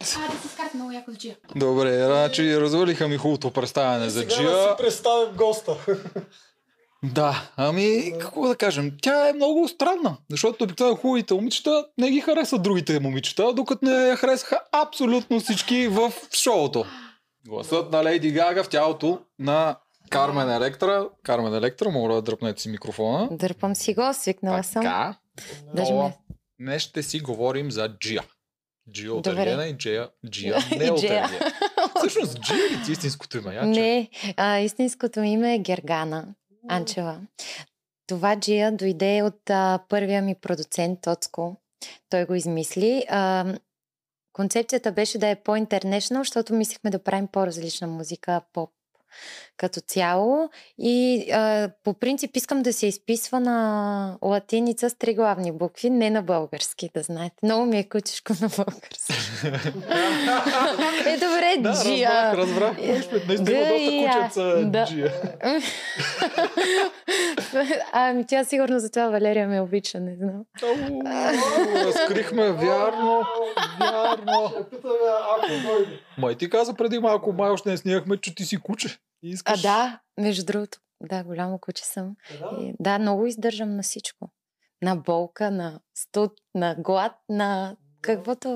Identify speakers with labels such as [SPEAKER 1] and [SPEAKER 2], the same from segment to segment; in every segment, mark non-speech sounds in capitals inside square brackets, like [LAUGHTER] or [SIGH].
[SPEAKER 1] А, да се скарат много яко с Джия.
[SPEAKER 2] Добре, значи развалиха ми хубавото представяне за
[SPEAKER 3] Сега да
[SPEAKER 2] Джия.
[SPEAKER 3] си представим госта.
[SPEAKER 2] Да, ами какво да кажем, тя е много странна, защото обикновено хубавите момичета не ги харесват другите момичета, докато не я харесаха абсолютно всички в шоуто. Гласът на Лейди Гага в тялото на Кармен Електра. Кармен Електра, мога да дръпнете си микрофона.
[SPEAKER 4] Дърпам си го, свикнала съм.
[SPEAKER 2] Така.
[SPEAKER 4] Даже
[SPEAKER 2] Но
[SPEAKER 4] ме-
[SPEAKER 2] Днес ще си говорим за Джия. Джия от
[SPEAKER 4] Добре.
[SPEAKER 2] Елена и Джия, Джия
[SPEAKER 4] [LAUGHS] И
[SPEAKER 2] не от
[SPEAKER 4] Джия.
[SPEAKER 2] Елена. Всъщност Джия ли ти е истинското име? Я, че-
[SPEAKER 4] Не, а, истинското ми име е Гергана Анчева. Това Джия дойде от а, първия ми продуцент Тоцко. Той го измисли. А, концепцията беше да е по-интернешнъл, защото мислихме да правим по-различна музика, поп като цяло. И а, по принцип искам да се изписва на латиница с три главни букви, не на български, да знаете. Много ми е кучешко на български. е, добре,
[SPEAKER 2] Да,
[SPEAKER 4] Джия. Е,
[SPEAKER 2] разбрах, разбрах. Господи, Наистина има доста
[SPEAKER 4] Джия.
[SPEAKER 2] кученца
[SPEAKER 4] Да.
[SPEAKER 2] Джия.
[SPEAKER 4] Ами тя сигурно за това Валерия ме обича, не знам. [LAUGHS]
[SPEAKER 2] Ау, Разкрихме, вярно, вярно.
[SPEAKER 3] Ще питаме, ако дойде.
[SPEAKER 2] Май ти каза преди малко, май още не снимахме, че ти си куче. И
[SPEAKER 4] А
[SPEAKER 2] Искаш...
[SPEAKER 4] да, между другото, да, голямо куче съм.
[SPEAKER 3] Да.
[SPEAKER 4] И, да, много издържам на всичко. На болка, на студ, на глад, на каквото,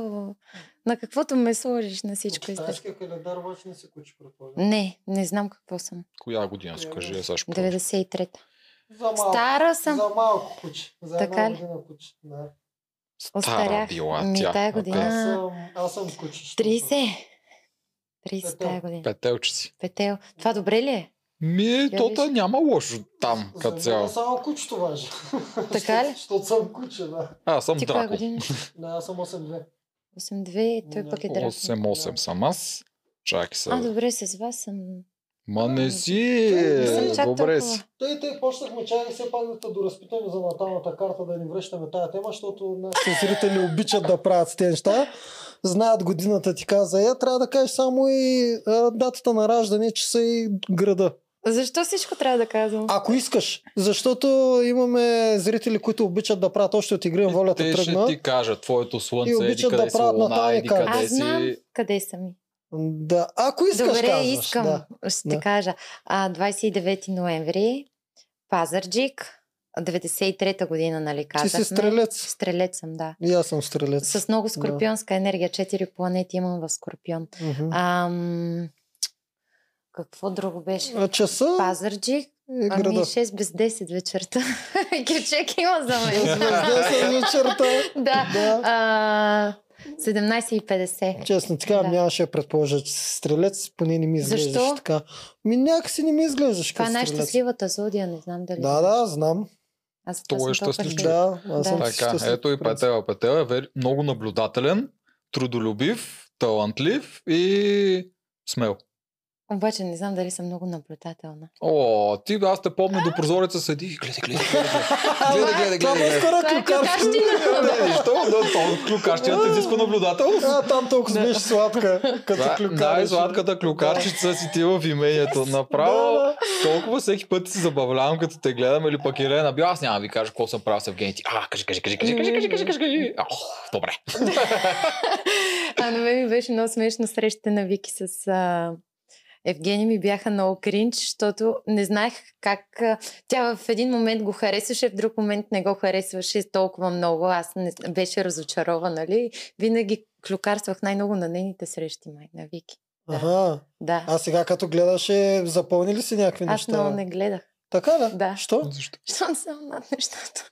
[SPEAKER 4] на каквото ме сложиш, на всичко
[SPEAKER 3] От
[SPEAKER 4] издържам.
[SPEAKER 3] китайския календар обаче не се кучи, предполагам.
[SPEAKER 4] Не, не знам какво съм.
[SPEAKER 2] Коя година си, кажи, я сега ще проверя.
[SPEAKER 4] 93-та.
[SPEAKER 3] За малко.
[SPEAKER 4] Стара съм.
[SPEAKER 3] За малко куче. За
[SPEAKER 4] Така
[SPEAKER 3] една
[SPEAKER 4] ли?
[SPEAKER 3] година куче. Да.
[SPEAKER 2] Стара
[SPEAKER 4] Остарях.
[SPEAKER 2] била
[SPEAKER 4] Ми,
[SPEAKER 2] тя.
[SPEAKER 4] тая
[SPEAKER 2] А,
[SPEAKER 4] година-
[SPEAKER 2] пе-
[SPEAKER 3] Аз съм, аз съм куче.
[SPEAKER 4] 30! 30-та
[SPEAKER 3] Петел.
[SPEAKER 4] година.
[SPEAKER 2] Петелче си.
[SPEAKER 4] Петел. Това добре ли е?
[SPEAKER 2] Ми,
[SPEAKER 4] Я
[SPEAKER 2] то та
[SPEAKER 4] виж.
[SPEAKER 2] няма лошо там,
[SPEAKER 3] За
[SPEAKER 2] като
[SPEAKER 3] мен
[SPEAKER 2] цяло.
[SPEAKER 3] Само кучето важи.
[SPEAKER 4] Така ли?
[SPEAKER 3] [LAUGHS] Защото съм куче, да.
[SPEAKER 2] Аз съм
[SPEAKER 4] Ти коя
[SPEAKER 2] Драко.
[SPEAKER 4] година?
[SPEAKER 3] Да, аз съм 8-2.
[SPEAKER 4] 8-2, той пък е драко.
[SPEAKER 2] 8-8 съм аз. Чакай се.
[SPEAKER 4] А, добре, с вас съм.
[SPEAKER 2] Ма не си.
[SPEAKER 3] Не
[SPEAKER 4] съм
[SPEAKER 2] е,
[SPEAKER 4] чак
[SPEAKER 2] Добре
[SPEAKER 4] толкова.
[SPEAKER 2] си.
[SPEAKER 3] Тъй, тъй, почнахме чай все пак да те доразпитаме за наталната карта, да ни връщаме тая тема, защото нашите зрители обичат да правят с тези неща. Знаят годината ти каза, е, трябва да кажеш само и а, датата на раждане, часа и града.
[SPEAKER 4] Защо всичко трябва да казвам?
[SPEAKER 3] Ако искаш, защото имаме зрители, които обичат да правят още от игри на волята
[SPEAKER 2] Е, Те ще
[SPEAKER 3] тръгна.
[SPEAKER 2] ти кажа, твоето слънце,
[SPEAKER 3] И
[SPEAKER 2] еди
[SPEAKER 3] обичат
[SPEAKER 2] къде
[SPEAKER 3] да
[SPEAKER 2] си
[SPEAKER 3] правят
[SPEAKER 2] луна,
[SPEAKER 3] натални
[SPEAKER 2] еди
[SPEAKER 3] карти.
[SPEAKER 2] къде
[SPEAKER 4] Аз знам
[SPEAKER 2] си.
[SPEAKER 4] къде съм. и.
[SPEAKER 3] Да, ако искаш,
[SPEAKER 4] Добре,
[SPEAKER 3] казваш.
[SPEAKER 4] искам.
[SPEAKER 3] Да.
[SPEAKER 4] Ще
[SPEAKER 3] да.
[SPEAKER 4] ти кажа. А, 29 ноември, Пазарджик, 93-та година, нали
[SPEAKER 3] Ти си
[SPEAKER 4] казахме.
[SPEAKER 3] стрелец.
[SPEAKER 4] Стрелец съм, да.
[SPEAKER 3] И аз съм стрелец.
[SPEAKER 4] С много скорпионска енергия. Четири планети имам в скорпион.
[SPEAKER 3] Мгм.
[SPEAKER 4] Ам... Какво друго беше?
[SPEAKER 3] А часа
[SPEAKER 4] Пазарджик,
[SPEAKER 3] и
[SPEAKER 4] ами
[SPEAKER 3] Е, града.
[SPEAKER 4] 6 без 10 вечерта. [LAUGHS] Кючек има за мен.
[SPEAKER 3] Звезда се вечерта.
[SPEAKER 4] [LAUGHS] да.
[SPEAKER 3] Да.
[SPEAKER 4] А, 17.50.
[SPEAKER 3] Честно, така да.
[SPEAKER 4] Да.
[SPEAKER 3] нямаше да предположа, че си стрелец, поне не ми
[SPEAKER 4] Защо?
[SPEAKER 3] изглеждаш така. Ми някакси не ми изглеждаш
[SPEAKER 4] Това е нали?
[SPEAKER 3] като стрелец.
[SPEAKER 4] най-щастливата зодия, не знам дали.
[SPEAKER 3] Да, да, знам.
[SPEAKER 4] Аз за
[SPEAKER 2] Той
[SPEAKER 4] съм
[SPEAKER 2] е
[SPEAKER 4] толкова
[SPEAKER 2] щастлив
[SPEAKER 4] щастлива.
[SPEAKER 3] Да, аз
[SPEAKER 4] Да.
[SPEAKER 3] съм
[SPEAKER 2] Така,
[SPEAKER 3] щастлив,
[SPEAKER 2] ето и
[SPEAKER 3] в принцип.
[SPEAKER 2] Петел. Петел е вер... много наблюдателен, трудолюбив, талантлив и смел.
[SPEAKER 4] Обаче не знам дали съм много наблюдателна.
[SPEAKER 2] О, ти, аз те помня до прозореца седи и гледай, гледай,
[SPEAKER 3] [LAUGHS]
[SPEAKER 2] гледай, гледай, гледай,
[SPEAKER 3] Това
[SPEAKER 2] гледай,
[SPEAKER 3] е
[SPEAKER 2] гледай.
[SPEAKER 3] скоро
[SPEAKER 4] Това е
[SPEAKER 3] клюкарство. [LAUGHS]
[SPEAKER 4] клюкарщина.
[SPEAKER 2] Не, нищо, Е, да, то клюкарчета изисква наблюдателност.
[SPEAKER 3] А, там толкова беше сладка, като
[SPEAKER 2] Това е
[SPEAKER 3] клюкарче.
[SPEAKER 2] най-сладката клюкарчица си ти в имението.
[SPEAKER 3] Да,
[SPEAKER 2] Направо
[SPEAKER 3] да.
[SPEAKER 2] толкова всеки път се забавлявам, като те гледам или пък Ирена Бил. Аз няма да ви кажа какво съм правил с Евгений. Ти, А, кажи, кажи, кажи, кажи, кажи, кажи, кажи, кажи, кажи. Ох, добре.
[SPEAKER 4] [LAUGHS] А на мен ми беше много смешно срещата на Вики с а, Евгений ми бяха много кринч, защото не знаех как... А, тя в един момент го харесваше, в друг момент не го харесваше толкова много. Аз не, беше разочарована, нали? Винаги клюкарствах най-много на нейните срещи, май, на Вики.
[SPEAKER 3] Аха,
[SPEAKER 4] Да.
[SPEAKER 3] а сега като гледаше, запълни ли си някакви
[SPEAKER 4] Аз
[SPEAKER 3] неща?
[SPEAKER 4] много не гледах.
[SPEAKER 3] Така ли?
[SPEAKER 4] Да. [LAUGHS]
[SPEAKER 3] Що?
[SPEAKER 2] Защо?
[SPEAKER 4] Щом съм над нещата.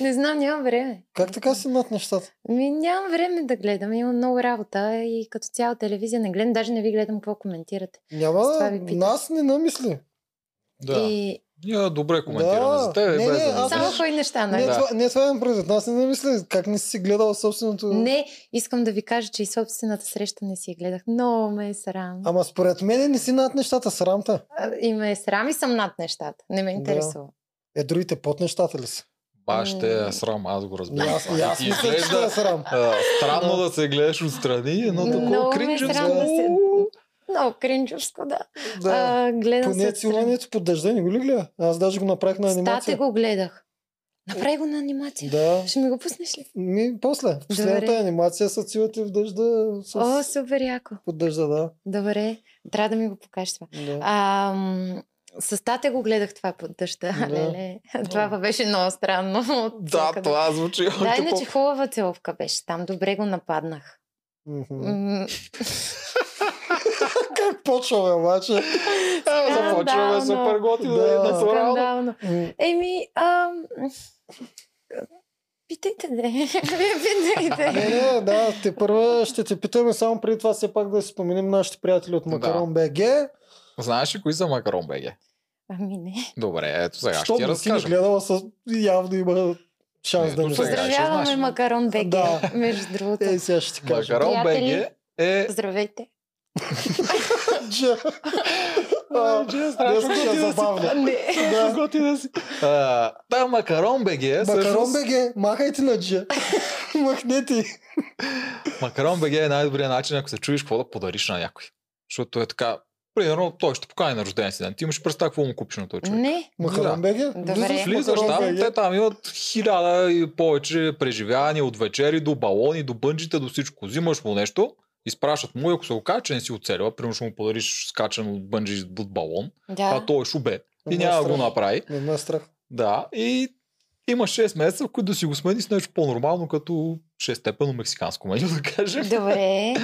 [SPEAKER 4] Не знам, нямам време.
[SPEAKER 3] Как така си над нещата?
[SPEAKER 4] Ми, нямам време да гледам, имам много работа и като цяло телевизия не гледам, даже не ви гледам какво коментирате. С това
[SPEAKER 3] Няма,
[SPEAKER 4] ви питам.
[SPEAKER 3] нас не намисли.
[SPEAKER 2] Да.
[SPEAKER 4] И
[SPEAKER 2] Ние добре коментираме
[SPEAKER 3] Да.
[SPEAKER 2] за теб.
[SPEAKER 3] Не,
[SPEAKER 2] без
[SPEAKER 3] не,
[SPEAKER 2] да
[SPEAKER 3] аз-
[SPEAKER 4] само
[SPEAKER 2] знаеш.
[SPEAKER 4] хубави неща,
[SPEAKER 3] Не,
[SPEAKER 4] нали?
[SPEAKER 2] Да.
[SPEAKER 3] това, не това имам предвид. Нас не намисли. Как не си си гледал собственото...
[SPEAKER 4] Не, искам да ви кажа, че и собствената среща не си я гледах. Много ме е срам.
[SPEAKER 3] Ама според мен не си над нещата, срамта.
[SPEAKER 4] А, И ме е срам и съм над нещата. Не ме интересува.
[SPEAKER 3] Е, другите под нещата ли са?
[SPEAKER 2] Ба, ще е срам, аз го разбирам.
[SPEAKER 3] И Аз,
[SPEAKER 2] това.
[SPEAKER 3] и аз
[SPEAKER 2] Ти
[SPEAKER 3] мисля, че ще е
[SPEAKER 2] изглежда
[SPEAKER 3] срам.
[SPEAKER 2] а, странно да се гледаш отстрани, едно такова
[SPEAKER 4] Много ме
[SPEAKER 3] е
[SPEAKER 2] кринжевско.
[SPEAKER 4] срам да се- Много кринчовско, да.
[SPEAKER 3] Да.
[SPEAKER 4] А, гледам
[SPEAKER 3] Поне
[SPEAKER 4] се.
[SPEAKER 3] целуването под дъжда не го ли гледа? Аз даже го направих на
[SPEAKER 4] Стате
[SPEAKER 3] анимация.
[SPEAKER 4] го гледах. Направи го на анимация.
[SPEAKER 3] Да.
[SPEAKER 4] Ще ми го пуснеш ли?
[SPEAKER 3] Ми, после. В последната
[SPEAKER 4] Добре.
[SPEAKER 3] анимация са цилите в дъжда. С...
[SPEAKER 4] О, супер яко.
[SPEAKER 3] Под дъжда, да.
[SPEAKER 4] Добре, трябва да ми го покажеш това.
[SPEAKER 3] да.
[SPEAKER 4] А, с тате го гледах това под дъжда.
[SPEAKER 3] Да. е
[SPEAKER 4] Леле. Това беше много странно. От
[SPEAKER 2] Да,
[SPEAKER 4] всякъде.
[SPEAKER 2] това звучи още
[SPEAKER 4] Да,
[SPEAKER 2] по...
[SPEAKER 4] иначе хубава целовка беше там. Добре го нападнах.
[SPEAKER 3] Мгм.
[SPEAKER 4] М,
[SPEAKER 3] Как почваме обаче?
[SPEAKER 2] Е, Започваме
[SPEAKER 4] Скандално.
[SPEAKER 2] супер готино
[SPEAKER 3] Да.
[SPEAKER 2] да. и натурално.
[SPEAKER 4] Скандално.
[SPEAKER 3] М,
[SPEAKER 4] Еми, а... Питайте, не. [LAUGHS] Вие
[SPEAKER 3] Не,
[SPEAKER 4] питайте.
[SPEAKER 3] не, да, те първа ще те питаме само преди това все пак да си споменим нашите приятели от
[SPEAKER 2] Да.
[SPEAKER 3] Макарон БГ.
[SPEAKER 2] Знаеш ли кои са Макарон БГ?
[SPEAKER 4] Ами не.
[SPEAKER 2] Добре, ето сега
[SPEAKER 3] Що
[SPEAKER 2] ще ти
[SPEAKER 3] би си ни
[SPEAKER 2] разкажа.
[SPEAKER 3] гледала, с... явно има шанс
[SPEAKER 2] Не,
[SPEAKER 3] да не
[SPEAKER 2] тук сега
[SPEAKER 3] знаеш.
[SPEAKER 2] знаеш.
[SPEAKER 4] Поздравяваме Макарон БГ,
[SPEAKER 3] значи, Да. Е,
[SPEAKER 4] между другото.
[SPEAKER 3] Ей, сега ще ти кажа.
[SPEAKER 2] Макарон
[SPEAKER 4] Приятели.
[SPEAKER 2] БГ е...
[SPEAKER 4] Здравейте.
[SPEAKER 2] [LAUGHS]
[SPEAKER 3] Джа. А,
[SPEAKER 2] Айде,
[SPEAKER 3] Днес
[SPEAKER 2] страшно
[SPEAKER 3] ще е
[SPEAKER 2] готино си.
[SPEAKER 3] забавно.
[SPEAKER 4] Не.
[SPEAKER 2] Страшно готино си. А, Да, Макарон БГ е
[SPEAKER 3] Макарон
[SPEAKER 2] всъщност...
[SPEAKER 3] БГ, махайте
[SPEAKER 2] [LAUGHS]
[SPEAKER 3] на Джа. Махнете.
[SPEAKER 2] Макарон БГ е най-добрият начин, ако се чуеш какво да подариш на някой. Защото е така, примерно, той ще покани на рожден си ден. Ти имаш представа какво му купиш на този човек.
[SPEAKER 4] Не.
[SPEAKER 3] Макарон БГ?
[SPEAKER 4] Добре.
[SPEAKER 2] Влизаш там, те там имат хиляда и повече преживявания от вечери до балони, до бънджите, до всичко. Взимаш му нещо, изпращат му и ако се окаже, че не си оцелила, примерно ще му подариш скачан от бънджи от балон, а
[SPEAKER 4] Да.
[SPEAKER 2] той е шубе и
[SPEAKER 3] Не,
[SPEAKER 2] няма да го
[SPEAKER 3] страх.
[SPEAKER 2] направи.
[SPEAKER 3] Не ме е страх.
[SPEAKER 2] Да, и има 6 месеца, в които да си го смени с нещо по-нормално, като 6 степено мексиканско меню, да кажем.
[SPEAKER 4] Добре.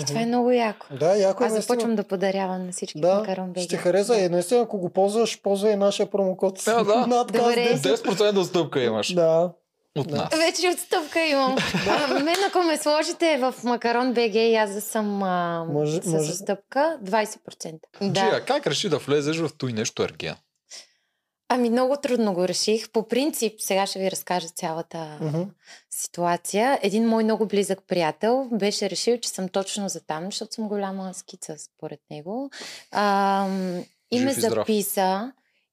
[SPEAKER 4] И това е много яко.
[SPEAKER 3] Да, яко е
[SPEAKER 4] Аз започвам
[SPEAKER 3] наистина.
[SPEAKER 4] да подарявам на всички
[SPEAKER 3] Да,
[SPEAKER 4] Макарон БГ.
[SPEAKER 3] ще хареса. И наистина, ако го ползваш, ползвай и нашия промокод.
[SPEAKER 2] Да,
[SPEAKER 3] [LAUGHS]
[SPEAKER 2] да.
[SPEAKER 3] Надказ
[SPEAKER 4] Добре.
[SPEAKER 3] 10.
[SPEAKER 2] 10% отстъпка имаш
[SPEAKER 3] Да.
[SPEAKER 2] от
[SPEAKER 3] Да.
[SPEAKER 2] нас.
[SPEAKER 4] Вече отстъпка имам. А, мен ако ме сложите в Макарон БГ и аз да съм а,
[SPEAKER 3] Може-
[SPEAKER 4] с
[SPEAKER 3] може-
[SPEAKER 4] отстъпка, 20%. Е, Да.
[SPEAKER 2] Джия, как реши да влезеш в той нещо ерген?
[SPEAKER 4] Ами много трудно го реших. По принцип, сега ще ви разкажа цялата
[SPEAKER 3] Мгм.
[SPEAKER 4] ситуация. Един мой много близък приятел беше решил, че съм точно за там, защото съм голяма скица според него. Ам, и
[SPEAKER 2] Жив
[SPEAKER 4] ме
[SPEAKER 2] и здрав.
[SPEAKER 4] записа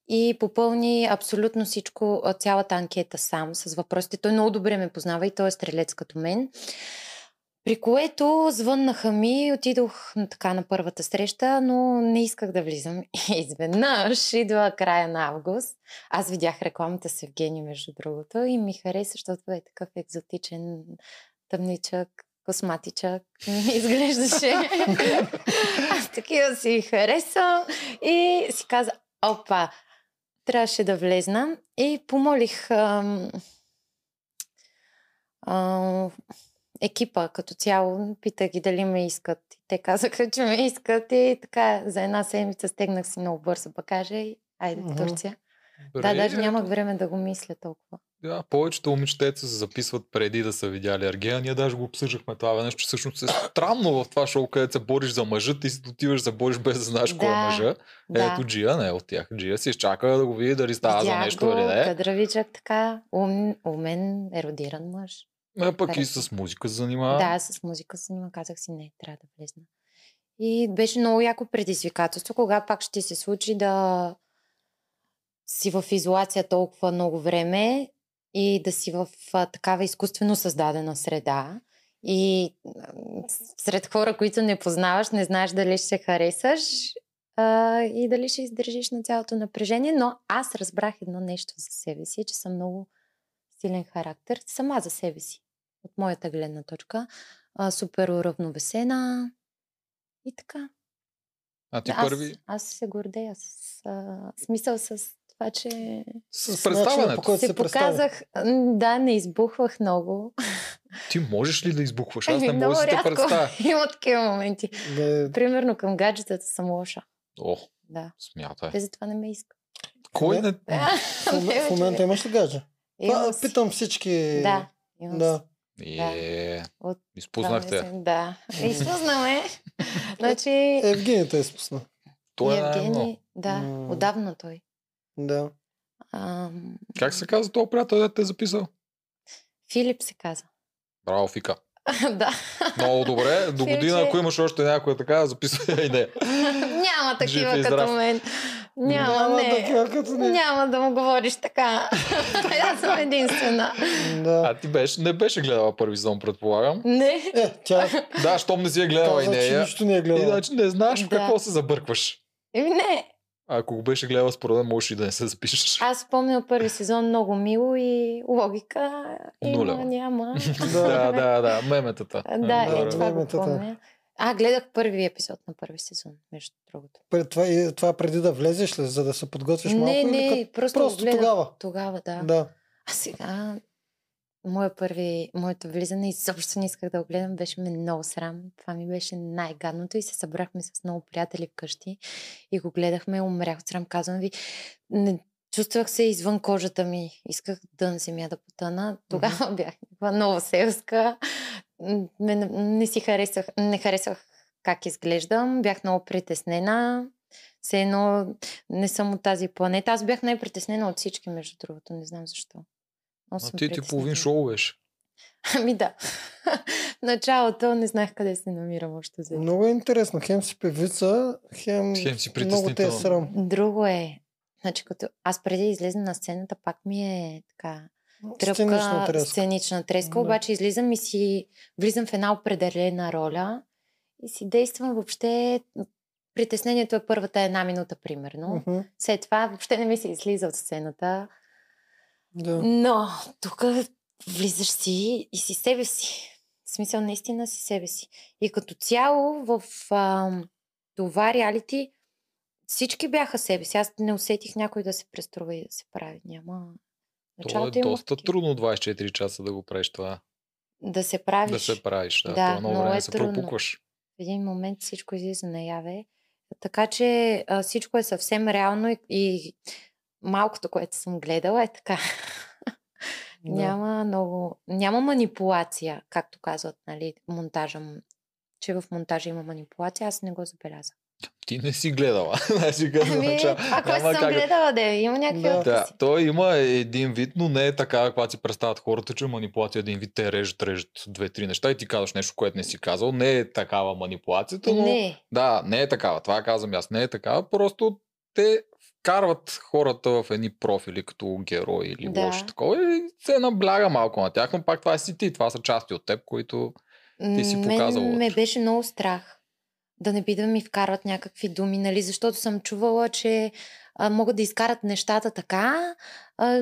[SPEAKER 4] и попълни абсолютно всичко, а, цялата анкета сам с въпросите. Той много добре ме познава и той е стрелец като мен. При което звъннаха ми, отидох на, така на първата среща, но не исках да влизам. [LAUGHS] И изведнъж идва края на август. Аз видях рекламата с Евгений, между другото, и ми хареса, защото е такъв екзотичен тъмничък, косматичък. [LAUGHS] Ми изглеждаше. Аз такива си харесвам. И си каза, опа, трябваше да влезна. И помолих ам, ам, екипа като цяло, питах ги дали ме искат. И те казаха, че ме искат. И така, за една седмица стегнах си много бързо багажа и айде
[SPEAKER 3] Мгм.
[SPEAKER 4] в Турция. Да, даже нямах време да го мисля толкова.
[SPEAKER 2] Да, повечето момичетеца се записват преди да са видяли Аргена. Ние даже го обсъждахме това веднъж, че всъщност е странно в това шоу, където се бориш за мъжа, ти си отиваш да се бориш без да знаеш кой е
[SPEAKER 4] Да,
[SPEAKER 2] мъжа.
[SPEAKER 4] Да.
[SPEAKER 2] Ето Джия не е от тях. Джия си изчака да го види дали става за
[SPEAKER 4] Видях
[SPEAKER 2] нещо нали?
[SPEAKER 4] го,
[SPEAKER 2] или не.
[SPEAKER 4] Кадравичък така, ум, умен, еродиран мъж.
[SPEAKER 2] А пък и
[SPEAKER 4] Харесва.
[SPEAKER 2] с музика се занимава.
[SPEAKER 4] Да, с музика се занимавам, казах си не, трябва да влезна. И беше много яко предизвикателство, кога пак ще се случи да си в изолация толкова много време и да си в а, такава изкуствено създадена среда. И м, с- сред хора, които не познаваш, не знаеш дали ще се харесаш а, и дали ще издържиш на цялото напрежение. Но аз разбрах едно нещо за себе си, че съм много силен характер сама за себе си, от моята гледна точка. А, супер уравновесена и така.
[SPEAKER 2] А ти
[SPEAKER 4] аз,
[SPEAKER 2] първи
[SPEAKER 4] аз се гордея с а, смисъл с това, че
[SPEAKER 2] с
[SPEAKER 3] начина, Значи, по
[SPEAKER 2] представянето.
[SPEAKER 3] който
[SPEAKER 4] се
[SPEAKER 3] се представя.
[SPEAKER 4] показах. М, Да, не избухвах много. [LAUGHS]
[SPEAKER 2] Ти можеш ли да избухваш? Аз
[SPEAKER 4] Еми,
[SPEAKER 2] не мога да
[SPEAKER 4] Ами, много
[SPEAKER 2] си те
[SPEAKER 4] рядко.
[SPEAKER 2] представя.
[SPEAKER 4] Има такива моменти.
[SPEAKER 3] Да,
[SPEAKER 4] Примерно към гаджетата съм лоша.
[SPEAKER 2] О,
[SPEAKER 4] Да.
[SPEAKER 2] смятай.
[SPEAKER 3] Е,
[SPEAKER 4] Те затова не ме искат.
[SPEAKER 2] Кой не...
[SPEAKER 3] в мом- в момента имаш ли гадже?
[SPEAKER 4] имам
[SPEAKER 3] Това
[SPEAKER 4] си.
[SPEAKER 3] Питам всички.
[SPEAKER 4] Да, имам си.
[SPEAKER 3] Да.
[SPEAKER 2] Е,
[SPEAKER 4] От-
[SPEAKER 2] изпознахте. я.
[SPEAKER 4] Да,
[SPEAKER 3] [LAUGHS]
[SPEAKER 4] Да. Изпознаме. значи,
[SPEAKER 3] Евгений те е спусна.
[SPEAKER 2] Той е най-много.
[SPEAKER 4] Евгений, да,
[SPEAKER 3] М.
[SPEAKER 4] отдавна той.
[SPEAKER 3] Да.
[SPEAKER 4] Ам,
[SPEAKER 2] Как се казва този приятел, да те е записал?
[SPEAKER 4] Филип се каза.
[SPEAKER 2] Браво, Фика.
[SPEAKER 4] [LAUGHS] да.
[SPEAKER 2] Много
[SPEAKER 4] [LAUGHS]
[SPEAKER 2] добре. До
[SPEAKER 4] Филче.
[SPEAKER 2] година, ако имаш още някоя така, записвай и не.
[SPEAKER 4] [LAUGHS] Няма
[SPEAKER 2] Жив и
[SPEAKER 4] такива
[SPEAKER 2] здрав.
[SPEAKER 4] като мен. Няма, не.
[SPEAKER 3] такива като не.
[SPEAKER 4] Няма да му говориш така. [LAUGHS] Аз съм единствена.
[SPEAKER 3] Да.
[SPEAKER 2] А ти беше, не беше гледала първи сезон, предполагам.
[SPEAKER 4] Не.
[SPEAKER 3] Е, тя
[SPEAKER 2] Да, щом не си я гледала и
[SPEAKER 3] каза, че
[SPEAKER 2] нея.
[SPEAKER 3] нищо не е гледала.
[SPEAKER 2] Иначе не знаеш в
[SPEAKER 4] Да.
[SPEAKER 2] какво се забъркваш.
[SPEAKER 4] Еми не.
[SPEAKER 2] Ако го беше гледала според мен, можеш и да не се запишеш.
[SPEAKER 4] Аз спомням първи сезон много мило и логика. Има,
[SPEAKER 2] Нулева. [LAUGHS]
[SPEAKER 4] няма.
[SPEAKER 2] да, да, да, меметата.
[SPEAKER 4] да,
[SPEAKER 3] Добре.
[SPEAKER 4] е, това го
[SPEAKER 3] Меметата.
[SPEAKER 4] помня. А, гледах първи епизод на първи сезон, между другото.
[SPEAKER 3] Пред това, и това преди да влезеш ли, за да се подготвиш малко?
[SPEAKER 4] Не,
[SPEAKER 3] или
[SPEAKER 4] не,
[SPEAKER 3] Като...
[SPEAKER 4] просто,
[SPEAKER 3] Просто
[SPEAKER 4] го гледах тогава.
[SPEAKER 3] тогава.
[SPEAKER 4] да.
[SPEAKER 3] Да.
[SPEAKER 4] А сега, моя първи, моето влизане, изобщо не исках да го гледам, беше ми много срам. Това ми беше най-гадното и се събрахме с много приятели вкъщи и го гледахме, умрях от срам, казвам ви. Не, чувствах се извън кожата ми. Исках дън земя да потъна. Тогава [LAUGHS] бях някаква много селска. М, Мен, не си харесах, не харесах как изглеждам. Бях много притеснена. Все едно не съм от тази планета. Аз бях най-притеснена от всички, между другото. Не знам защо. Много
[SPEAKER 2] А
[SPEAKER 4] съм
[SPEAKER 2] ти ти половин
[SPEAKER 4] притеснителна.
[SPEAKER 2] шоу беше.
[SPEAKER 4] [LAUGHS] Ами да. [LAUGHS] В началото не знаех къде се намирам още за.
[SPEAKER 3] Много е интересно. Хем си певица, хем,
[SPEAKER 2] Хем си
[SPEAKER 3] много те е
[SPEAKER 2] притеснителна.
[SPEAKER 3] срам.
[SPEAKER 4] Друго е. Значи, като аз преди излизам на сцената, пак ми е така тръпка,
[SPEAKER 3] Сценично
[SPEAKER 4] сценична треска,
[SPEAKER 3] треска. Да.
[SPEAKER 4] обаче излизам и си влизам в една определена роля и си действам въобще... Притеснението е първата една минута, примерно.
[SPEAKER 3] Мгм.
[SPEAKER 4] След това въобще не ми се излиза от сцената.
[SPEAKER 3] Да.
[SPEAKER 4] Но тук влизаш си и си себе си. В смисъл, наистина си себе си. И като цяло в а, това реалити всички бяха себе си. Аз не усетих някой да се преструва и да се прави. Няма.
[SPEAKER 2] То е
[SPEAKER 4] Началото има
[SPEAKER 2] доста
[SPEAKER 4] такива.
[SPEAKER 2] трудно 24 часа да го правиш това.
[SPEAKER 4] Да се правиш.
[SPEAKER 2] Да се правиш. Да,
[SPEAKER 4] Ами Да,
[SPEAKER 2] да много
[SPEAKER 4] много
[SPEAKER 2] време
[SPEAKER 4] е
[SPEAKER 2] се
[SPEAKER 4] трудно.
[SPEAKER 2] пропукваш.
[SPEAKER 4] В един момент всичко излиза наяве. Така че а, всичко е съвсем реално и, и малкото, което съм гледала е така.
[SPEAKER 3] Да.
[SPEAKER 4] Няма много. Няма манипулация, както казват, нали, монтажа. м- Че в монтажа има манипулация, аз не го забелязах.
[SPEAKER 2] Ти не си гледала. [LAUGHS] Значи, като
[SPEAKER 4] [LAUGHS] Ами,
[SPEAKER 2] начало.
[SPEAKER 4] ако аз
[SPEAKER 2] Няма
[SPEAKER 4] съм
[SPEAKER 2] как да-
[SPEAKER 4] гледала, да е, има някакви
[SPEAKER 3] Да.
[SPEAKER 4] да.
[SPEAKER 2] Да,
[SPEAKER 4] откази.
[SPEAKER 2] той има един вид, но не е така, каквато си представят хората, че манипулация е един вид, те режат, режат две-три неща и ти казваш нещо, което не си казал. Не е такава манипулацията, но...
[SPEAKER 4] Не,
[SPEAKER 2] Да, не е такава. Това казвам и аз. Не е такава. Просто те вкарват хората в едни профили като герои или да.
[SPEAKER 4] Да.
[SPEAKER 2] лоши такова и се набляга малко на тях, но пак това си ти. Това са части от теб, които... Ти си показала
[SPEAKER 4] Мен ме
[SPEAKER 2] вътре.
[SPEAKER 4] беше много страх да не би да ми вкарват някакви думи, нали? Защото съм чувала, че а, могат да изкарат нещата така, а,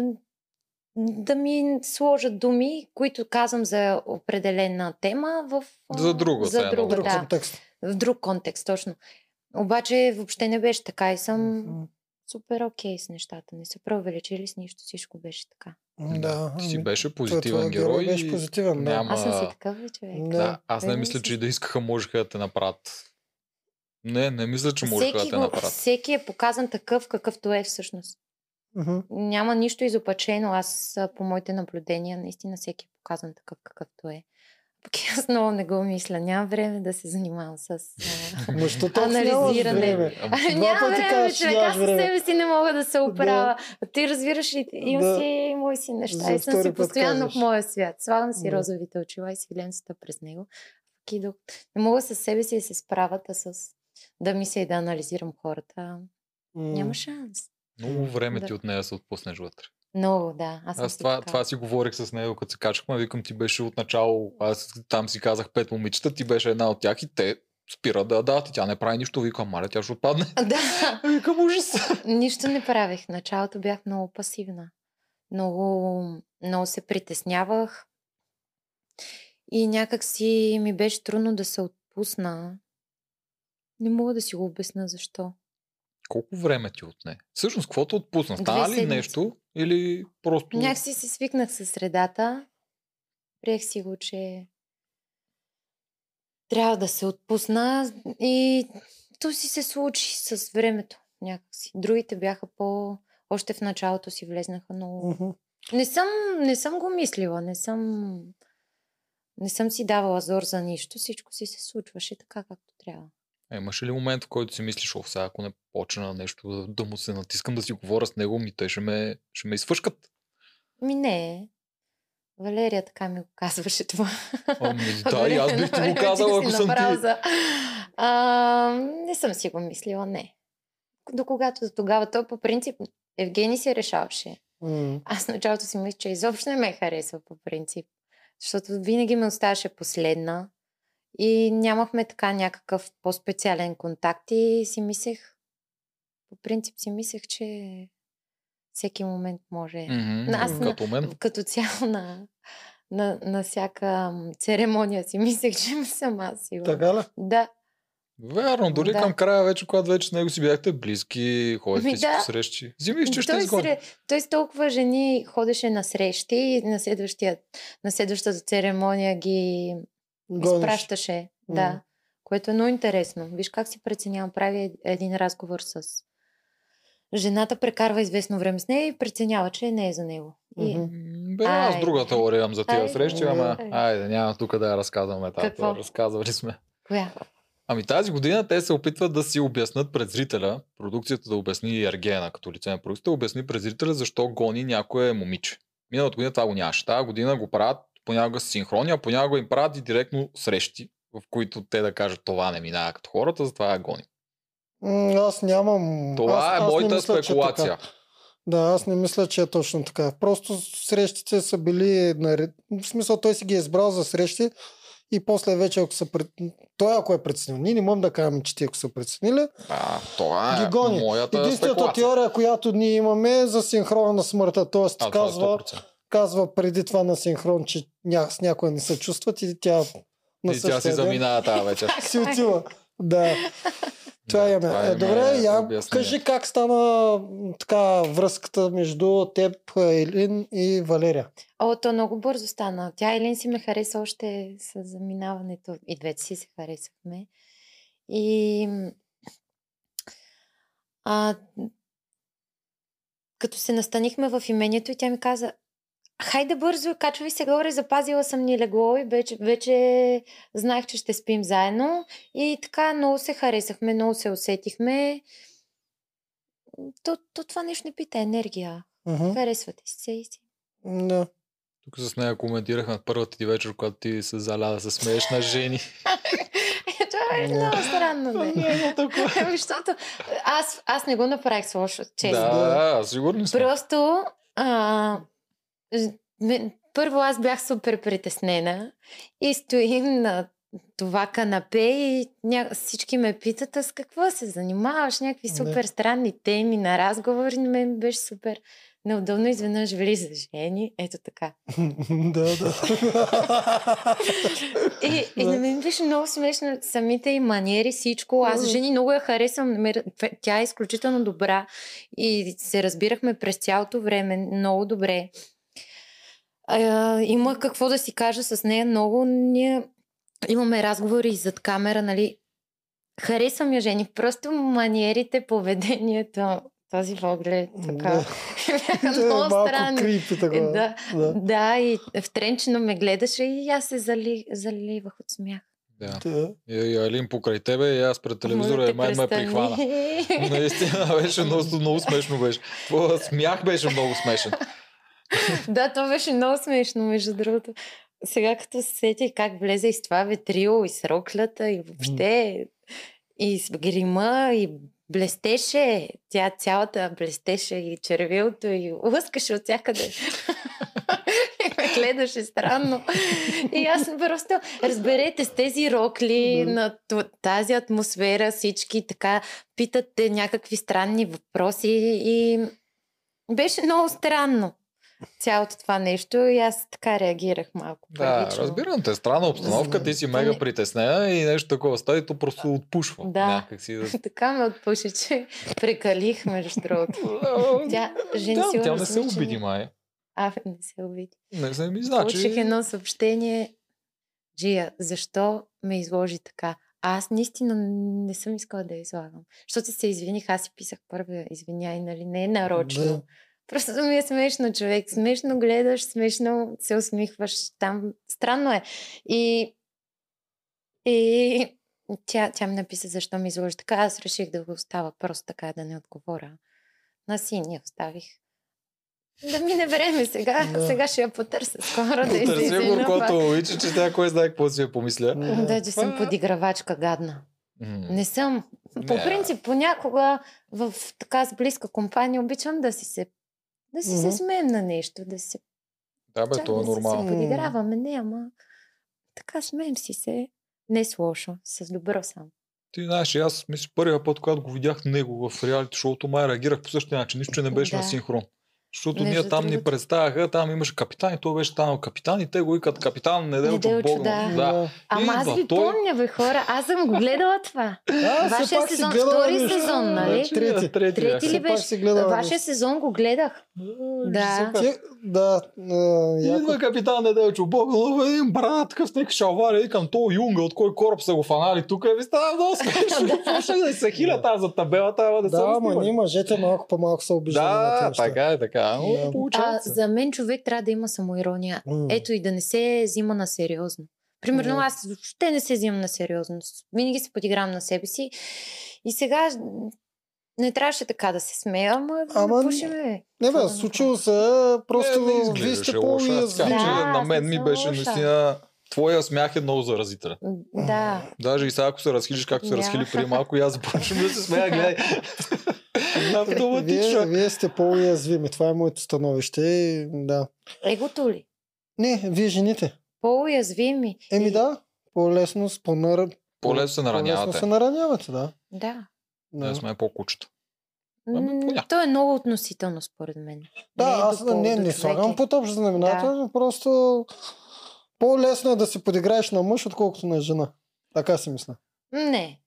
[SPEAKER 4] да ми сложат думи, които казвам за определена тема в... а,
[SPEAKER 2] За друга, все
[SPEAKER 4] за
[SPEAKER 2] едно.
[SPEAKER 4] друга
[SPEAKER 3] Друг
[SPEAKER 4] да.
[SPEAKER 3] контекст.
[SPEAKER 4] В друг контекст, точно. Обаче въобще не беше така и съм
[SPEAKER 3] Мгм.
[SPEAKER 4] супер окей с нещата. Не се преувеличили с нищо, всичко беше така.
[SPEAKER 3] Да.
[SPEAKER 2] Ти си
[SPEAKER 3] ами,
[SPEAKER 2] беше
[SPEAKER 3] той-
[SPEAKER 2] позитивен
[SPEAKER 3] твоя
[SPEAKER 2] герой.
[SPEAKER 3] Беше Е,
[SPEAKER 2] и-
[SPEAKER 3] позитивен, да.
[SPEAKER 2] няма-
[SPEAKER 4] Аз съм си
[SPEAKER 2] Ама-
[SPEAKER 4] такъв ли човек?
[SPEAKER 2] Да, аз не
[SPEAKER 4] Верно
[SPEAKER 2] мисля,
[SPEAKER 4] си.
[SPEAKER 2] че и да искаха, можеха да те направят. Не, не мисля, че можеха да
[SPEAKER 4] Всеки,
[SPEAKER 2] те
[SPEAKER 4] го,
[SPEAKER 2] направят.
[SPEAKER 4] всеки е показан такъв, какъвто е всъщност.
[SPEAKER 3] Мгм.
[SPEAKER 4] няма нищо изопачено. Аз а, по моите наблюдения, наистина всеки е показан такъв какъвто е. Пък и аз много не го мисля. Нямам време да се занимавам с... а,
[SPEAKER 3] Ма що толкова нямаш
[SPEAKER 4] Анализиране.
[SPEAKER 3] време?
[SPEAKER 4] [LAUGHS]
[SPEAKER 2] Ама,
[SPEAKER 3] Два
[SPEAKER 4] Нямам
[SPEAKER 3] пъти
[SPEAKER 4] време,
[SPEAKER 3] казваш,
[SPEAKER 4] човек.
[SPEAKER 3] нямаш
[SPEAKER 4] Аз със
[SPEAKER 3] време.
[SPEAKER 4] себе си не мога да се оправя. Ти разбираш ли, имам
[SPEAKER 3] Да.
[SPEAKER 4] си, имам си неща
[SPEAKER 3] За
[SPEAKER 4] и съм
[SPEAKER 3] втори
[SPEAKER 4] си
[SPEAKER 3] път
[SPEAKER 4] постоянно
[SPEAKER 3] казваш.
[SPEAKER 4] в моя свят. Слагам си
[SPEAKER 3] Да.
[SPEAKER 4] розовите очила и си гледам света през него. Пък и док- Не мога със себе си да се справя, а с да мисля и да анализирам хората.
[SPEAKER 3] М.
[SPEAKER 4] Няма шанс.
[SPEAKER 2] Много време
[SPEAKER 4] Да.
[SPEAKER 2] ти от нея се отпуснеш вътре.
[SPEAKER 4] Много, да. Аз, съм
[SPEAKER 2] Аз
[SPEAKER 4] си
[SPEAKER 2] това,
[SPEAKER 4] така.
[SPEAKER 2] това си говорих с него, като се качахме. Викам, ти беше отначало, аз там си казах пет момичета, ти беше една от тях и те спира да дават и тя не прави нищо. Викам, маля, тя ще отпадне.
[SPEAKER 4] [LAUGHS] Да.
[SPEAKER 3] Ами,
[SPEAKER 2] Викам, ужас.
[SPEAKER 4] Нищо не правех. В началото бях много пасивна. Много, много се притеснявах. И някак си ми беше трудно да се отпусна. Не мога да си го обясна защо.
[SPEAKER 2] Колко време ти отне? Всъщност, какво те отпусна?
[SPEAKER 4] Две
[SPEAKER 2] Стана ли
[SPEAKER 4] седмици.
[SPEAKER 2] нещо? Или просто...
[SPEAKER 4] Някакси се свикнах със средата. Приех си го, че трябва да се отпусна и то си се случи с времето някакси. Другите бяха по... Още в началото си влезнаха много
[SPEAKER 3] Мгм.
[SPEAKER 4] Не съм, не съм го мислила, не съм, не съм си давала зор за нищо, всичко си се случваше така както трябва.
[SPEAKER 2] Е, имаш ли момент, в който си мислиш, о, сега ако не почна нещо, да- да му се натискам да си говоря с него, ми те ще ме, ще ме извършкат.
[SPEAKER 4] Ми не, Валерия така ми го казваше това. [LAUGHS]
[SPEAKER 2] Ами,
[SPEAKER 4] По
[SPEAKER 2] да, и аз
[SPEAKER 4] време
[SPEAKER 2] бих ти
[SPEAKER 4] на
[SPEAKER 2] го казал,
[SPEAKER 4] времето
[SPEAKER 2] ако
[SPEAKER 4] си
[SPEAKER 2] съм
[SPEAKER 4] направил
[SPEAKER 2] ти.
[SPEAKER 4] За... А, не съм си го мислила, не. До когато до тогава, то по принцип Евгений си решаваше.
[SPEAKER 3] М.
[SPEAKER 4] Аз в началото си мислех, че изобщо не ме харесва по принцип. Защото винаги ме оставаше последна. И нямахме така някакъв по-специален контакт и си мислех, по принцип си мислех, че всеки момент може.
[SPEAKER 2] Мгм,
[SPEAKER 4] Но аз на-
[SPEAKER 2] Като мен.
[SPEAKER 4] Като цяло на, на, на всяка м, церемония си мислех, че съм аз сигурно.
[SPEAKER 3] Така ли?
[SPEAKER 4] Да,
[SPEAKER 2] Вярно, дори
[SPEAKER 4] Да.
[SPEAKER 2] към края вече, когато вече с него си бяхте близки, ходите
[SPEAKER 4] Ми
[SPEAKER 2] си
[SPEAKER 4] да.
[SPEAKER 2] по срещи. Взимай, че ще
[SPEAKER 4] той,
[SPEAKER 2] изгони.
[SPEAKER 4] сре- той с толкова жени ходеше на срещи и на, следващия, на следващата церемония ги
[SPEAKER 3] Гониш.
[SPEAKER 4] изпращаше.
[SPEAKER 3] М.
[SPEAKER 4] Да. Което е много интересно. Виж как си преценявам. Прави е- един разговор с жената, прекарва известно време с нея и преценява, че не е за него. И
[SPEAKER 3] Мгм.
[SPEAKER 2] М, Бе, аз
[SPEAKER 4] Ай.
[SPEAKER 2] друга теория имам за тия
[SPEAKER 4] Ай.
[SPEAKER 2] срещи, ама
[SPEAKER 4] Ай.
[SPEAKER 2] айде, няма тук да я разказваме тази
[SPEAKER 4] Какво?
[SPEAKER 2] теория. Разказвали сме.
[SPEAKER 4] коя?
[SPEAKER 2] Ами тази година те се опитват да си обяснат пред зрителя, продукцията да обясни и Ергена като лице на продукцията, обясни пред зрителя защо гони някое момиче. Миналата година това го нямаше. Тая година го правят понякога с синхрония, понякога им правят и директно срещи, в които те да кажат това не минава като хората, затова я гони.
[SPEAKER 3] М, Аз нямам.
[SPEAKER 2] Това
[SPEAKER 3] аз,
[SPEAKER 2] е
[SPEAKER 3] аз не
[SPEAKER 2] моята
[SPEAKER 3] мисля, че е
[SPEAKER 2] спекулация.
[SPEAKER 3] така. Да, аз не мисля, че е точно така. Просто срещите са били наред. В смисъл, той си ги е избрал за срещи и после вече, ако са пред... Той ако е преценил, ние не можем да кажем, че ти ако са преценили.
[SPEAKER 2] А, това е
[SPEAKER 3] Ги гони.
[SPEAKER 2] моята
[SPEAKER 3] Единствената
[SPEAKER 2] спекулация.
[SPEAKER 3] теория, която ние имаме е за синхрона на смъртта. Тоест,
[SPEAKER 2] А, това е
[SPEAKER 3] казва,
[SPEAKER 2] 100%.
[SPEAKER 3] казва преди това на синхрон, че ня... с някоя не се чувстват и тя на
[SPEAKER 2] И тя
[SPEAKER 3] същия
[SPEAKER 2] си
[SPEAKER 3] ден
[SPEAKER 2] заминава тази вечер.
[SPEAKER 3] си отива. Да. [LAUGHS] Това
[SPEAKER 2] Да,
[SPEAKER 3] имаме.
[SPEAKER 2] това
[SPEAKER 3] е,
[SPEAKER 2] има
[SPEAKER 3] добре, я
[SPEAKER 2] обяснение.
[SPEAKER 3] кажи как стана м, така връзката между теб, Елин и Валерия.
[SPEAKER 4] О, то много бързо стана. Тя Елин си ме хареса още с заминаването. И двете си се харесахме. И м, а, като се настанихме в имението и тя ми каза Хайде бързо, качвай се горе, запазила съм ни легло и вече, вече знаех, че ще спим заедно. И така много се харесахме, много се усетихме. То, то това нещо не пита енергия.
[SPEAKER 3] Мгм.
[SPEAKER 4] Харесвате си се и си.
[SPEAKER 3] Да. [LAUGHS]
[SPEAKER 2] Тук с нея коментирахме първата ти вечер, когато ти се заля да се смееш на жени.
[SPEAKER 4] Това е
[SPEAKER 3] Да.
[SPEAKER 4] много странно. Да.
[SPEAKER 2] Няма такова.
[SPEAKER 4] Ами, [LAUGHS] Защото аз, аз не го направих с лошо, честно.
[SPEAKER 2] Да, сигурни сме.
[SPEAKER 4] Просто а, ж- ме- първо аз бях супер притеснена и стоим на това канапе и ня... всички ме питат, а с какво се занимаваш? Някакви
[SPEAKER 3] Да.
[SPEAKER 4] супер странни теми на разговори. На мен беше супер неудобно. Изведнъж влиза жени. Ето така.
[SPEAKER 3] да, да.
[SPEAKER 4] И,
[SPEAKER 3] [LAUGHS] Да.
[SPEAKER 4] и Е, на мен беше много смешно самите и маниери, всичко. Аз
[SPEAKER 3] Мгм.
[SPEAKER 4] жени много я харесвам. намер- т- Тя е изключително добра и се разбирахме през цялото време много добре. А, има какво да си кажа с нея много. Ние имаме разговори и зад камера, нали? Харесвам я, Жени. Просто маниерите, поведението, този поглед, така.
[SPEAKER 3] Да.
[SPEAKER 4] [LAUGHS] Бяха
[SPEAKER 3] Те е
[SPEAKER 4] много
[SPEAKER 3] малко
[SPEAKER 4] странни.
[SPEAKER 3] крипи такова.
[SPEAKER 4] Да.
[SPEAKER 3] да.
[SPEAKER 4] Да, и втренчено ме гледаше и аз се зали, заливах от смях.
[SPEAKER 2] Да.
[SPEAKER 3] Да.
[SPEAKER 2] И, и Алин покрай тебе, и аз пред телевизора,
[SPEAKER 4] Моля
[SPEAKER 2] и
[SPEAKER 4] те,
[SPEAKER 2] май ме е
[SPEAKER 4] престани.
[SPEAKER 2] прихвана.
[SPEAKER 4] [LAUGHS]
[SPEAKER 2] Наистина [LAUGHS] беше много, много смешно беше. Твоя смях беше много смешен.
[SPEAKER 4] да, това беше много смешно, между другото. Сега като се сети как влезе и с това ветрило, и с роклята, и въобще, и с грима, и блестеше. Тя цялата блестеше и червилото, и лъскаше от всякъде. И ме гледаше странно. И аз просто, разберете, с тези рокли,
[SPEAKER 3] Да.
[SPEAKER 4] на т- тази атмосфера, всички така питате някакви странни въпроси и беше много странно цялото това нещо и аз така реагирах малко.
[SPEAKER 2] Да,
[SPEAKER 4] първично.
[SPEAKER 2] разбирам те. Странна обстановка, ти си
[SPEAKER 4] Знам.
[SPEAKER 2] мега притеснена и нещо такова стади, то просто отпушва.
[SPEAKER 4] Ами- Да.
[SPEAKER 2] Някак си да...
[SPEAKER 4] [LAUGHS] Така ме отпуши, че прекалих между другото. Тя, жени,
[SPEAKER 2] Да, тя
[SPEAKER 4] сигурно
[SPEAKER 2] не
[SPEAKER 4] си
[SPEAKER 2] се
[SPEAKER 4] мисли, че
[SPEAKER 2] обиди,
[SPEAKER 4] не-
[SPEAKER 2] май.
[SPEAKER 4] А, не се обиди.
[SPEAKER 2] Не се ми
[SPEAKER 4] Получих
[SPEAKER 2] значи.
[SPEAKER 4] едно съобщение. Джия, защо ме изложи така? Аз наистина не съм искала да я излагам. Защото се извиних, аз си писах първа, извиняй, нали, не е нарочно.
[SPEAKER 3] Да.
[SPEAKER 4] Просто ми е смешно, човек. Смешно гледаш, смешно се усмихваш. Там странно е. И, и тя, тя ми написа защо ми изложи така. Аз реших да го остава просто така, да не отговоря. На синия оставих. Да мине
[SPEAKER 2] [LAUGHS]
[SPEAKER 4] време сега.
[SPEAKER 3] Да.
[SPEAKER 4] Сега ще я потърся скоро. [LAUGHS] да
[SPEAKER 2] Потърси
[SPEAKER 4] излезе
[SPEAKER 2] го,
[SPEAKER 4] на
[SPEAKER 2] който
[SPEAKER 4] пак.
[SPEAKER 2] обича, че тя кой знае какво си я помисля.
[SPEAKER 4] Да, че съм
[SPEAKER 2] Това-
[SPEAKER 4] подигравачка гадна.
[SPEAKER 2] М.
[SPEAKER 4] Не съм. По
[SPEAKER 2] Не.
[SPEAKER 4] принцип, понякога в така с близка компания обичам да си се да си се
[SPEAKER 3] Мгм.
[SPEAKER 4] смеем на нещо, да си
[SPEAKER 2] Да, бе,
[SPEAKER 4] Чак
[SPEAKER 2] то е
[SPEAKER 4] да се-
[SPEAKER 2] нормално.
[SPEAKER 4] Се подиграваме, не, ама така смеем си се. Не е с лошо, с добро само.
[SPEAKER 2] Ти знаеш, аз мисля, първия път, когато го видях него в реалити шоуто, май реагирах по същия начин. Нищо, че не беше
[SPEAKER 4] Да.
[SPEAKER 2] на синхрон. Защото
[SPEAKER 4] Между
[SPEAKER 2] ние там ни
[SPEAKER 4] другото.
[SPEAKER 2] представяха, там имаше капитан и той беше станал капитан и те го викат капитан Неделчо
[SPEAKER 4] Неделчо,
[SPEAKER 2] Богом.
[SPEAKER 4] да.
[SPEAKER 2] да.
[SPEAKER 4] Ама аз
[SPEAKER 2] Идва
[SPEAKER 4] ви
[SPEAKER 2] той.
[SPEAKER 4] помня, бе, хора. Аз съм го гледала това.
[SPEAKER 3] [LAUGHS] А,
[SPEAKER 4] Вашия
[SPEAKER 3] все пак си
[SPEAKER 4] сезон,
[SPEAKER 3] гледала
[SPEAKER 4] втори
[SPEAKER 3] нещо.
[SPEAKER 4] сезон, нали?
[SPEAKER 2] Вече
[SPEAKER 3] Трети.
[SPEAKER 2] Значи, трети
[SPEAKER 4] Трети
[SPEAKER 2] бяха.
[SPEAKER 4] ли
[SPEAKER 3] Все пак
[SPEAKER 4] беше?
[SPEAKER 3] си гледала
[SPEAKER 4] Вашия сезон го гледах. Да.
[SPEAKER 3] нещо. Ти- Да, а, яко.
[SPEAKER 2] Идва капитан Неделчо Богданов, един брат, такъв е, с някакви шалвари, към то юнга, от кой кораб са го фанали тук, е, ви става много
[SPEAKER 4] [LAUGHS]
[SPEAKER 2] смешно. Почнах да се хиля тази за табелата, ама да се
[SPEAKER 3] Да, ма ние мъжете малко по-малко са обиждани на
[SPEAKER 2] Да,
[SPEAKER 3] тези неща.
[SPEAKER 2] така е, така. Но
[SPEAKER 3] Да.
[SPEAKER 4] А,
[SPEAKER 2] получава се.
[SPEAKER 4] за мен човек трябва да има самоирония.
[SPEAKER 3] М.
[SPEAKER 4] Ето и да не се взима на сериозно. Примерно
[SPEAKER 3] Да.
[SPEAKER 4] аз въобще не се взимам на сериозно. Винаги се подиграм на себе си. И сега м, не трябваше така да се смея, ама,
[SPEAKER 3] Ама
[SPEAKER 4] ама...
[SPEAKER 3] не.
[SPEAKER 4] пушиме.
[SPEAKER 3] Не
[SPEAKER 4] Какво
[SPEAKER 3] бе,
[SPEAKER 4] да
[SPEAKER 3] случило се,
[SPEAKER 2] Е,
[SPEAKER 3] просто
[SPEAKER 2] не
[SPEAKER 3] вие сте
[SPEAKER 2] изглеждаше лошо, аз
[SPEAKER 3] по-уязвими.
[SPEAKER 2] казвам, че
[SPEAKER 4] Да,
[SPEAKER 2] на мен
[SPEAKER 4] аз
[SPEAKER 2] ми
[SPEAKER 4] не
[SPEAKER 2] беше
[SPEAKER 4] съм лоша.
[SPEAKER 2] наистина Твоя смях е много заразителен.
[SPEAKER 4] Да.
[SPEAKER 2] Даже и сега, ако се разхилиш, както се
[SPEAKER 4] Няма.
[SPEAKER 2] разхили при малко, и аз започвам да се
[SPEAKER 4] [LAUGHS]
[SPEAKER 2] смея, гледай.
[SPEAKER 3] Вие,
[SPEAKER 2] Автоматично.
[SPEAKER 3] вие сте по-уязвими, това е моето становище. и Да.
[SPEAKER 4] Егото ли?
[SPEAKER 3] Не, вие жените.
[SPEAKER 4] По-уязвими.
[SPEAKER 3] Еми
[SPEAKER 4] Или-
[SPEAKER 3] да, по-лесно, с по-нар...
[SPEAKER 2] По-лесно се
[SPEAKER 3] по-лесно
[SPEAKER 2] наранявате.
[SPEAKER 3] се наранявате, да.
[SPEAKER 4] Да.
[SPEAKER 2] Не
[SPEAKER 3] Да,
[SPEAKER 2] сме по-кучета.
[SPEAKER 4] М,
[SPEAKER 2] Ами, поня.
[SPEAKER 4] То е много относително, според мен.
[SPEAKER 3] да
[SPEAKER 4] Не е
[SPEAKER 3] аз
[SPEAKER 4] до
[SPEAKER 3] не,
[SPEAKER 4] пол,
[SPEAKER 3] не,
[SPEAKER 4] до
[SPEAKER 3] не
[SPEAKER 4] човек
[SPEAKER 3] слагам
[SPEAKER 4] е.
[SPEAKER 3] под общ знаменател, но просто по-лесно е да се подиграеш на мъж, отколкото на жена. Така си мисля.
[SPEAKER 4] Не.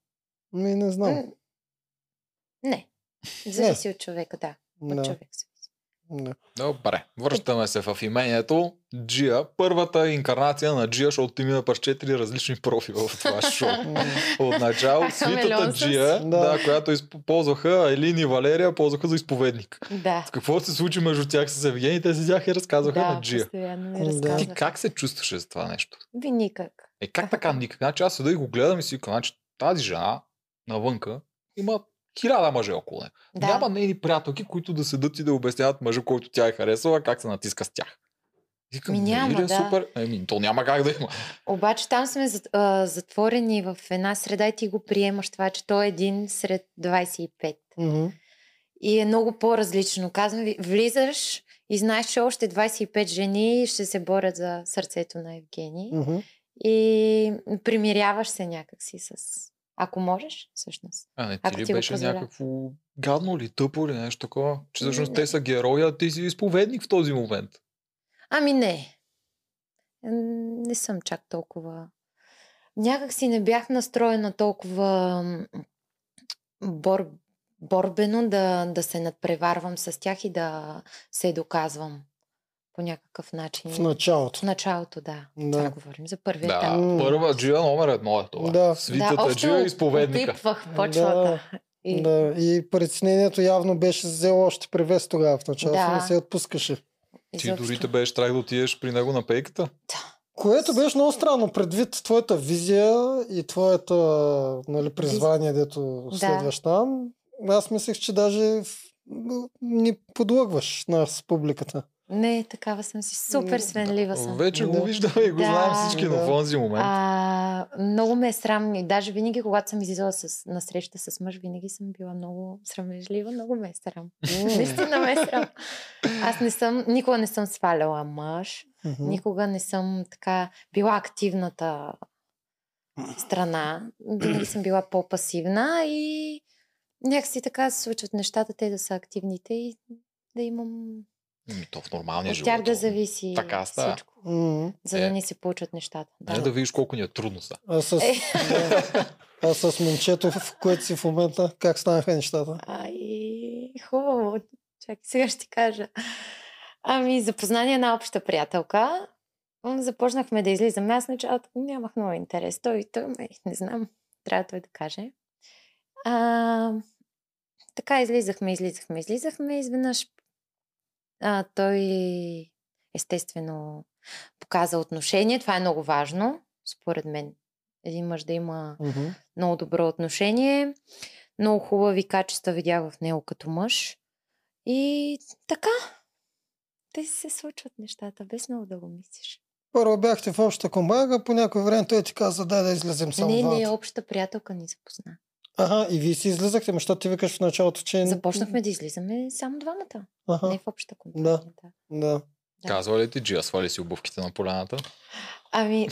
[SPEAKER 3] Не, не знам.
[SPEAKER 4] М, Не. Зависи от човека, да. От
[SPEAKER 3] Да,
[SPEAKER 4] човек зависи.
[SPEAKER 3] да.
[SPEAKER 2] Добре, връщаме се в имението. Джия, първата инкарнация на Джия, защото ти мина през четири различни профила в това шоу.
[SPEAKER 3] М.
[SPEAKER 4] [LAUGHS]
[SPEAKER 2] Отначало
[SPEAKER 4] Аз съм
[SPEAKER 2] свитата
[SPEAKER 4] Елеон с-
[SPEAKER 2] Джия, да.
[SPEAKER 3] Да.
[SPEAKER 2] която изп- ползваха Елин и Валерия, ползваха за изповедник.
[SPEAKER 4] Да.
[SPEAKER 2] Какво се случи между тях с Евгений, те седяха и разказваха
[SPEAKER 4] да,
[SPEAKER 2] на Джия.
[SPEAKER 4] постоянно ми
[SPEAKER 3] Да.
[SPEAKER 4] разказват.
[SPEAKER 2] Ти как се чувстваше за това нещо?
[SPEAKER 4] Ви никак.
[SPEAKER 2] Е, как така никак? Значи аз седа и го гледам и си викам, значи тази жена навънка има хиляда мъже около нея.
[SPEAKER 4] Да.
[SPEAKER 2] Няма нейни приятелки, които да седат и да обясняват мъжа, който тя е харесала, как се натиска с тях. Викам,
[SPEAKER 4] Ми
[SPEAKER 2] нали
[SPEAKER 4] няма,
[SPEAKER 2] ли е
[SPEAKER 4] да.
[SPEAKER 2] супер. Еми, то няма как да има.
[SPEAKER 4] Обаче там сме зат- а, затворени в една среда и ти го приемаш това, че той е един сред 25.
[SPEAKER 3] Мгм.
[SPEAKER 4] И е много по-различно. Казвам ви, влизаш и знаеш, че още 25 жени ще се борят за сърцето на Евгений.
[SPEAKER 3] Мгм.
[SPEAKER 4] И примиряваш се някакси с... Ако можеш, всъщност.
[SPEAKER 2] А не ти
[SPEAKER 4] Ако
[SPEAKER 2] ли
[SPEAKER 4] ти го
[SPEAKER 2] беше
[SPEAKER 4] позволя.
[SPEAKER 2] някакво гадно ли, тъпо ли, нещо такова? Че всъщност
[SPEAKER 4] М,
[SPEAKER 2] те са герои, а ти си изповедник в този момент.
[SPEAKER 4] Ами не. М, Не съм чак толкова. Някак си не бях настроена толкова м, бор... борбено да, да се надпреварвам с тях и да се доказвам по някакъв начин.
[SPEAKER 3] В началото.
[SPEAKER 4] В началото, да.
[SPEAKER 3] Да.
[SPEAKER 4] Това говорим за първия
[SPEAKER 2] Да,
[SPEAKER 4] етап.
[SPEAKER 3] М.
[SPEAKER 2] първа джия номер едно е това.
[SPEAKER 3] Да.
[SPEAKER 2] Свитата
[SPEAKER 4] да,
[SPEAKER 2] джия и изповедника.
[SPEAKER 4] опипвах почвата. И...
[SPEAKER 3] Да, и притеснението явно беше взело още превес тогава в началото,
[SPEAKER 4] Да.
[SPEAKER 3] не се отпускаше.
[SPEAKER 2] Ти
[SPEAKER 4] изобщо.
[SPEAKER 2] дори те беше трябва да отидеш при него на пейката.
[SPEAKER 3] Което беше много странно, предвид твоята визия и твоето нали, призвание, дето
[SPEAKER 4] Да.
[SPEAKER 3] следваш там. Аз мислех, че даже в- ни подлъгваш нас, публиката.
[SPEAKER 4] Не, такава съм си. Супер
[SPEAKER 3] Да.
[SPEAKER 4] свенлива съм.
[SPEAKER 2] Вече
[SPEAKER 3] Да.
[SPEAKER 2] го виждаме и го
[SPEAKER 4] Да.
[SPEAKER 2] знаем всички, но
[SPEAKER 3] Да.
[SPEAKER 2] в този момент.
[SPEAKER 4] А, много ме е срамно и даже винаги, когато съм излизала с, на среща с мъж, винаги съм била много срамежлива, много ме е срам. Наистина ме е срам. Аз не съм, никога не съм сваляла мъж,
[SPEAKER 3] Мгм.
[SPEAKER 4] никога не съм така била активната страна, винаги съм била по-пасивна и някакси така се случват нещата, те да са активните и да имам
[SPEAKER 2] Ами, То в нормалния
[SPEAKER 4] от
[SPEAKER 2] живот.
[SPEAKER 4] тях да зависи
[SPEAKER 2] Така става.
[SPEAKER 4] всичко,
[SPEAKER 3] Мгм.
[SPEAKER 4] за
[SPEAKER 2] Е.
[SPEAKER 4] да ни се получат нещата.
[SPEAKER 2] Не да видиш колко ни е трудно са.
[SPEAKER 3] А с,
[SPEAKER 4] Е.
[SPEAKER 3] да, [LAUGHS] а с момчето, в което си в момента, как станаха нещата?
[SPEAKER 4] Ай, хубаво. Чакай, сега ще ти кажа. Ами, запознание на обща приятелка. М, Започнахме да излизаме. Аз в началото нямах много интерес. Той, той, ме, не знам. Трябва той да каже. А, така излизахме, излизахме, излизахме. Изведнъж а, той естествено показа отношение. Това е много важно, според мен. Един мъж да има
[SPEAKER 3] Мгм.
[SPEAKER 4] много добро отношение, много хубави качества видях в него като мъж. И така. Те си се случват нещата, без много да го мислиш.
[SPEAKER 3] Първо бяхте в общата компания, по някое време той ти каза, дай да излезем само
[SPEAKER 4] не, не,
[SPEAKER 3] двамата.
[SPEAKER 4] общата приятелка ни запозна.
[SPEAKER 3] Ага, и вие си излизахте, ма, защото ти викаш в началото, че...
[SPEAKER 4] Започнахме да излизаме само двамата,
[SPEAKER 3] Аха,
[SPEAKER 4] не в общата компания. Да.
[SPEAKER 3] Да.
[SPEAKER 4] Да.
[SPEAKER 2] Казва ли ти Джия, свали си обувките на поляната?
[SPEAKER 4] Ами,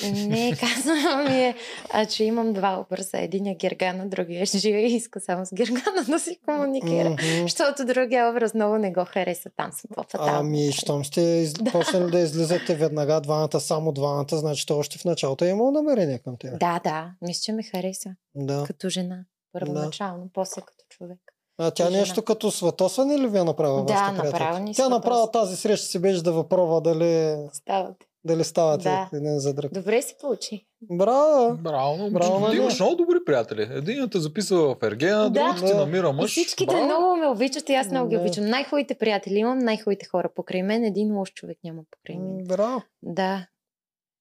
[SPEAKER 3] [LAUGHS]
[SPEAKER 4] не е казано ми е, а, че имам два образа. Един е Гергана, другия е Жия и иска само с Гергана да си комуникира.
[SPEAKER 3] Мгм.
[SPEAKER 4] Защото другия образ много не го хареса там са по-фатално.
[SPEAKER 3] Ами, щом сте
[SPEAKER 4] [LAUGHS]
[SPEAKER 3] из... почнали да излизате веднага двамата, само двамата, значи то още в началото е имало намерение към тях.
[SPEAKER 4] Да, да. Мисля, че ми хареса.
[SPEAKER 3] Да.
[SPEAKER 4] Като жена. Първоначално, после като човек.
[SPEAKER 3] А тя
[SPEAKER 4] жена.
[SPEAKER 3] нещо като светосване ли ви е направила
[SPEAKER 4] Да,
[SPEAKER 3] вашата приятелка?
[SPEAKER 4] направо ни
[SPEAKER 3] Тя
[SPEAKER 4] светосва.
[SPEAKER 3] направо тази среща си беше да въпрова дали,
[SPEAKER 4] Ставате.
[SPEAKER 3] дали ставате
[SPEAKER 4] Да.
[SPEAKER 3] един за друг.
[SPEAKER 4] Добре се получи.
[SPEAKER 3] Браво!
[SPEAKER 2] Браво,
[SPEAKER 3] Браво,
[SPEAKER 2] Браво ти
[SPEAKER 3] да.
[SPEAKER 2] имаш много добри приятели. Един те записва в Ергена,
[SPEAKER 4] нали? Да.
[SPEAKER 2] другият ти
[SPEAKER 3] Да.
[SPEAKER 2] намира
[SPEAKER 4] И
[SPEAKER 2] мъж.
[SPEAKER 4] всичките
[SPEAKER 2] Браво.
[SPEAKER 4] много ме обичат и аз много ги
[SPEAKER 3] Да.
[SPEAKER 4] обичам. Най-хубавите приятели имам, най-хубавите хора покрай мен. Един лош човек няма покрай мен.
[SPEAKER 3] Браво!
[SPEAKER 4] Да.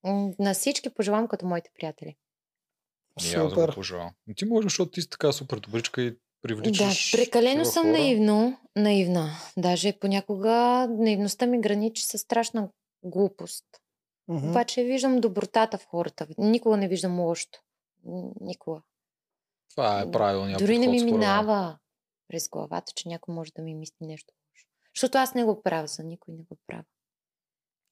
[SPEAKER 4] М, На всички пожелавам като моите приятели.
[SPEAKER 2] И аз го
[SPEAKER 3] Супер!
[SPEAKER 2] пожелавам. Но Ти можеш, защото ти си така супер добричка и привличаш
[SPEAKER 4] да, прекалено
[SPEAKER 2] такива
[SPEAKER 4] съм
[SPEAKER 2] хора.
[SPEAKER 4] наивно, наивна. Даже понякога наивността ми граничи със страшна глупост.
[SPEAKER 3] Мгм.
[SPEAKER 4] Обаче виждам добротата в хората. Никога не виждам лошото. М, Никога.
[SPEAKER 2] Това е правилният
[SPEAKER 4] Дори не
[SPEAKER 2] подход,
[SPEAKER 4] ми
[SPEAKER 2] според мен.
[SPEAKER 4] минава през главата, че някой може да ми мисли нещо лошо. Защото аз не го правя за никой, не го правя.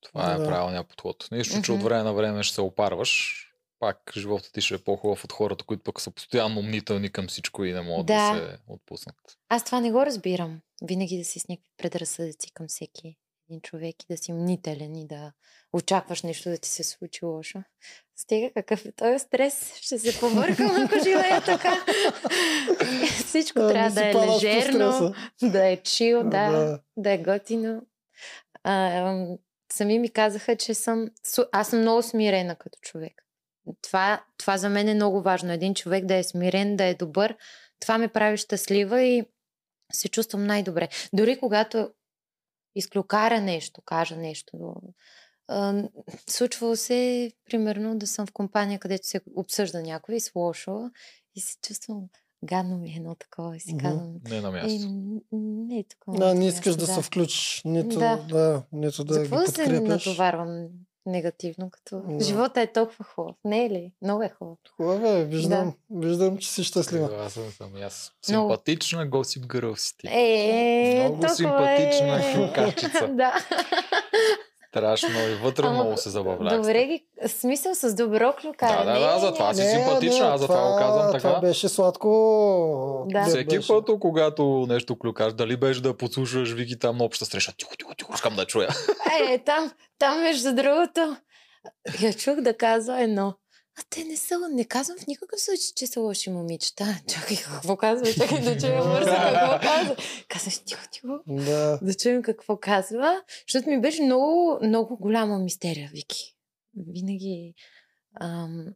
[SPEAKER 2] Това е
[SPEAKER 3] Да.
[SPEAKER 2] правилният подход. Нищо, че
[SPEAKER 4] Мгм.
[SPEAKER 2] от време на време ще се опарваш. Пак живота ти ще е по-хубав от хората, които пък са постоянно мнителни към всичко и не могат да,
[SPEAKER 4] Да.
[SPEAKER 2] се отпуснат.
[SPEAKER 4] Аз това не го разбирам. Винаги да си с някакви предразсъдъци към всеки един човек и да си мнителен и да очакваш нещо да ти се случи лошо. Стига какъв е този стрес. Ще се побъркам, ако живея
[SPEAKER 3] [LAUGHS]
[SPEAKER 4] така. [LAUGHS] Всичко
[SPEAKER 3] А,
[SPEAKER 4] трябва
[SPEAKER 3] не
[SPEAKER 4] да
[SPEAKER 3] си
[SPEAKER 4] е
[SPEAKER 3] падаш под
[SPEAKER 4] лежерно,
[SPEAKER 3] стреса.
[SPEAKER 4] да е чил, да,
[SPEAKER 3] Да.
[SPEAKER 4] да е готино. А, ам, сами ми казаха, че съм... су- Аз съм много смирена като човек. Това, това за мен е много важно. Един човек да е смирен, да е добър. Това ме прави щастлива и се чувствам най-добре. Дори когато изклюкара нещо, кажа нещо. а, Случвало се, примерно, да съм в компания, където се обсъжда някой и слошва и се чувствам гадно ми е едно такова и си
[SPEAKER 3] Мгм.
[SPEAKER 4] казвам.
[SPEAKER 2] Не на място.
[SPEAKER 4] Е, н- не е такова.
[SPEAKER 3] Да, не
[SPEAKER 4] място,
[SPEAKER 3] искаш да, се включиш, нито да,
[SPEAKER 4] Да.
[SPEAKER 3] нито да
[SPEAKER 4] За
[SPEAKER 3] ги
[SPEAKER 4] какво да се
[SPEAKER 3] подкрепяш.
[SPEAKER 4] натоварвам негативно, като
[SPEAKER 3] Да.
[SPEAKER 4] живота е толкова хубав. Не е ли? Много е хубав.
[SPEAKER 3] Хубаво е, виждам, виждам, че си щастлива.
[SPEAKER 2] Аз съм, съм и аз.
[SPEAKER 4] Много.
[SPEAKER 2] Симпатична госип гърл си ти.
[SPEAKER 4] Е,
[SPEAKER 2] Много
[SPEAKER 4] толкова
[SPEAKER 2] симпатична
[SPEAKER 4] е.
[SPEAKER 2] хукарчица.
[SPEAKER 4] [LAUGHS] да.
[SPEAKER 2] Страшно и вътре
[SPEAKER 4] Ама,
[SPEAKER 2] много се забавлях.
[SPEAKER 4] Добре ги, в смисъл с добро
[SPEAKER 2] Да,
[SPEAKER 4] клюкане.
[SPEAKER 2] да, да, за това Аз си
[SPEAKER 3] Не,
[SPEAKER 2] симпатична,
[SPEAKER 3] не,
[SPEAKER 2] аз затова го казвам така.
[SPEAKER 3] Това беше сладко.
[SPEAKER 4] Да.
[SPEAKER 2] Всеки
[SPEAKER 3] беше.
[SPEAKER 2] път, когато нещо клюкаш, дали беше да подслушаш Вики там на обща среща. Тихо, тихо, тихо, искам да чуя.
[SPEAKER 4] Е, там, там между другото, я чух да казва едно. А те не са, не казвам в никакъв случай, че са лоши момичета. Чакай, какво казва? Чакай да чуя бързо какво казва. Казваш тихо, тихо.
[SPEAKER 3] Да.
[SPEAKER 4] да чуем какво казва, защото ми беше много, много голяма мистерия, Вики. Винаги ам,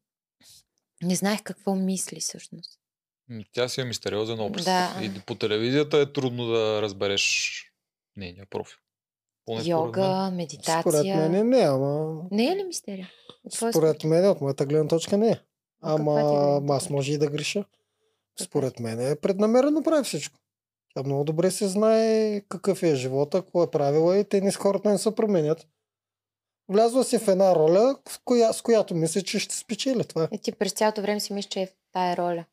[SPEAKER 4] не знаех какво мисли всъщност.
[SPEAKER 2] М, Тя си е мистериозен образ.
[SPEAKER 4] Да.
[SPEAKER 2] И по телевизията е трудно да разбереш нейния профил. Поне според мен.
[SPEAKER 4] Йога, медитация.
[SPEAKER 3] Според мен е. не, ама...
[SPEAKER 4] Не е ли мистерия? Какво е
[SPEAKER 3] Според мен, от моята гледна точка не. е.
[SPEAKER 4] От каква
[SPEAKER 3] Ама
[SPEAKER 4] ти е гледна
[SPEAKER 3] ама аз
[SPEAKER 4] точка?
[SPEAKER 3] може и да греша. Според мен е преднамерено прави всичко. Тя много добре се знае какъв е живота, какво е правила и те ни с хората не се променят. Влязва си в една роля, в коя, с която мисля, че ще спечели това. е.
[SPEAKER 4] Е, ти през цялото време си мислиш, че е в тая роля.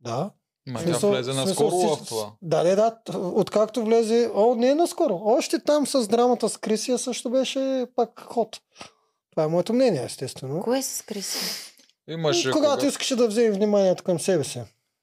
[SPEAKER 3] Да.
[SPEAKER 2] Ма
[SPEAKER 3] В
[SPEAKER 2] тя
[SPEAKER 3] смисъл-
[SPEAKER 2] влезе
[SPEAKER 3] в
[SPEAKER 2] наскоро
[SPEAKER 3] смисъл
[SPEAKER 2] в
[SPEAKER 3] си-
[SPEAKER 2] това.
[SPEAKER 3] Да, да, да. т- Откакто влезе... О, не е наскоро. Още там с драмата с Крисия също беше пак ход. Това е моето мнение, естествено.
[SPEAKER 4] Кое е с Криси?
[SPEAKER 2] Имаше.
[SPEAKER 3] И когато искаше да вземе вниманието към себе си.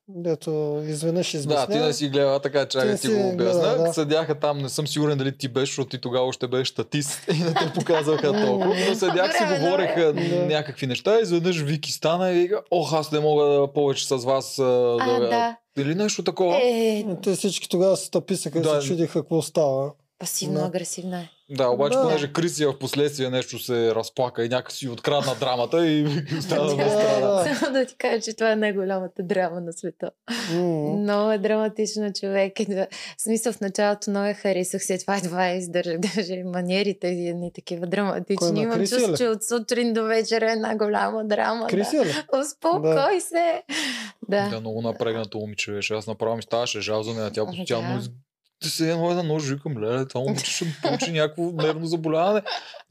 [SPEAKER 3] Дето изведнъж
[SPEAKER 2] Да,
[SPEAKER 3] измисля.
[SPEAKER 2] ти не си гледа така, чакай
[SPEAKER 3] не
[SPEAKER 2] ти, го
[SPEAKER 3] си гледа,
[SPEAKER 2] обясна.
[SPEAKER 3] да.
[SPEAKER 2] Седяха там, не съм сигурен дали ти беше, защото ти тогава още беше статист [LAUGHS] и не те показваха толкова. Но седях си,
[SPEAKER 4] Добре, бе,
[SPEAKER 2] говореха
[SPEAKER 3] добре.
[SPEAKER 2] някакви неща и изведнъж Вики стана и вика, ох, аз не мога да повече с вас. а,
[SPEAKER 4] А, да.
[SPEAKER 2] Или нещо такова.
[SPEAKER 4] Е,
[SPEAKER 3] Те всички тогава се тъписаха и
[SPEAKER 2] Да.
[SPEAKER 3] се чудиха какво става. Да.
[SPEAKER 4] пасивно-агресивна е.
[SPEAKER 2] Да, обаче,
[SPEAKER 3] Да.
[SPEAKER 2] понеже Крисия в последствие нещо се разплака и някакси открадна драмата и [LAUGHS] Вики остана
[SPEAKER 4] Да,
[SPEAKER 2] да страда.
[SPEAKER 3] Да.
[SPEAKER 4] Само да ти кажа, че това е най-голямата драма на света.
[SPEAKER 3] М.
[SPEAKER 4] Много е драматично човек. [LAUGHS] И да- В смисъл в началото много я харесах, след това едва я издържах. [LAUGHS] Даже и маниерите и едни такива
[SPEAKER 3] Кой, на
[SPEAKER 4] драматични. Имам
[SPEAKER 3] Криси
[SPEAKER 4] чувство,
[SPEAKER 3] ли?
[SPEAKER 4] че от сутрин до вечер е една голяма драма.
[SPEAKER 3] Криси ли?
[SPEAKER 4] Да. Успокой се! [LAUGHS] Да.
[SPEAKER 2] Тя е много напрегнато момиче беше. Аз направо ми ставаше жал за нея. Тя
[SPEAKER 4] Ами
[SPEAKER 2] постоянно
[SPEAKER 4] да.
[SPEAKER 2] из- Ти се едно една нож, викам, леле, това момиче ще му получи някакво нервно заболяване.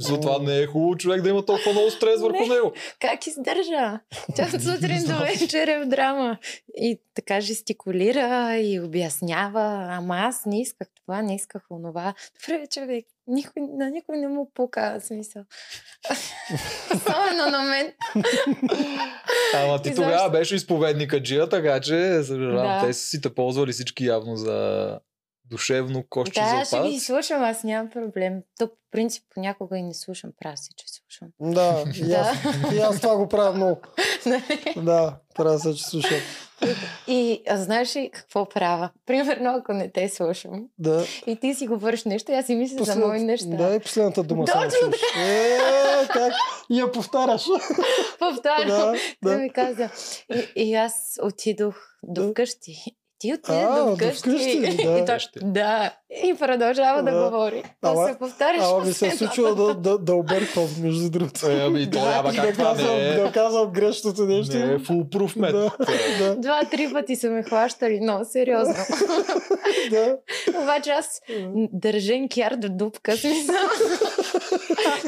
[SPEAKER 2] Затова не е хубаво човек да има толкова много стрес върху
[SPEAKER 4] Ами. Не.
[SPEAKER 2] него.
[SPEAKER 3] [LAUGHS]
[SPEAKER 4] Как издържа? Тя от сутрин до
[SPEAKER 2] знам.
[SPEAKER 4] вечер е в драма. И така жестикулира и обяснява. Ама аз не исках това, не исках онова. Добре, бе, човек. Никой, на никой не му пука в смисъл. [LAUGHS] Особено
[SPEAKER 3] [LAUGHS]
[SPEAKER 4] на мен.
[SPEAKER 2] Ама ти
[SPEAKER 4] Изобщо.
[SPEAKER 2] тогава беше изповедника Джия, така че съжалявам,
[SPEAKER 4] Да.
[SPEAKER 2] те са си те ползвали всички явно за душевно кошче за
[SPEAKER 4] Да, ще ги
[SPEAKER 2] отпадъци.
[SPEAKER 4] слушам, аз нямам проблем. То по принцип понякога и не слушам, прав си, че
[SPEAKER 3] [LAUGHS]
[SPEAKER 4] слушам.
[SPEAKER 3] Да, и аз, и аз това го правя много.
[SPEAKER 4] Нали?
[SPEAKER 3] Да, трябва се, че слушам.
[SPEAKER 4] и а, знаеш ли какво правя? Примерно, ако не те слушам
[SPEAKER 3] Да.
[SPEAKER 4] и ти си говориш нещо, аз си мисля за
[SPEAKER 3] Послед-
[SPEAKER 4] мои неща.
[SPEAKER 3] Да, и последната дума само
[SPEAKER 4] Точно
[SPEAKER 3] слушаш. Е, как? И я повтаряш.
[SPEAKER 4] Повтарям.
[SPEAKER 3] да,
[SPEAKER 4] Да.
[SPEAKER 3] да.
[SPEAKER 4] ми каза. И, и аз отидох до
[SPEAKER 3] Да.
[SPEAKER 4] вкъщи. Ти
[SPEAKER 3] А,
[SPEAKER 4] отиде
[SPEAKER 3] до
[SPEAKER 4] до вкъщи.
[SPEAKER 3] вкъщи, да.
[SPEAKER 4] [LAUGHS] И той, да. И продължава да,
[SPEAKER 3] Да.
[SPEAKER 4] говори. То
[SPEAKER 3] Ама-
[SPEAKER 4] се повтаряш.
[SPEAKER 3] Ама ми се е случило да, да, да обърквам, между другото.
[SPEAKER 2] Е, ами то
[SPEAKER 4] Да,
[SPEAKER 2] няма
[SPEAKER 3] да,
[SPEAKER 2] как това
[SPEAKER 3] казвам,
[SPEAKER 2] не е.
[SPEAKER 3] да казвам грешното нещо.
[SPEAKER 2] Не е фулпруф метод.
[SPEAKER 3] да, да,
[SPEAKER 4] Два-три пъти са ме хващали, но
[SPEAKER 3] [LAUGHS]
[SPEAKER 4] сериозно.
[SPEAKER 3] да.
[SPEAKER 4] Обаче аз държен кяр до
[SPEAKER 3] [LAUGHS]
[SPEAKER 4] дупка, смисъл.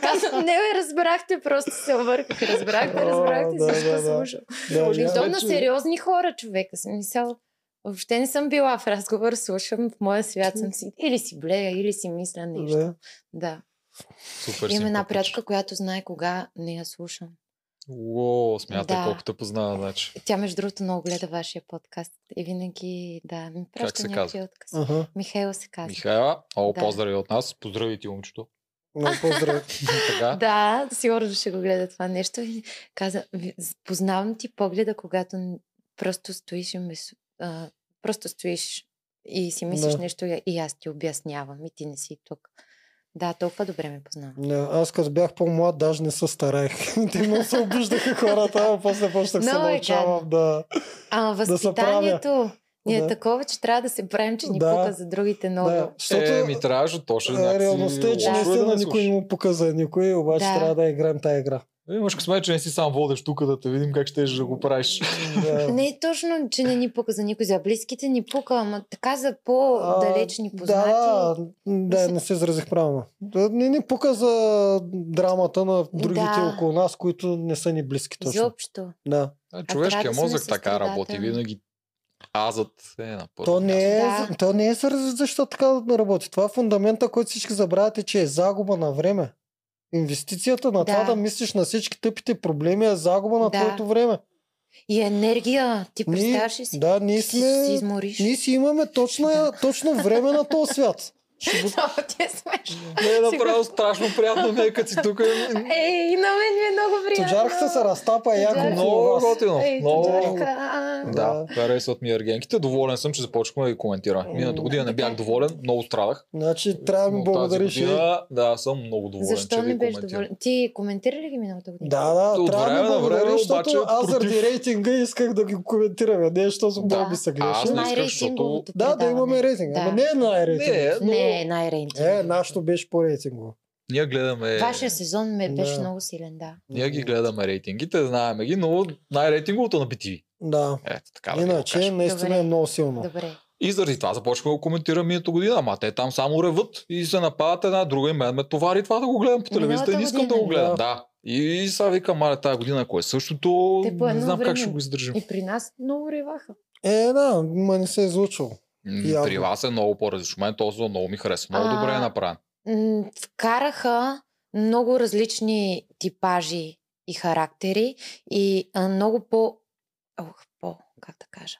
[SPEAKER 4] Казвам, не бе, разбрахте, просто се обърках. Разбрахте,
[SPEAKER 3] О,
[SPEAKER 4] разбрахте,
[SPEAKER 3] да,
[SPEAKER 4] всичко
[SPEAKER 3] да, да.
[SPEAKER 4] слушам.
[SPEAKER 3] да,
[SPEAKER 2] Може
[SPEAKER 4] И
[SPEAKER 2] да.
[SPEAKER 3] да.
[SPEAKER 4] то на
[SPEAKER 2] Вече-
[SPEAKER 4] сериозни хора, човека, смисъл. Въобще не съм била в разговор, слушам, в моя свят съм си. Или си блея, или си мисля нещо.
[SPEAKER 3] Да.
[SPEAKER 4] Да.
[SPEAKER 2] Супер
[SPEAKER 4] Имам една
[SPEAKER 2] симпатично.
[SPEAKER 4] приятелка, която знае кога не я слушам.
[SPEAKER 2] Уо, смятай
[SPEAKER 4] Да.
[SPEAKER 2] колко те познава, значи.
[SPEAKER 4] Тя, между другото, много гледа вашия подкаст и винаги, да, ми праща
[SPEAKER 2] се
[SPEAKER 4] някакви откази.
[SPEAKER 3] Ага,
[SPEAKER 4] Михайла се казва.
[SPEAKER 2] Михайла, много
[SPEAKER 4] Да.
[SPEAKER 2] поздрави от нас. Поздрави ти, момчето.
[SPEAKER 3] много поздрави.
[SPEAKER 4] [LAUGHS]
[SPEAKER 2] Така.
[SPEAKER 4] Да, сигурно ще го гледа това нещо. И каза, «Ви- з- познавам ти погледа, когато н- просто стоиш и ме, с- а, просто стоиш и си мислиш
[SPEAKER 3] Да.
[SPEAKER 4] нещо и- и аз ти обяснявам и ти не си тук. Да, толкова добре ме познавам.
[SPEAKER 3] Не, аз като бях по-млад, даже не се стараех. [LAUGHS] Те много се обиждаха хората, а после почнах се
[SPEAKER 4] Много е
[SPEAKER 3] научавам да...
[SPEAKER 4] А
[SPEAKER 3] Да се правя.
[SPEAKER 4] възпитанието ни е
[SPEAKER 3] Да.
[SPEAKER 4] такова, че трябва да се правим, че ни
[SPEAKER 3] Да.
[SPEAKER 4] пука за другите много.
[SPEAKER 3] да.
[SPEAKER 2] Е,
[SPEAKER 3] Защото
[SPEAKER 2] ми трябваше точно
[SPEAKER 3] а,
[SPEAKER 2] някакси...
[SPEAKER 3] реалността е, че
[SPEAKER 2] лошо да
[SPEAKER 3] наистина
[SPEAKER 2] не
[SPEAKER 3] никой не му показа никой, обаче
[SPEAKER 4] Да.
[SPEAKER 3] трябва да играем тая игра.
[SPEAKER 2] слушаш. Имаш късмет, Е, че не си сам водещ тук, да те видим как ще да го правиш.
[SPEAKER 3] Да.
[SPEAKER 4] Не е точно, че не ни пука за никой, за близките ни пука, ама така за по-далечни
[SPEAKER 3] А,
[SPEAKER 4] познати.
[SPEAKER 3] Да, да, не се изразих правилно. Да, Не ни пука за драмата на другите
[SPEAKER 4] Да.
[SPEAKER 3] около нас, които не са ни близки точно.
[SPEAKER 4] Изобщо.
[SPEAKER 3] Да.
[SPEAKER 2] А,
[SPEAKER 4] трябва
[SPEAKER 2] човешкият
[SPEAKER 4] да сме
[SPEAKER 2] мозък така работи.
[SPEAKER 4] състрадателни.
[SPEAKER 2] Винаги азът е на първо
[SPEAKER 3] То
[SPEAKER 2] място.
[SPEAKER 3] не, е,
[SPEAKER 4] Да.
[SPEAKER 3] да. то не е заради защо така да работи. Това е фундамента, който всички забравяте, че е загуба на време. Инвестицията на да. това
[SPEAKER 4] Да.
[SPEAKER 3] да мислиш на всички тъпите проблеми е загуба на
[SPEAKER 4] Да.
[SPEAKER 3] да. твоето време.
[SPEAKER 4] И енергия, ти
[SPEAKER 3] Ние-
[SPEAKER 4] представяш ли си?
[SPEAKER 3] Да, ние
[SPEAKER 4] Ти
[SPEAKER 3] сме...
[SPEAKER 4] си измориш.
[SPEAKER 3] Ние си имаме точно,
[SPEAKER 4] Да.
[SPEAKER 3] точно време на този свят.
[SPEAKER 4] Много ти е смешно.
[SPEAKER 2] Не [LAUGHS] е направо страшно приятно ми е, като си тук.
[SPEAKER 4] Ей, на мен ми е много приятно.
[SPEAKER 3] Тоджарката се разтапа яко
[SPEAKER 4] Тоджарка.
[SPEAKER 2] Много
[SPEAKER 3] много е, вас.
[SPEAKER 2] готино.
[SPEAKER 4] Ей,
[SPEAKER 2] Много.
[SPEAKER 4] тоджарка. а.
[SPEAKER 2] Е, Да, харесват ми ергенките. Доволен съм, че започваме да ги коментираме. Миналата година не бях доволен, много страдах.
[SPEAKER 3] Значи трябва да
[SPEAKER 2] Но
[SPEAKER 3] ми
[SPEAKER 2] тази
[SPEAKER 3] благодариш. е, и-
[SPEAKER 2] Година, да, съм много доволен,
[SPEAKER 4] Защо
[SPEAKER 2] че
[SPEAKER 4] не
[SPEAKER 2] ви
[SPEAKER 4] беше
[SPEAKER 2] коментирам.
[SPEAKER 4] доволен? Ти коментира ли ги миналата година?
[SPEAKER 3] Да, да,
[SPEAKER 2] От
[SPEAKER 3] трябва да
[SPEAKER 2] време
[SPEAKER 3] ми
[SPEAKER 2] на
[SPEAKER 3] благодаря,
[SPEAKER 2] време,
[SPEAKER 3] защото
[SPEAKER 2] обаче,
[SPEAKER 3] аз
[SPEAKER 2] против-
[SPEAKER 3] заради рейтинга исках да ги коментираме. Не, защото съм
[SPEAKER 4] Да.
[SPEAKER 3] много ми се
[SPEAKER 2] А, аз
[SPEAKER 3] греши.
[SPEAKER 2] не исках,
[SPEAKER 4] Най-рейтинговото
[SPEAKER 3] Да, да
[SPEAKER 4] предаване.
[SPEAKER 3] имаме рейтинг.
[SPEAKER 4] Да.
[SPEAKER 3] Ама не е най-рейтинг.
[SPEAKER 2] Не, но
[SPEAKER 4] Не, е най-рейтинг.
[SPEAKER 3] Е, нашето беше по-рейтингово.
[SPEAKER 2] ние гледаме...
[SPEAKER 4] Вашия сезон ме беше
[SPEAKER 3] Да.
[SPEAKER 4] много силен, да.
[SPEAKER 2] Ние ги гледаме рейтингите, знаем ги, но най-рейтинговото на BTV.
[SPEAKER 3] Да.
[SPEAKER 2] Ето, така да ви го
[SPEAKER 3] Иначе,
[SPEAKER 2] кажем.
[SPEAKER 3] наистина
[SPEAKER 4] Добре.
[SPEAKER 3] е много силно.
[SPEAKER 4] Добре.
[SPEAKER 2] И заради това започваме да го коментираме миналата година, ама те там само реват и се нападат една друга и мен ме товари това да го гледам по телевизията и не
[SPEAKER 4] Миналата
[SPEAKER 2] искам да
[SPEAKER 4] година,
[SPEAKER 2] го гледам.
[SPEAKER 3] да.
[SPEAKER 2] Да. И сега викам, маля, тази година, ако е същото,
[SPEAKER 4] Те по
[SPEAKER 2] не
[SPEAKER 4] едно
[SPEAKER 2] знам как
[SPEAKER 4] време.
[SPEAKER 2] ще го издържим.
[SPEAKER 4] И при нас много реваха.
[SPEAKER 3] Е, да, ма не се е излучил.
[SPEAKER 2] М,
[SPEAKER 3] Явно.
[SPEAKER 2] При вас е много по-различно. Мен този сезон много ми харесва. Много
[SPEAKER 4] А,
[SPEAKER 2] добре е направен.
[SPEAKER 4] м, вкараха много различни типажи и характери и а, много по... Ох, по... Как да кажа?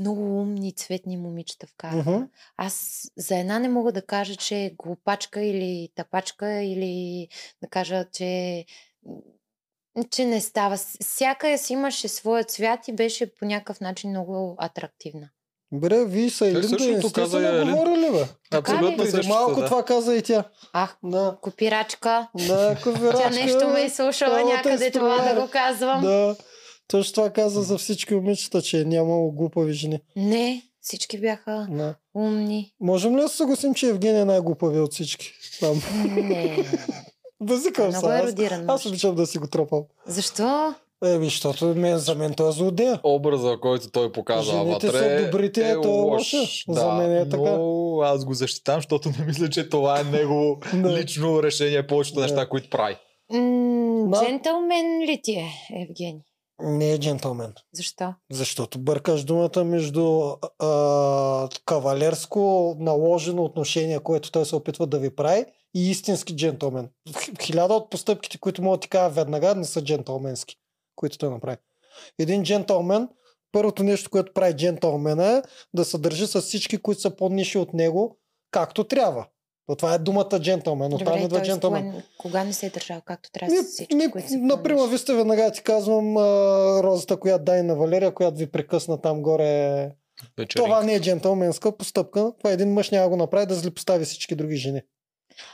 [SPEAKER 4] Много умни, цветни момичета вкараха.
[SPEAKER 3] Мгм.
[SPEAKER 4] Аз за една не мога да кажа, че е глупачка или тапачка или да кажа, че м, че не става. С- Всяка си имаше своя цвят и беше по някакъв начин много атрактивна.
[SPEAKER 3] Бре, вие са и Линда,
[SPEAKER 2] същото
[SPEAKER 3] не сте
[SPEAKER 2] каза
[SPEAKER 3] се
[SPEAKER 2] я Елин.
[SPEAKER 3] наговорили, бе.
[SPEAKER 2] Абсолютно
[SPEAKER 4] ли?
[SPEAKER 3] За
[SPEAKER 2] същото,
[SPEAKER 3] малко
[SPEAKER 2] да.
[SPEAKER 3] това каза и тя.
[SPEAKER 4] Ах,
[SPEAKER 3] Да,
[SPEAKER 4] копирачка.
[SPEAKER 3] да,
[SPEAKER 4] Тя
[SPEAKER 3] коверачка.
[SPEAKER 4] нещо ме е слушала
[SPEAKER 3] цялата
[SPEAKER 4] някъде това да
[SPEAKER 3] история.
[SPEAKER 4] го казвам.
[SPEAKER 3] Да, точно това каза за всички момичета, че е нямало глупави жени.
[SPEAKER 4] Не, всички бяха
[SPEAKER 3] Да.
[SPEAKER 4] умни.
[SPEAKER 3] Можем ли да се съгласим, че Евгения е най-глупавия от всички? Там.
[SPEAKER 4] Не,
[SPEAKER 3] Да си [LAUGHS]
[SPEAKER 4] той
[SPEAKER 3] към
[SPEAKER 4] много
[SPEAKER 3] са.
[SPEAKER 4] е
[SPEAKER 3] Аз,
[SPEAKER 4] родиран
[SPEAKER 3] аз
[SPEAKER 4] мъж.
[SPEAKER 3] обичам да си го тропам.
[SPEAKER 4] Защо?
[SPEAKER 3] Е, виж, защото мен, за мен той е злодея.
[SPEAKER 2] Образа, който той показва
[SPEAKER 3] Жените
[SPEAKER 2] вътре,
[SPEAKER 3] са добрите, а
[SPEAKER 2] е
[SPEAKER 3] той е
[SPEAKER 2] лош.
[SPEAKER 3] лошия.
[SPEAKER 2] Да,
[SPEAKER 3] За мен е така.
[SPEAKER 2] Но аз го защитам, защото не мисля, че това е негово
[SPEAKER 3] Да.
[SPEAKER 2] лично решение, повечето
[SPEAKER 3] Да.
[SPEAKER 2] неща, които прави.
[SPEAKER 4] М,
[SPEAKER 3] Да.
[SPEAKER 4] Джентълмен ли ти е, Евгений?
[SPEAKER 3] Не е джентълмен.
[SPEAKER 4] Защо?
[SPEAKER 3] Защото бъркаш думата между а, кавалерско наложено отношение, което той се опитва да ви прави, и истински джентълмен. Х- Хиляда от постъпките, които мога да ти кажа веднага, не са джентълменски, които той направи. Един джентълмен, първото нещо, което прави джентълмена е да се държи с всички, които са по-ниши от него, както трябва. То това е думата джентълмен. Оттам
[SPEAKER 4] Добре,
[SPEAKER 3] идва
[SPEAKER 4] той е с
[SPEAKER 3] джентълмен.
[SPEAKER 4] кое- кога не се е държал както трябва
[SPEAKER 3] Ми,
[SPEAKER 4] с всички,
[SPEAKER 3] ми,
[SPEAKER 4] които се
[SPEAKER 3] например,
[SPEAKER 4] помниш?
[SPEAKER 3] вие сте веднага ти казвам а, розата, която дай на Валерия, която ви прекъсна там горе.
[SPEAKER 2] Вечеринка.
[SPEAKER 3] Това не е джентълменска постъпка. Това един мъж няма го направи да злепостави всички други жени.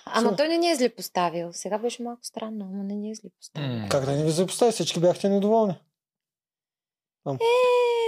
[SPEAKER 4] Ама той не ни е зле поставил. Сега беше малко странно, ама не ни е зле поставил.
[SPEAKER 2] М.
[SPEAKER 3] Как да не ви злепостави? Всички бяхте недоволни. Там.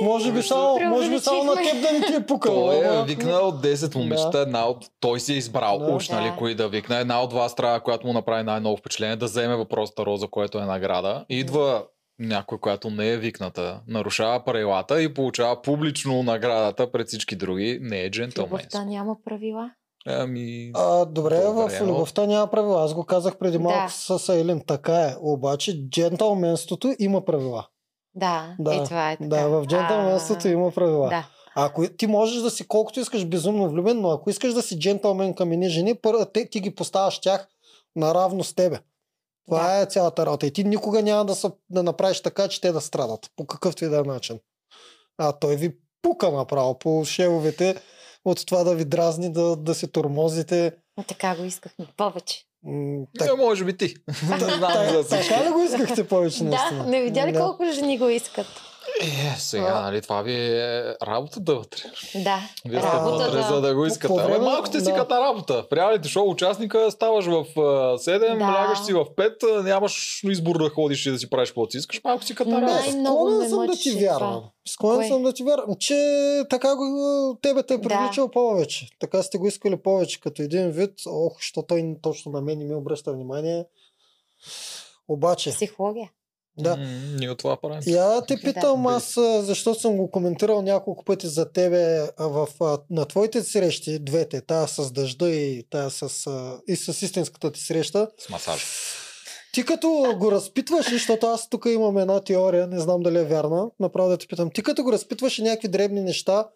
[SPEAKER 3] може би
[SPEAKER 2] Мисля,
[SPEAKER 3] само, може би само на
[SPEAKER 4] Е, преувеличихме.
[SPEAKER 3] теб да не ти е пукало.
[SPEAKER 4] [LAUGHS]
[SPEAKER 2] Той е
[SPEAKER 3] ама-
[SPEAKER 2] викнал 10 момичета,
[SPEAKER 3] Да.
[SPEAKER 2] една от... Той си е избрал,
[SPEAKER 3] Да.
[SPEAKER 2] да. уж нали,
[SPEAKER 4] Да.
[SPEAKER 2] кои да викне. Една от вас трябва, която му направи най-ново впечатление, да вземе въпросата Роза, което е награда. И идва някой, която не е викната, нарушава правилата и получава публично наградата пред всички други. Не е
[SPEAKER 4] В
[SPEAKER 2] джентълмен.
[SPEAKER 4] Любовта няма правила.
[SPEAKER 2] Ами...
[SPEAKER 3] А, добре,
[SPEAKER 2] Добре,
[SPEAKER 3] в
[SPEAKER 2] но-
[SPEAKER 3] любовта няма правила. Аз го казах преди
[SPEAKER 4] Да.
[SPEAKER 3] малко с Елин. Така е. Обаче джентълменството има правила.
[SPEAKER 4] Да,
[SPEAKER 3] Да,
[SPEAKER 4] е това е така.
[SPEAKER 3] Да, в джентълменството
[SPEAKER 4] А,
[SPEAKER 3] има правила.
[SPEAKER 4] Да,
[SPEAKER 3] Ако и- ти можеш да си колкото искаш безумно влюбен, но ако искаш да си джентълмен към едни жени, първо те, ти ги поставяш тях наравно с тебе. Това е цялата работа. И ти никога няма да, са, да направиш така, че те да страдат. По какъвто и да е начин. А той ви пука направо по шевовете от това да ви дразни, да, да се тормозите.
[SPEAKER 4] но така го искахме повече.
[SPEAKER 3] М,
[SPEAKER 2] Так...
[SPEAKER 3] так-
[SPEAKER 2] Е, може би ти. не знам
[SPEAKER 3] так-
[SPEAKER 2] за всички.
[SPEAKER 3] Така ли го искахте повече?
[SPEAKER 4] Да,
[SPEAKER 3] наистина?
[SPEAKER 4] не видя ли
[SPEAKER 3] Да.
[SPEAKER 4] колко жени го искат?
[SPEAKER 2] Е, сега,
[SPEAKER 3] А.
[SPEAKER 2] нали, това ви е работата вътре.
[SPEAKER 4] Да,
[SPEAKER 2] Вие сте
[SPEAKER 3] Работата.
[SPEAKER 2] вътре, за да го искате.
[SPEAKER 3] По- по
[SPEAKER 2] Абе,
[SPEAKER 3] време-
[SPEAKER 2] малко сте си
[SPEAKER 3] да.
[SPEAKER 2] като на работа. В реалити шоу участника ставаш в а, 7,
[SPEAKER 4] Да.
[SPEAKER 2] лягаш си в 5, а, нямаш избор да ходиш и да си правиш каквото си искаш. Малко си като на
[SPEAKER 4] Най-
[SPEAKER 2] работа.
[SPEAKER 4] Най-много
[SPEAKER 3] Склонен
[SPEAKER 4] ме
[SPEAKER 3] съм да
[SPEAKER 4] мъчеше
[SPEAKER 3] ти
[SPEAKER 4] това.
[SPEAKER 3] вярвам. Склонен
[SPEAKER 4] Кое?
[SPEAKER 3] съм да ти вярвам, че така го, тебе те е
[SPEAKER 4] Да.
[SPEAKER 3] привличал повече. Така сте го искали повече като един вид. Ох, що той точно на мен не ми обръща внимание. Обаче,
[SPEAKER 4] психология.
[SPEAKER 3] да.
[SPEAKER 2] М, Ние от това правим.
[SPEAKER 3] Я те
[SPEAKER 4] Да.
[SPEAKER 3] питам аз, а, защо съм го коментирал няколко пъти за тебе а, в, а, на твоите срещи, двете, тая с дъжда и тая с, а, и с истинската ти среща,
[SPEAKER 2] С масаж.
[SPEAKER 3] ти като го разпитваш, защото аз тук имам една теория, не знам дали е вярна, направо да те питам. Ти като го разпитваш някакви дребни неща,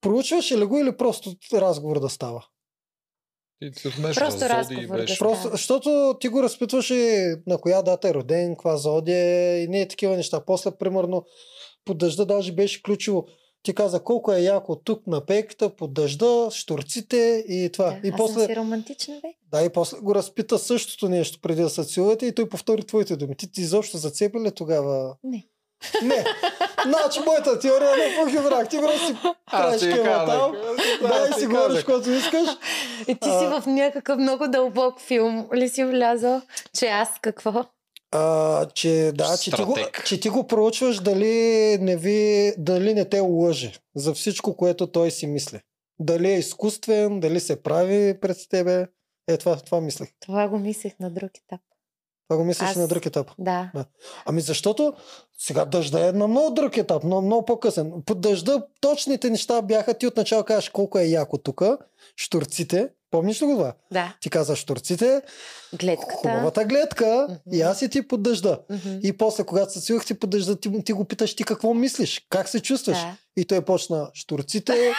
[SPEAKER 3] проучваш ли го или просто разговор да става?
[SPEAKER 2] Ти се вмешваш,
[SPEAKER 4] Просто
[SPEAKER 2] Зоди,
[SPEAKER 4] разговор да
[SPEAKER 2] беше.
[SPEAKER 4] става.
[SPEAKER 3] Просто, защото ти го разпитваш и на коя дата е роден, каква зодия е и не е такива неща. После, примерно, под дъжда даже беше ключово. Ти каза колко е яко тук на пейката, под дъжда, штурците и това.
[SPEAKER 4] Да,
[SPEAKER 3] и
[SPEAKER 4] аз
[SPEAKER 3] после...
[SPEAKER 4] съм си романтична, бе.
[SPEAKER 3] Да, и после го разпита същото нещо преди да се целувате и той повтори твоите думи. Ти, ти изобщо зацепи ли тогава?
[SPEAKER 4] Не.
[SPEAKER 3] Не. Значи моята теория не похибрах. Ти просто си
[SPEAKER 2] Аз
[SPEAKER 3] правиш
[SPEAKER 2] ти
[SPEAKER 3] кема
[SPEAKER 2] казах.
[SPEAKER 3] там.
[SPEAKER 2] аз
[SPEAKER 3] Да, и
[SPEAKER 2] ти
[SPEAKER 3] си говориш,
[SPEAKER 2] казах.
[SPEAKER 3] което искаш.
[SPEAKER 4] И ти си
[SPEAKER 3] А.
[SPEAKER 4] в някакъв много дълбок филм. Ли си влязал, че аз какво?
[SPEAKER 3] А, че, да, че ти, го,
[SPEAKER 2] Стратег.
[SPEAKER 3] че ти го проучваш дали не, ви, дали не те лъже за всичко, което той си мисли. Дали е изкуствен, дали се прави пред тебе. Е, това, това мислех.
[SPEAKER 4] Това го мислех на друг етап.
[SPEAKER 3] Това го мислиш
[SPEAKER 4] Аз-
[SPEAKER 3] на друг етап.
[SPEAKER 4] Да.
[SPEAKER 3] Ами защото сега дъжда е на много друг етап, но много по-късен. Под дъжда точните неща бяха ти отначало кажеш колко е яко тук, штурците. Помниш ли го това?
[SPEAKER 4] Да.
[SPEAKER 3] Ти каза штурците,
[SPEAKER 4] Гледката.
[SPEAKER 3] хубавата гледка
[SPEAKER 4] Мгм.
[SPEAKER 3] и аз и ти под дъжда.
[SPEAKER 4] Мгм.
[SPEAKER 3] И после, когато се свилах ти под дъжда, ти, ти го питаш ти какво мислиш, как се чувстваш.
[SPEAKER 4] Да. [LAUGHS]
[SPEAKER 3] И той почна штурците,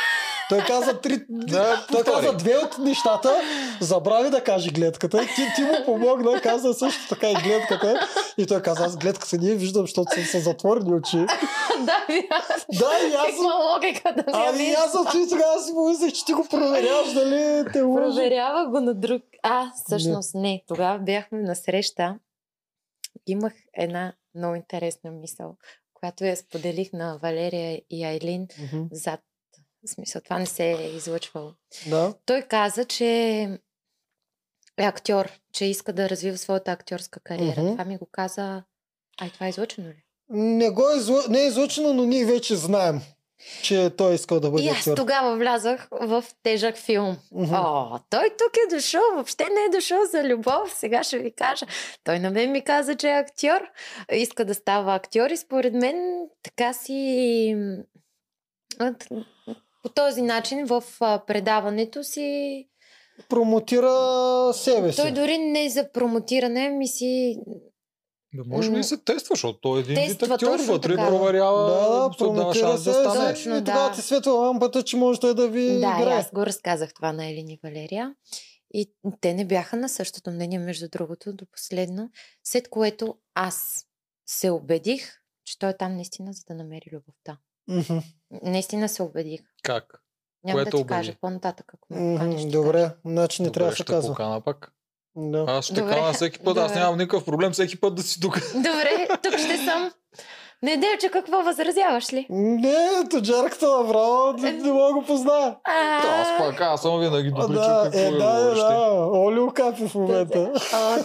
[SPEAKER 3] той каза
[SPEAKER 4] [LAUGHS]
[SPEAKER 3] три...
[SPEAKER 2] Да,
[SPEAKER 3] Той
[SPEAKER 2] повтори.
[SPEAKER 3] каза две от нещата, забрави да каже гледката. Ти, ти му помогна, каза също така и гледката. И той каза, аз гледката не я виждам, защото съм с затворени очи.
[SPEAKER 4] да, ви-
[SPEAKER 3] Да, и аз...
[SPEAKER 4] Каква логика да не я
[SPEAKER 3] Ами
[SPEAKER 4] виждам?
[SPEAKER 3] аз съм тогава си помислих, че ти го проверяваш, дали те лъжи.
[SPEAKER 4] Проверява го на друг. А, всъщност не. Тогава бяхме на среща. Имах една много интересна мисъл, която я споделих на Валерия и Айлин
[SPEAKER 3] Мгм.
[SPEAKER 4] зад. В смисъл, това не се е излъчвало.
[SPEAKER 3] Да.
[SPEAKER 4] Той каза, че е актьор, че иска да развива своята актьорска кариера.
[SPEAKER 3] Мгм.
[SPEAKER 4] Това ми го каза. Ай, това е излъчено ли?
[SPEAKER 3] Не, го е излъ... не е излъчено, но ние вече знаем. че той е искал да бъде
[SPEAKER 4] И аз
[SPEAKER 3] актьор.
[SPEAKER 4] тогава влязах в тежък филм.
[SPEAKER 3] Мгм.
[SPEAKER 4] О, той тук е дошъл, въобще не е дошъл за любов, сега ще ви кажа. Той на мен ми каза, че е актьор, иска да става актьор и според мен така си... м, от- По този начин в а, предаването си...
[SPEAKER 3] Промотира себе си.
[SPEAKER 4] Той дори не за промотиране ми си...
[SPEAKER 2] Да, може би се тества, защото той е един вид
[SPEAKER 4] Тества
[SPEAKER 2] актьор,
[SPEAKER 4] точно
[SPEAKER 2] вътре
[SPEAKER 4] така, да.
[SPEAKER 2] проверява,
[SPEAKER 3] Да,
[SPEAKER 2] му се дава
[SPEAKER 3] промотира
[SPEAKER 2] шанс
[SPEAKER 3] се
[SPEAKER 2] да стане.
[SPEAKER 3] и
[SPEAKER 4] Точно,
[SPEAKER 3] тогава
[SPEAKER 4] да.
[SPEAKER 3] ти светва лампата, че може той да ви
[SPEAKER 4] Да, и
[SPEAKER 3] играе.
[SPEAKER 4] аз го разказах това на Елини и Валерия. И те не бяха на същото мнение, между другото, до последно. След което аз се убедих, че той е там наистина, за да намери любовта.
[SPEAKER 3] Мгм.
[SPEAKER 4] Наистина се убедих.
[SPEAKER 2] Как?
[SPEAKER 4] Няма
[SPEAKER 2] Което
[SPEAKER 4] да ти
[SPEAKER 2] убеди?
[SPEAKER 4] кажа по-нататък, ако ме
[SPEAKER 3] Мгм,
[SPEAKER 4] поканиш. ще кажа.
[SPEAKER 3] Е, Добре, значи не
[SPEAKER 2] Добре,
[SPEAKER 3] трябва да се
[SPEAKER 2] ще
[SPEAKER 3] казва.
[SPEAKER 2] покана пак.
[SPEAKER 3] Да.
[SPEAKER 2] Аз ще
[SPEAKER 4] Добре,
[SPEAKER 2] кана всеки път, аз
[SPEAKER 4] добре.
[SPEAKER 2] нямам никакъв проблем всеки път да си тук.
[SPEAKER 4] Добре, тук ще съм. Неделче, какво възразяваш ли?
[SPEAKER 3] Не, тоджарката направо не, не мога да го позная.
[SPEAKER 4] А,
[SPEAKER 2] Та, Аз пак, аз съм винаги
[SPEAKER 3] А,
[SPEAKER 2] добре,
[SPEAKER 3] Да,
[SPEAKER 2] че
[SPEAKER 3] е,
[SPEAKER 2] какво
[SPEAKER 3] да, да,
[SPEAKER 2] говориш ти.
[SPEAKER 3] да. Олио капи в момента.
[SPEAKER 4] о,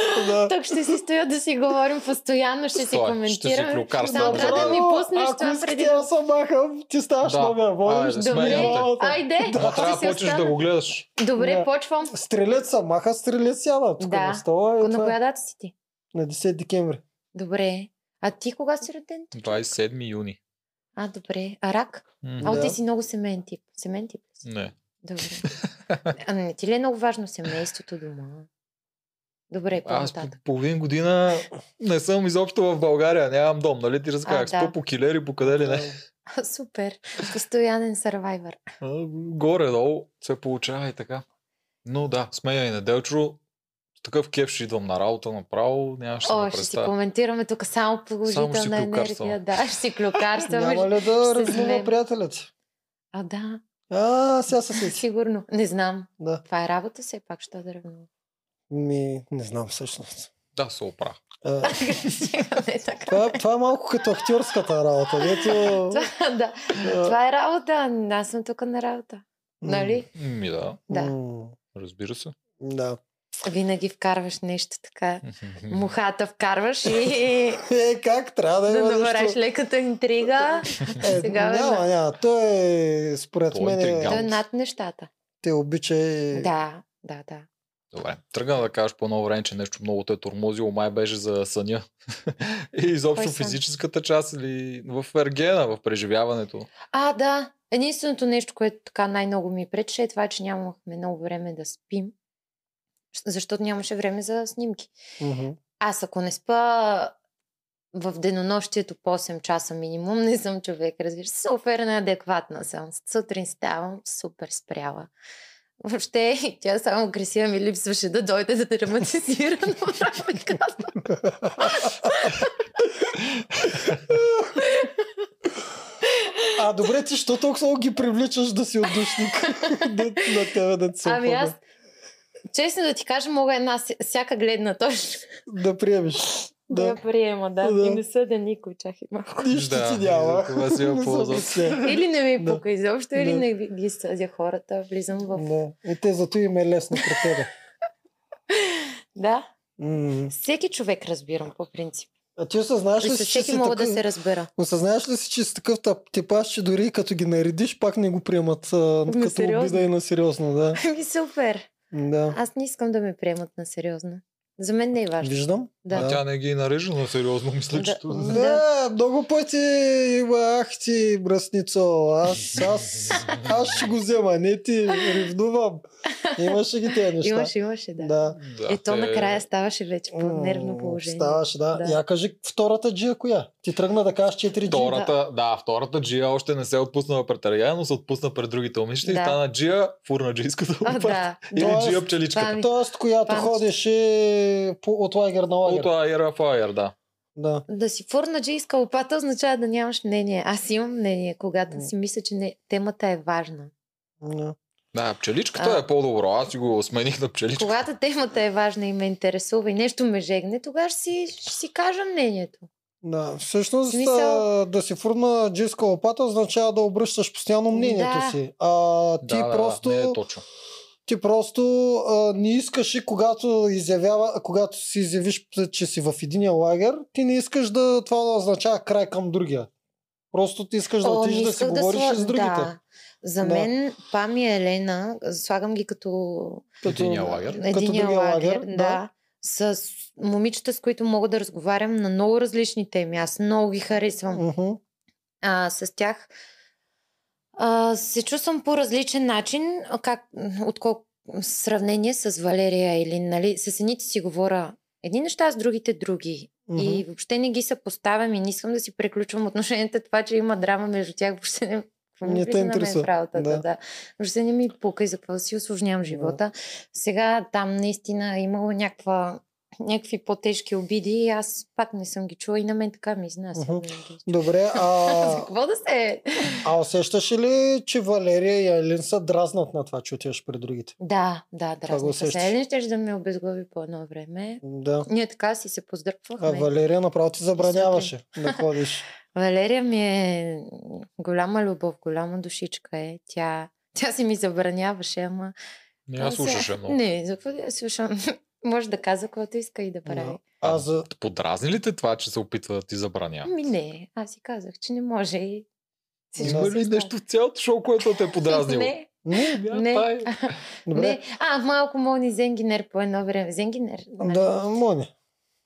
[SPEAKER 3] [LAUGHS] Да.
[SPEAKER 4] Тук ще си стоя да си говорим постоянно, ще си
[SPEAKER 2] Стой, ще си
[SPEAKER 4] коментираме.
[SPEAKER 2] клюкарствам.
[SPEAKER 4] Само трябва да ми
[SPEAKER 3] Направо,
[SPEAKER 4] пуснеш
[SPEAKER 3] Ако
[SPEAKER 4] това
[SPEAKER 3] искате,
[SPEAKER 4] преди
[SPEAKER 3] аз съм махам, ти ставаш
[SPEAKER 2] Да.
[SPEAKER 3] новия водещ.
[SPEAKER 2] Айде,
[SPEAKER 4] Добре,
[SPEAKER 2] сменяме.
[SPEAKER 3] Новата.
[SPEAKER 4] айде. ще
[SPEAKER 2] Ама трябва да
[SPEAKER 4] си
[SPEAKER 2] почнеш
[SPEAKER 4] остана.
[SPEAKER 2] да го гледаш.
[SPEAKER 4] Добре,
[SPEAKER 3] Да.
[SPEAKER 4] почвам.
[SPEAKER 3] Стрелец са, маха стрелец сяда. Тук
[SPEAKER 4] Да.
[SPEAKER 3] на стола и
[SPEAKER 4] На
[SPEAKER 3] това.
[SPEAKER 4] коя
[SPEAKER 3] е.
[SPEAKER 4] дата си ти?
[SPEAKER 3] На 10 декември.
[SPEAKER 4] Добре. А ти кога си роден?
[SPEAKER 2] 27 юни.
[SPEAKER 4] А, добре. А рак?
[SPEAKER 2] М,
[SPEAKER 4] А,
[SPEAKER 3] Да.
[SPEAKER 4] ти си много семейен тип. Семейен тип ли си?
[SPEAKER 2] Не. [LAUGHS]
[SPEAKER 4] Добре. А не ти ли е много важно семейството дома? Добре,
[SPEAKER 2] Аз по
[SPEAKER 4] по-нататък. [LAUGHS]
[SPEAKER 2] половин година не съм изобщо в България. Нямам дом, нали ти разказах?
[SPEAKER 4] А, да.
[SPEAKER 2] Спя по килери, по къде Е ли не.
[SPEAKER 4] А, Супер. Постоянен сървайвър.
[SPEAKER 2] А, Горе-долу се получава и така. Но да, смея и неделчо. С такъв кеф ще идвам на работа направо. Нямаше да
[SPEAKER 4] О,
[SPEAKER 2] се
[SPEAKER 4] ще си
[SPEAKER 2] представя.
[SPEAKER 4] коментираме тук само
[SPEAKER 2] Само ще
[SPEAKER 4] положителна
[SPEAKER 2] си клюкарствам.
[SPEAKER 4] енергия. Да, ще си клюкарстваме.
[SPEAKER 3] Няма ли
[SPEAKER 4] ще
[SPEAKER 3] да
[SPEAKER 4] се
[SPEAKER 3] ръгнува
[SPEAKER 4] смеем.
[SPEAKER 3] приятеля ти?
[SPEAKER 4] А, да,
[SPEAKER 3] А, сега се сети.
[SPEAKER 4] сигурно. Не знам.
[SPEAKER 3] Да.
[SPEAKER 4] Това е работа все пак, ще да ревнувам. [LAUGHS]
[SPEAKER 3] Ми, не знам всъщност. Е,
[SPEAKER 2] Да, се опра.
[SPEAKER 3] А,
[SPEAKER 4] Сега не е така.
[SPEAKER 3] това, е, това е малко като актьорската работа. Дето,
[SPEAKER 4] Това, [LAUGHS] да.
[SPEAKER 3] а,
[SPEAKER 4] Това е работа. Аз съм тук на работа.
[SPEAKER 3] м,
[SPEAKER 4] Нали?
[SPEAKER 2] Ми да,
[SPEAKER 4] Да.
[SPEAKER 3] м,
[SPEAKER 2] разбира се.
[SPEAKER 3] Да.
[SPEAKER 4] Винаги вкарваш нещо така. [LAUGHS]
[SPEAKER 2] [LAUGHS]
[SPEAKER 4] Мухата вкарваш и
[SPEAKER 3] Е, как трябва да
[SPEAKER 4] да
[SPEAKER 3] има
[SPEAKER 4] добреш
[SPEAKER 3] нещо?
[SPEAKER 4] леката интрига.
[SPEAKER 3] Е,
[SPEAKER 4] сега, бе,
[SPEAKER 3] няма, няма. Той е, според
[SPEAKER 2] Той е
[SPEAKER 3] мен,
[SPEAKER 4] Той е
[SPEAKER 2] интригант.
[SPEAKER 3] е,
[SPEAKER 4] над нещата.
[SPEAKER 3] те обича и...
[SPEAKER 4] Да, да, да.
[SPEAKER 2] Добре. Тръгна да кажеш по едно време, че нещо много те е тормозило. Май беше за съня. [LAUGHS] и изобщо
[SPEAKER 4] Кой сън?
[SPEAKER 2] физическата част или в ергена, в преживяването.
[SPEAKER 4] А, да. Единственото нещо, което така най-много ми пречеше е това, че нямахме много време да спим, защото нямаше време за снимки.
[SPEAKER 3] Мгм.
[SPEAKER 4] Аз ако не спа в денонощието по 8 часа минимум, [LAUGHS] не съм човек, разбира се. Супер неадекватна съм. Сутрин ставам супер спряла. Въобще, [LAUGHS] тя само кресия ми липсваше да дойде да драматизира
[SPEAKER 3] [LAUGHS]
[SPEAKER 4] [LAUGHS] на графиката.
[SPEAKER 3] А, добре, ти що толкова много ги привличаш да си отдушник? да, на тебе да ти се
[SPEAKER 4] Ами
[SPEAKER 3] опъне.
[SPEAKER 4] аз, честно да ти кажа, мога една ся- всяка гледна точка
[SPEAKER 3] Да приемеш.
[SPEAKER 4] да,
[SPEAKER 3] Да.
[SPEAKER 4] я приема, да.
[SPEAKER 3] Да.
[SPEAKER 4] И не съда никой, чак и малко.
[SPEAKER 3] Нищо
[SPEAKER 2] Да,
[SPEAKER 3] ти няма.
[SPEAKER 2] и за това си е я
[SPEAKER 3] [LAUGHS] Не се
[SPEAKER 2] ползвам.
[SPEAKER 3] притесня.
[SPEAKER 4] [LAUGHS] Или не ми
[SPEAKER 3] Да.
[SPEAKER 4] пука изобщо, или
[SPEAKER 3] Да.
[SPEAKER 4] не ги- ги съдя хората, влизам в...
[SPEAKER 3] Да. И те зато им е лесно при тебе.
[SPEAKER 4] Да,
[SPEAKER 3] М.
[SPEAKER 4] всеки човек разбирам по принцип.
[SPEAKER 3] А ти осъзнаеш ли
[SPEAKER 4] И с
[SPEAKER 3] си, че
[SPEAKER 4] всеки
[SPEAKER 3] си
[SPEAKER 4] мога да
[SPEAKER 3] такъв...
[SPEAKER 4] се разбера.
[SPEAKER 3] Осъзнаеш ли си, че си такъв тъп- типаш, че дори и като ги наредиш, пак не го приемат а, като
[SPEAKER 4] Ами, сериозно?
[SPEAKER 3] обида и на сериозно, да.
[SPEAKER 4] [LAUGHS] Ами супер.
[SPEAKER 3] да.
[SPEAKER 4] Аз не искам да ме приемат на сериозно. За мен не е важно.
[SPEAKER 3] Виждам.
[SPEAKER 4] Да.
[SPEAKER 2] А тя не ги нарежда на сериозно, мисля, че
[SPEAKER 4] Да.
[SPEAKER 2] това-
[SPEAKER 3] Да, много пъти има ах ти, бръсницо, аз, аз, аз ще го взема, не ти ревнувам. Имаше ги тези неща.
[SPEAKER 4] Имаше, имаше, да.
[SPEAKER 3] Да.
[SPEAKER 2] Да,
[SPEAKER 4] Ето
[SPEAKER 2] те-
[SPEAKER 4] накрая ставаше вече по нервно
[SPEAKER 3] М,
[SPEAKER 4] положение.
[SPEAKER 3] Ставаше, да.
[SPEAKER 4] Да.
[SPEAKER 3] да. Я кажи втората джия коя? Ти тръгна да кажеш 4 джия.
[SPEAKER 2] Втората, да, втората Джия още не се е отпуснала пред Ария, но се отпусна пред другите момичета и
[SPEAKER 4] Да.
[SPEAKER 2] стана Джия фурнаджийската
[SPEAKER 4] А,
[SPEAKER 2] опашка.
[SPEAKER 4] да.
[SPEAKER 2] Или
[SPEAKER 3] Тоест,
[SPEAKER 2] Джия пчеличката.
[SPEAKER 4] това ми-
[SPEAKER 3] Тоест, която
[SPEAKER 4] Памет.
[SPEAKER 3] ходеше по, от лагер на лагер.
[SPEAKER 2] От Айера в Айер, е да.
[SPEAKER 3] Да.
[SPEAKER 4] Да си фурнаджийска лопата означава да нямаш мнение. Аз имам мнение, когато си мисля, че не, темата е важна.
[SPEAKER 3] Да.
[SPEAKER 2] Да, пчеличката
[SPEAKER 4] А.
[SPEAKER 2] е по-добро. Аз си го смених на пчеличка.
[SPEAKER 4] Когато темата е важна и ме интересува и нещо ме жегне, тогава ще си, ще си кажа мнението.
[SPEAKER 3] да. Всъщност
[SPEAKER 4] Смисъл-
[SPEAKER 3] а, да си фурна джийска лопата означава да обръщаш постоянно мнението
[SPEAKER 4] Да.
[SPEAKER 3] си. А ти
[SPEAKER 2] да, да,
[SPEAKER 3] просто...
[SPEAKER 2] Да, не е точно.
[SPEAKER 3] ти просто а, не искаш и когато, изявява, когато си изявиш, че си в единия лагер, ти не искаш да това да означава край към другия. Просто ти искаш да
[SPEAKER 4] О,
[SPEAKER 3] отидеш
[SPEAKER 4] не
[SPEAKER 3] да си
[SPEAKER 4] исках
[SPEAKER 3] говориш
[SPEAKER 4] сла-
[SPEAKER 3] и с другите.
[SPEAKER 4] Да. За
[SPEAKER 3] Да.
[SPEAKER 4] мен Пам и Елена, слагам ги като
[SPEAKER 2] Единия лагер.
[SPEAKER 3] като
[SPEAKER 4] Единия
[SPEAKER 3] другия
[SPEAKER 4] лагер,
[SPEAKER 3] лагер,
[SPEAKER 4] да.
[SPEAKER 3] да.
[SPEAKER 4] да. С момичета, с които мога да разговарям на много различни теми. Аз много ги харесвам.
[SPEAKER 3] Мгм.
[SPEAKER 4] А, с тях а, се чувствам по различен начин, а, как, отколко в сравнение с Валерия или нали, с едните си говоря едни неща, с другите други.
[SPEAKER 3] Мгм.
[SPEAKER 4] И въобще не ги съпоставям и не искам да си преключвам отношенията. Това, че има драма между тях, въобще не, какво ми
[SPEAKER 3] Не те
[SPEAKER 4] влиза на мен
[SPEAKER 3] интересува.
[SPEAKER 4] В работата,
[SPEAKER 3] Да.
[SPEAKER 4] да. да. Въобще не ми пука и за какво си осложнявам живота. Сега там наистина е имало някаква, някакви по-тежки обиди и аз пак не съм ги чула и на мен така ми изнася.
[SPEAKER 3] Мгм.
[SPEAKER 4] винаги.
[SPEAKER 3] Добре,
[SPEAKER 4] За [LAUGHS]
[SPEAKER 3] а,
[SPEAKER 4] какво да се...
[SPEAKER 3] а усещаш ли, че Валерия и Елин са дразнат на това, че отиваш при другите?
[SPEAKER 4] Да, да, дразни се.
[SPEAKER 3] усещаш.
[SPEAKER 4] Елен ще да ме обезглави по едно време.
[SPEAKER 3] Да.
[SPEAKER 4] Ние така си се
[SPEAKER 3] А
[SPEAKER 4] поздръпвахме.
[SPEAKER 3] Валерия направо ти забраняваше да
[SPEAKER 4] [LAUGHS]
[SPEAKER 3] ходиш.
[SPEAKER 4] Валерия ми е голяма любов, голяма душичка е. Тя, тя си ми забраняваше, ама...
[SPEAKER 2] Не, аз слушаше
[SPEAKER 4] много.
[SPEAKER 2] много.
[SPEAKER 4] Не, за какво да я слушам? [LAUGHS] Може да казва каквото иска и да прави.
[SPEAKER 3] А за...
[SPEAKER 2] Подразни ли те това, че се опитва да ти забраня?
[SPEAKER 4] Ми Ами не, аз си казах, че не може и... всичко
[SPEAKER 2] Има
[SPEAKER 4] се
[SPEAKER 2] ли
[SPEAKER 4] знае.
[SPEAKER 2] нещо в цялото шоу, което те е подразнило?
[SPEAKER 4] Не,
[SPEAKER 3] Не,
[SPEAKER 2] Я,
[SPEAKER 4] [LAUGHS] не.
[SPEAKER 2] това е-
[SPEAKER 3] добре.
[SPEAKER 4] не. А, малко Мони Зенгинер по едно време. Зенгинер. нали?
[SPEAKER 3] Да, Мони.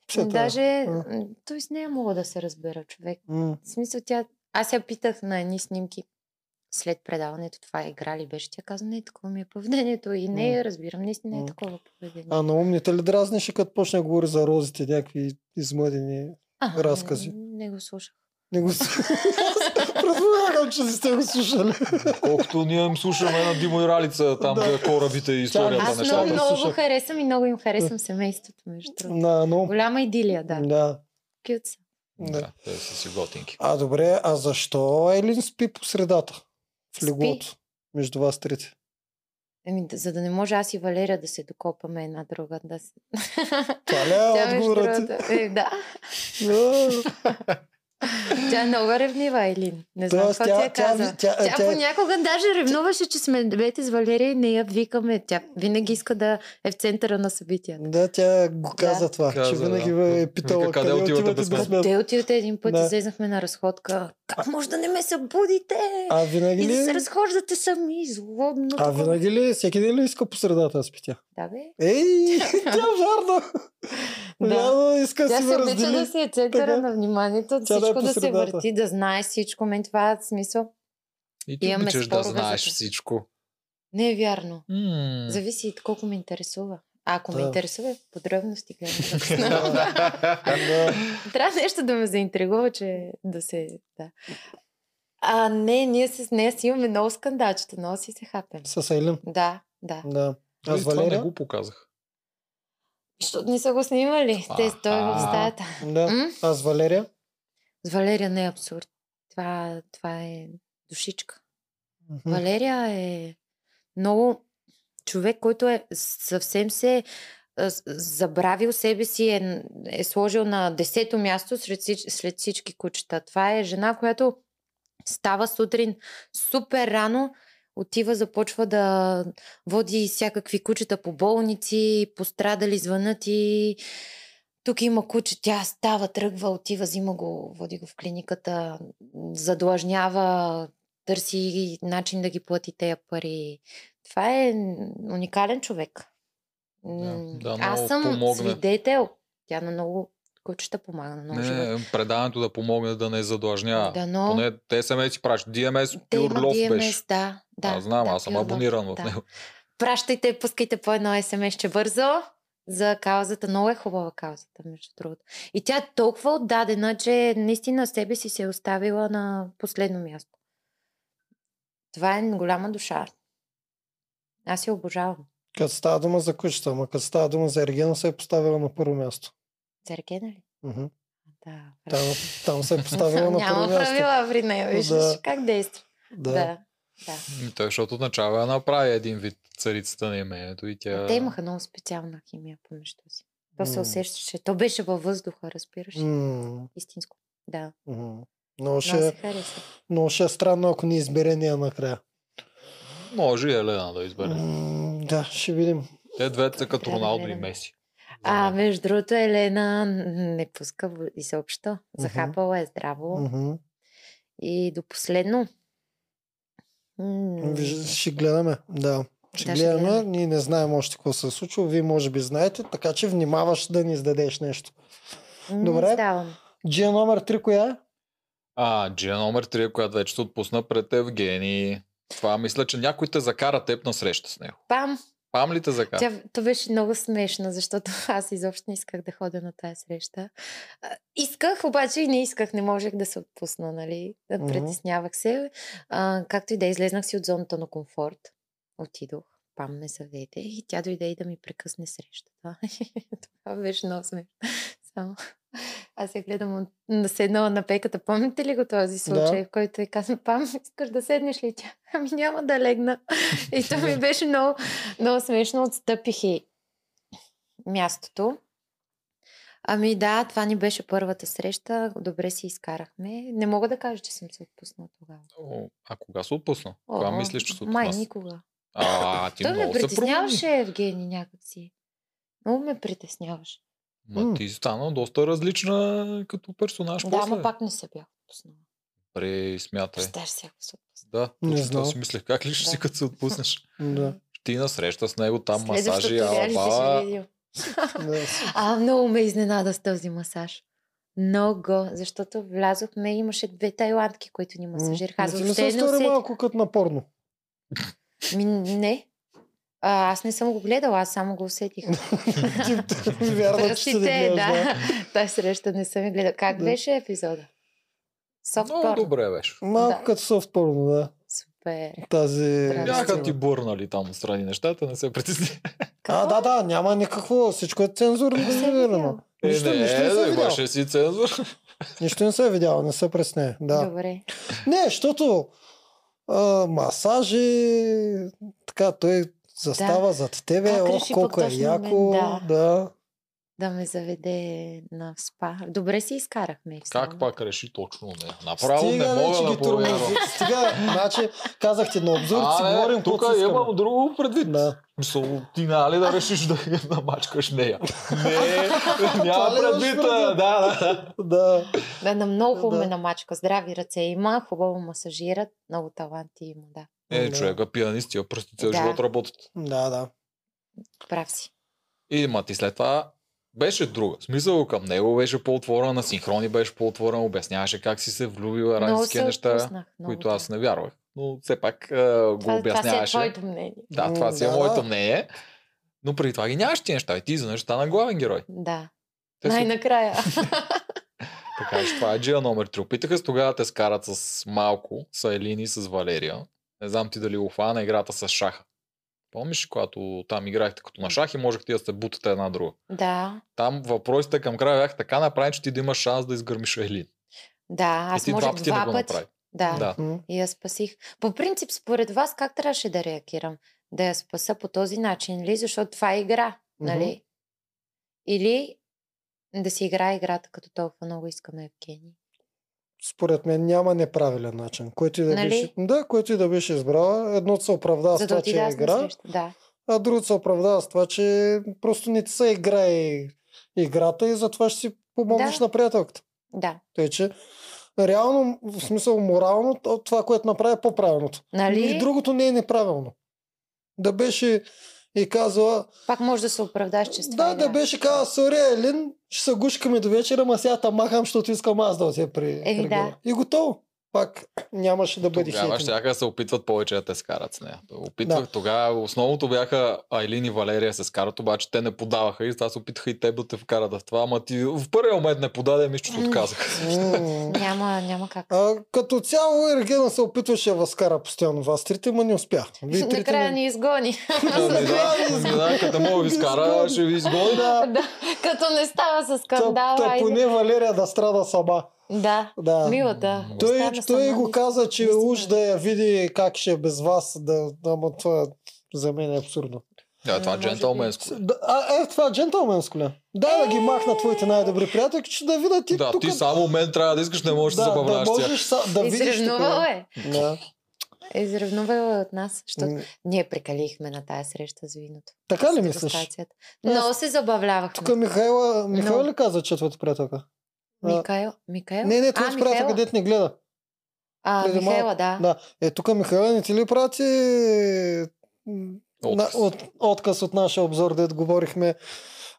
[SPEAKER 3] Все това е.
[SPEAKER 4] Даже,
[SPEAKER 3] А.
[SPEAKER 4] м, той с нея мога да се разбера човек.
[SPEAKER 3] М.
[SPEAKER 4] В смисъл тя... Аз я питах на едни снимки след предаването, това игра ли беше. Тя каза, не, такова ми е поведението. И не, разбирам, наистина
[SPEAKER 3] М.
[SPEAKER 4] е такова поведение.
[SPEAKER 3] А на умните ли дразнеше, като почне да говори за розите, някакви измъдени?
[SPEAKER 4] А,
[SPEAKER 3] разкази.
[SPEAKER 4] Не, не го слушах.
[SPEAKER 3] Не го с- [LAUGHS] Предполагам, че не сте го слушали.
[SPEAKER 2] Колкото ние им слушаме на Димо и Ралица, там
[SPEAKER 3] Да.
[SPEAKER 2] за корабите и
[SPEAKER 3] Да,
[SPEAKER 2] историята
[SPEAKER 4] Аз
[SPEAKER 3] да,
[SPEAKER 2] неща.
[SPEAKER 4] много,
[SPEAKER 3] да
[SPEAKER 4] много го
[SPEAKER 3] слушах.
[SPEAKER 4] харесвам и много им харесвам семейството, между другото.
[SPEAKER 3] На, но...
[SPEAKER 4] Голяма идилия, да.
[SPEAKER 3] Да.
[SPEAKER 4] Кют са.
[SPEAKER 2] Да, те са си готинки.
[SPEAKER 3] А добре, а защо Елин спи по средата? В
[SPEAKER 4] Спи.
[SPEAKER 3] леглото. Между вас трите.
[SPEAKER 4] Еми, да- за да не може аз и Валерия да се докопаме една друга. Да се...
[SPEAKER 3] Това ли е
[SPEAKER 4] между
[SPEAKER 3] отговорът?
[SPEAKER 4] другото- Е, да.
[SPEAKER 3] Да.
[SPEAKER 4] Тя е много ревнива, Елин. Не знам
[SPEAKER 3] Тоест,
[SPEAKER 4] какво ти
[SPEAKER 3] тя,
[SPEAKER 4] е
[SPEAKER 3] тя,
[SPEAKER 4] каза.
[SPEAKER 3] ви- тя,
[SPEAKER 4] Тя,
[SPEAKER 3] тя,
[SPEAKER 4] понякога даже ревнуваше, че сме двете с Валерия и не я викаме. Тя винаги иска да е в центъра на събитията.
[SPEAKER 3] да, тя го каза
[SPEAKER 4] Да.
[SPEAKER 3] това, че
[SPEAKER 2] Каза,
[SPEAKER 3] винаги
[SPEAKER 2] да.
[SPEAKER 3] ви е питала
[SPEAKER 2] Вика,
[SPEAKER 3] къде отивате без
[SPEAKER 2] мен?
[SPEAKER 3] мен.
[SPEAKER 4] Те отидете един път,
[SPEAKER 3] Да.
[SPEAKER 4] излезнахме на разходка. Как може да не ме събудите?
[SPEAKER 3] А винаги
[SPEAKER 4] И да се
[SPEAKER 3] ли,
[SPEAKER 4] разхождате сами, злобно.
[SPEAKER 3] а
[SPEAKER 4] такова.
[SPEAKER 3] винаги ли, всеки ден ли иска по средата да спи тя?
[SPEAKER 4] Да, бе. [LAUGHS]
[SPEAKER 3] Ей, тя вярно!
[SPEAKER 4] Да.
[SPEAKER 3] Вярно, иска да
[SPEAKER 4] Тя
[SPEAKER 3] си
[SPEAKER 4] се
[SPEAKER 3] ме
[SPEAKER 4] обича да
[SPEAKER 3] раздели.
[SPEAKER 4] си е центъра
[SPEAKER 3] Така.
[SPEAKER 4] на вниманието,
[SPEAKER 3] Тя да е
[SPEAKER 4] всичко
[SPEAKER 3] по
[SPEAKER 4] да се
[SPEAKER 3] средата.
[SPEAKER 4] върти, да знае всичко. Мен това е смисъл.
[SPEAKER 2] И ти
[SPEAKER 4] Имаме
[SPEAKER 2] обичаш да
[SPEAKER 4] спорове за
[SPEAKER 2] знаеш
[SPEAKER 4] това.
[SPEAKER 2] всичко.
[SPEAKER 4] Не е вярно.
[SPEAKER 2] М. [LAUGHS]
[SPEAKER 4] Зависи и колко ме интересува. А ако ме
[SPEAKER 3] Да.
[SPEAKER 4] интересува, е в подробности
[SPEAKER 3] [LAUGHS]
[SPEAKER 4] гледам.
[SPEAKER 2] Да.
[SPEAKER 3] Да.
[SPEAKER 4] Трябва нещо да ме заинтригува, че да се... Да. А, не, ние с нея си имаме много скандачета, много си се хапем.
[SPEAKER 3] С Елин.
[SPEAKER 4] Да, да.
[SPEAKER 3] Да. А
[SPEAKER 2] Аз Ами,
[SPEAKER 3] с
[SPEAKER 2] това не
[SPEAKER 3] Валерия?
[SPEAKER 2] го показах.
[SPEAKER 4] Защото не са го снимали. Те той е в
[SPEAKER 2] Аха.
[SPEAKER 4] стаята.
[SPEAKER 3] Да.
[SPEAKER 4] М?
[SPEAKER 3] А с Валерия?
[SPEAKER 4] С Валерия не е абсурд. Това, това е душичка.
[SPEAKER 3] Мгм.
[SPEAKER 4] Валерия е много човек, който е съвсем се а, с- забравил себе си, е, е сложил на десето място сред, всич- след всички кучета. Това е жена, която става сутрин супер рано, отива, започва да води всякакви кучета по болници, пострадали звънат и тук има куче, тя става, тръгва, отива, взима го, води го в клиниката, задлъжнява, търси начин да ги плати тези пари. Това е уникален човек. М,
[SPEAKER 2] да, много
[SPEAKER 4] Аз съм
[SPEAKER 2] помогна.
[SPEAKER 4] свидетел. Тя на много кучета помага, на много живота.
[SPEAKER 2] Не, предаването да помогне да не задлъжня.
[SPEAKER 4] Дано.
[SPEAKER 2] Поне те SMS си пращат. DMS
[SPEAKER 4] Те
[SPEAKER 2] Пюр
[SPEAKER 4] има
[SPEAKER 2] Лов беше.
[SPEAKER 4] DMS, да. да
[SPEAKER 2] Аз знам,
[SPEAKER 4] да,
[SPEAKER 2] аз съм
[SPEAKER 4] Pure Love,
[SPEAKER 2] абониран в
[SPEAKER 4] да.
[SPEAKER 2] него.
[SPEAKER 4] Пращайте, пускайте по едно смс-че бързо за каузата. Много е хубава каузата, между другото. И тя е толкова отдадена, че наистина себе си се е оставила на последно място. Това е голяма душа. Аз я обожавам.
[SPEAKER 3] Като става дума за кучета, ама като става дума за Ергена се е поставила на първо място.
[SPEAKER 4] Църкена ли?
[SPEAKER 3] Мгм.
[SPEAKER 4] нали? Да.
[SPEAKER 3] Там, там
[SPEAKER 4] [LAUGHS]
[SPEAKER 3] се е поставила на първо
[SPEAKER 4] Няма
[SPEAKER 3] място.
[SPEAKER 4] правила при нея, виждаш
[SPEAKER 3] Да.
[SPEAKER 4] как действа.
[SPEAKER 3] Да.
[SPEAKER 4] Да. е?
[SPEAKER 3] да.
[SPEAKER 4] да.
[SPEAKER 2] Ми, Ами Той, защото отначало я направи един вид царицата на имението и тя...
[SPEAKER 4] Те имаха много специална химия помежду си. То се
[SPEAKER 3] М.
[SPEAKER 4] усещаше. То беше във въздуха, разбираш. ли?
[SPEAKER 3] М,
[SPEAKER 4] Истинско. Да.
[SPEAKER 3] м. Но
[SPEAKER 4] Много се
[SPEAKER 3] ще,
[SPEAKER 4] хареса.
[SPEAKER 3] но ще е странно, ако не избере ние накрая.
[SPEAKER 2] Може и Елена да избере.
[SPEAKER 3] М, Да, ще видим.
[SPEAKER 2] Те двете са като
[SPEAKER 4] Трябва да
[SPEAKER 2] Роналдо и
[SPEAKER 4] гледаме.
[SPEAKER 2] Меси.
[SPEAKER 4] А, между другото, Елена не пуска в- изобщо.
[SPEAKER 3] Мгм.
[SPEAKER 4] Захапала е здраво.
[SPEAKER 3] Мгм.
[SPEAKER 4] И до последно. М,
[SPEAKER 3] Виж- Ще гледаме, да. Ще
[SPEAKER 4] Да, ще
[SPEAKER 3] гледаме.
[SPEAKER 4] гледаме.
[SPEAKER 3] Ние не знаем още какво се е случило. Вие може би знаете, така че внимаваш да ни издадеш нещо.
[SPEAKER 4] не
[SPEAKER 3] добре.
[SPEAKER 4] Ставам.
[SPEAKER 3] Джия номер 3 коя е?
[SPEAKER 2] А, Джия номер 3, която вече се отпусна пред Евгений. Това мисля, че някой те закара теб на среща с него.
[SPEAKER 4] Пам!
[SPEAKER 2] Пам ли те закара?
[SPEAKER 4] Тя, то беше много смешно, защото [LAUGHS] аз изобщо не исках да ходя на тази среща. А, Исках, обаче и не исках, не можех да се отпусна, нали? Да,
[SPEAKER 3] Мгм.
[SPEAKER 4] Притеснявах се. А, както и да е, излезнах си от зоната на комфорт. Отидох, пам ме заведе и тя дойде и да ми прекъсне срещата. [LAUGHS] Това беше много смешно. Само. Аз я гледам от- на седнала на пеката. Помните ли го този случай, в който й казвам, пам, искаш да седнеш ли тя? Ами няма да
[SPEAKER 2] [LAUGHS]
[SPEAKER 4] легна. И то ми беше много, много смешно. Отстъпих и мястото. Ами да, това ни беше първата среща. Добре си изкарахме. Не мога да кажа, че съм се отпуснала тогава.
[SPEAKER 2] О, А кога се отпусна?
[SPEAKER 4] О,
[SPEAKER 2] Кога
[SPEAKER 4] о,
[SPEAKER 2] мислиш, че се
[SPEAKER 4] Май
[SPEAKER 2] отпусна?
[SPEAKER 4] никога.
[SPEAKER 2] А, ти
[SPEAKER 4] Той ме
[SPEAKER 2] много се промени.
[SPEAKER 4] притесняваше, Евгений, някакси. Много ме притесняваше.
[SPEAKER 2] Ма ти стана доста различна като персонаж
[SPEAKER 4] Да,
[SPEAKER 2] после.
[SPEAKER 4] ама пак не се бях отпуснала.
[SPEAKER 2] Пре,
[SPEAKER 3] Е.
[SPEAKER 2] смятай.
[SPEAKER 4] Представяш си, ако се отпусна.
[SPEAKER 2] Да,
[SPEAKER 3] Не
[SPEAKER 2] точно това
[SPEAKER 3] знам.
[SPEAKER 2] си мислех. Как лиш си
[SPEAKER 4] Да.
[SPEAKER 2] като се отпуснеш?
[SPEAKER 4] [LAUGHS]
[SPEAKER 3] Да.
[SPEAKER 2] Ти на среща с него, там масажи,
[SPEAKER 4] Следващото реалити ще
[SPEAKER 2] алба.
[SPEAKER 4] видим.
[SPEAKER 3] да.
[SPEAKER 4] А, много ме изненада с този масаж. Много, защото влязохме и имаше две тайландки, които ни масажираха. Аз
[SPEAKER 3] М, Не
[SPEAKER 4] въобще
[SPEAKER 3] се
[SPEAKER 4] не
[SPEAKER 3] стори
[SPEAKER 4] усетих.
[SPEAKER 3] е малко като на
[SPEAKER 4] [LAUGHS]
[SPEAKER 3] порно.
[SPEAKER 4] Ми, не. А, аз не съм го гледала, аз само
[SPEAKER 3] [LAUGHS]
[SPEAKER 4] го усетих.
[SPEAKER 3] Вярно, че ще да
[SPEAKER 4] Пръстите,
[SPEAKER 3] гледаш.
[SPEAKER 4] [LAUGHS]
[SPEAKER 3] Да.
[SPEAKER 4] да. Та среща не съм я гледала. Как
[SPEAKER 3] Да.
[SPEAKER 4] беше епизода?
[SPEAKER 2] Много
[SPEAKER 4] Софтпор.
[SPEAKER 2] добре беше.
[SPEAKER 3] Малко
[SPEAKER 4] Да.
[SPEAKER 3] като софт порно, да.
[SPEAKER 4] Супер.
[SPEAKER 3] Тази...
[SPEAKER 4] Трябва да
[SPEAKER 2] Бяха
[SPEAKER 4] Наистина.
[SPEAKER 2] ти бърнали там отстрани нещата, не се притесни.
[SPEAKER 3] А, да, да, няма никакво. Всичко е цензурно
[SPEAKER 4] Не съм
[SPEAKER 3] регулирано.
[SPEAKER 4] видяла.
[SPEAKER 2] Е,
[SPEAKER 3] Нищо,
[SPEAKER 2] не,
[SPEAKER 3] нищо не
[SPEAKER 2] е,
[SPEAKER 3] се
[SPEAKER 2] да,
[SPEAKER 3] видял.
[SPEAKER 2] имаше си цензур.
[SPEAKER 3] Нищо не се е видяло, не се пресне. Да.
[SPEAKER 4] Добре.
[SPEAKER 3] Не, защото а, масажи, така, той застава зад тебе,
[SPEAKER 4] Как
[SPEAKER 3] ох,
[SPEAKER 4] реши
[SPEAKER 3] колко
[SPEAKER 4] пък
[SPEAKER 3] е
[SPEAKER 4] точно
[SPEAKER 3] яко.
[SPEAKER 4] мен,
[SPEAKER 3] да. да.
[SPEAKER 4] Да ме заведе на спа. Добре си изкарахме. все
[SPEAKER 2] Как
[SPEAKER 4] едно.
[SPEAKER 2] пак реши точно не? Направо
[SPEAKER 3] Стига,
[SPEAKER 2] не
[SPEAKER 3] вече
[SPEAKER 2] мога
[SPEAKER 3] ги
[SPEAKER 2] да повярвам.
[SPEAKER 3] тормози. Стига, значи, казах ти на обзор, си
[SPEAKER 2] А,
[SPEAKER 3] говорим,
[SPEAKER 2] не, тук
[SPEAKER 3] каквото си искаме.
[SPEAKER 2] имам друго предвид.
[SPEAKER 3] Да.
[SPEAKER 2] Мисъл, ти няма ли да решиш да [LAUGHS] я намачкаш
[SPEAKER 3] [LAUGHS]
[SPEAKER 2] нея? Не, няма
[SPEAKER 3] Това ли имаш
[SPEAKER 2] предвид.
[SPEAKER 3] предвид?
[SPEAKER 2] а, Да, да.
[SPEAKER 3] Да.
[SPEAKER 4] Да, на много хубаво ме
[SPEAKER 3] Да.
[SPEAKER 4] намачка. Здрави ръце има, хубаво масажират, много таланти има, да.
[SPEAKER 2] Е,
[SPEAKER 3] Да.
[SPEAKER 2] човека пианист, тия пръсти цял
[SPEAKER 4] Да.
[SPEAKER 2] живот работят.
[SPEAKER 3] Да, да.
[SPEAKER 4] Прав си.
[SPEAKER 2] И ма ти след това беше друга. В Смисъл към него беше по-отворен, на синхрони беше по-отворен, обясняваше как си се влюбила,
[SPEAKER 4] много
[SPEAKER 2] разни
[SPEAKER 4] се
[SPEAKER 2] такива неща,
[SPEAKER 4] отпуснах. Много,
[SPEAKER 2] които
[SPEAKER 4] да.
[SPEAKER 2] аз не вярвах. Но все пак а, го
[SPEAKER 4] това, това си е
[SPEAKER 2] обясняваше.
[SPEAKER 4] твоето мнение.
[SPEAKER 2] Да, това си е
[SPEAKER 3] Да, да.
[SPEAKER 2] моето мнение. Но преди това ги нямаш ти неща. И ти изведнъж стана главен герой.
[SPEAKER 4] Да.
[SPEAKER 2] Те са,
[SPEAKER 4] Най-накрая.
[SPEAKER 2] [LAUGHS] така че това е джия номер 3. Опитаха се тогава да те скарат с Малко, с Елини и с Валерия. Не знам ти дали го хвана играта с шаха. Помниш, ли, когато там играхте като на шах и можехте да се бутате една друга?
[SPEAKER 4] да.
[SPEAKER 2] Там въпросите към края бяха така направени, че ти да имаш шанс да изгърмиш Елин.
[SPEAKER 4] Да,
[SPEAKER 2] и
[SPEAKER 4] аз
[SPEAKER 2] Е, ти
[SPEAKER 4] може
[SPEAKER 2] два пъти да го
[SPEAKER 4] пъти.
[SPEAKER 2] направи.
[SPEAKER 4] Да.
[SPEAKER 2] Да.
[SPEAKER 3] М.
[SPEAKER 4] И я спасих. По принцип, според вас, как трябваше да реагирам? Да я спаса по този начин ли? Защото това е игра, нали?
[SPEAKER 3] Мгм.
[SPEAKER 4] Или да си играе играта, като толкова много искаме Евгений.
[SPEAKER 3] Според мен няма неправилен начин. Който и да,
[SPEAKER 4] Нали?
[SPEAKER 3] беше, да, който и да беше избрала, едното се оправдава
[SPEAKER 4] За
[SPEAKER 3] с
[SPEAKER 4] да
[SPEAKER 3] това, че
[SPEAKER 4] отида
[SPEAKER 3] е
[SPEAKER 4] аз на
[SPEAKER 3] игра,
[SPEAKER 4] среща. Да.
[SPEAKER 3] а другото се оправдава с това, че просто не ти се играе играта и затова ще си помогнеш
[SPEAKER 4] Да.
[SPEAKER 3] на приятелката.
[SPEAKER 4] Да.
[SPEAKER 3] Тъй, че реално, в смисъл морално, то- това, което направи е по-правилното.
[SPEAKER 4] Нали?
[SPEAKER 3] И другото не е неправилно. Да беше и казала,
[SPEAKER 4] Пак може да се оправдаш, че с това
[SPEAKER 3] да,
[SPEAKER 4] е
[SPEAKER 3] да
[SPEAKER 4] игра.
[SPEAKER 3] беше казала, сори Елин, ще се гушкаме до вечера, ма сега там махам, защото искам аз да отида при
[SPEAKER 4] Еми,
[SPEAKER 3] Кръгова».
[SPEAKER 4] Е, да.
[SPEAKER 3] И готово. Пак нямаше да бъде
[SPEAKER 2] Тогава
[SPEAKER 3] хейтинг.
[SPEAKER 2] ще да се опитват повече да те скарат с нея. Опитвах,
[SPEAKER 3] Да.
[SPEAKER 2] да. Тогава основното бяха Айлин и Валерия се скарат, обаче те не подаваха и затова се опитаха и те да те вкарат в това, ама ти в първия момент не подаде, мисля, че се отказах.
[SPEAKER 3] М.
[SPEAKER 4] Няма, няма как.
[SPEAKER 3] А, като цяло Ергена се опитваше да възкара постоянно вас трите, ма не успя. Вие трите
[SPEAKER 4] [LAUGHS] Накрая
[SPEAKER 3] [LAUGHS] не-
[SPEAKER 4] ни изгони.
[SPEAKER 2] Да, не да,
[SPEAKER 3] изгони.
[SPEAKER 2] не да, като мога ви скара, ще ви изгони.
[SPEAKER 3] Да,
[SPEAKER 4] [LAUGHS] да, като не става с скандал.
[SPEAKER 3] та, та
[SPEAKER 4] айде.
[SPEAKER 3] поне Валерия да страда сама.
[SPEAKER 4] Да,
[SPEAKER 3] Да.
[SPEAKER 4] милата.
[SPEAKER 3] Той, е-
[SPEAKER 4] остана
[SPEAKER 3] той
[SPEAKER 4] сама.
[SPEAKER 3] го каза, че
[SPEAKER 4] наистина.
[SPEAKER 3] уж да я види как ще е без вас, да, ама това за мен е абсурдно.
[SPEAKER 2] Да, това е
[SPEAKER 4] Може би.
[SPEAKER 2] джентълменско.
[SPEAKER 3] Да, а, е, това е джентълменско ли? Да, да ги махна твоите най-добри приятелки, че да видят ти
[SPEAKER 2] Да,
[SPEAKER 3] тук...
[SPEAKER 2] ти само мен трябва да искаш, не можеш да се
[SPEAKER 3] да, да
[SPEAKER 2] забавляваш с тях.
[SPEAKER 3] можеш са, да видиш тук.
[SPEAKER 4] Изревнувал е.
[SPEAKER 3] Да.
[SPEAKER 4] Изревнувал е от нас, защото
[SPEAKER 3] М,
[SPEAKER 4] ние прекалихме на тая среща с виното.
[SPEAKER 3] Така ли
[SPEAKER 4] С
[SPEAKER 3] мислиш?
[SPEAKER 4] дегустацията. Много се забавлявахме.
[SPEAKER 3] Тук Михайла, Михайла
[SPEAKER 4] Но-
[SPEAKER 3] ли каза четвърта е приятелка? А,
[SPEAKER 4] Микаел, Микаел?
[SPEAKER 3] Не, не,
[SPEAKER 4] а,
[SPEAKER 3] това е
[SPEAKER 4] Михаела.
[SPEAKER 3] приятелка, дет не гледа.
[SPEAKER 4] А,
[SPEAKER 3] Преди
[SPEAKER 4] Михайла,
[SPEAKER 3] малко-
[SPEAKER 4] да.
[SPEAKER 3] Да. Е, тук Михайла не ти ли прати м,
[SPEAKER 2] Отказ.
[SPEAKER 3] На, от, отказ от нашия обзор, дед говорихме.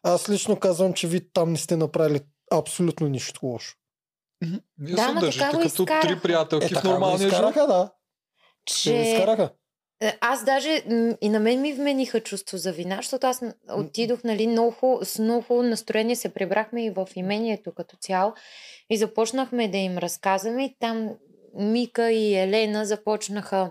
[SPEAKER 3] Аз лично казвам, че ви там не сте направили абсолютно нищо лошо.
[SPEAKER 2] Мгм. Вие
[SPEAKER 4] Да,
[SPEAKER 2] се
[SPEAKER 4] ама
[SPEAKER 2] държите
[SPEAKER 4] така го
[SPEAKER 2] като три
[SPEAKER 4] изкараха.
[SPEAKER 2] приятелки в
[SPEAKER 3] Е, го
[SPEAKER 2] нормалния живот.
[SPEAKER 3] изкараха, да. Те го
[SPEAKER 4] Че
[SPEAKER 3] изкараха.
[SPEAKER 4] Е, Аз даже м, и на мен ми вмениха чувство за вина, защото аз н- отидох, нали, много, хуб- с много хубаво настроение се прибрахме и в имението като цяло и започнахме да им разказваме и там Мика и Елена започнаха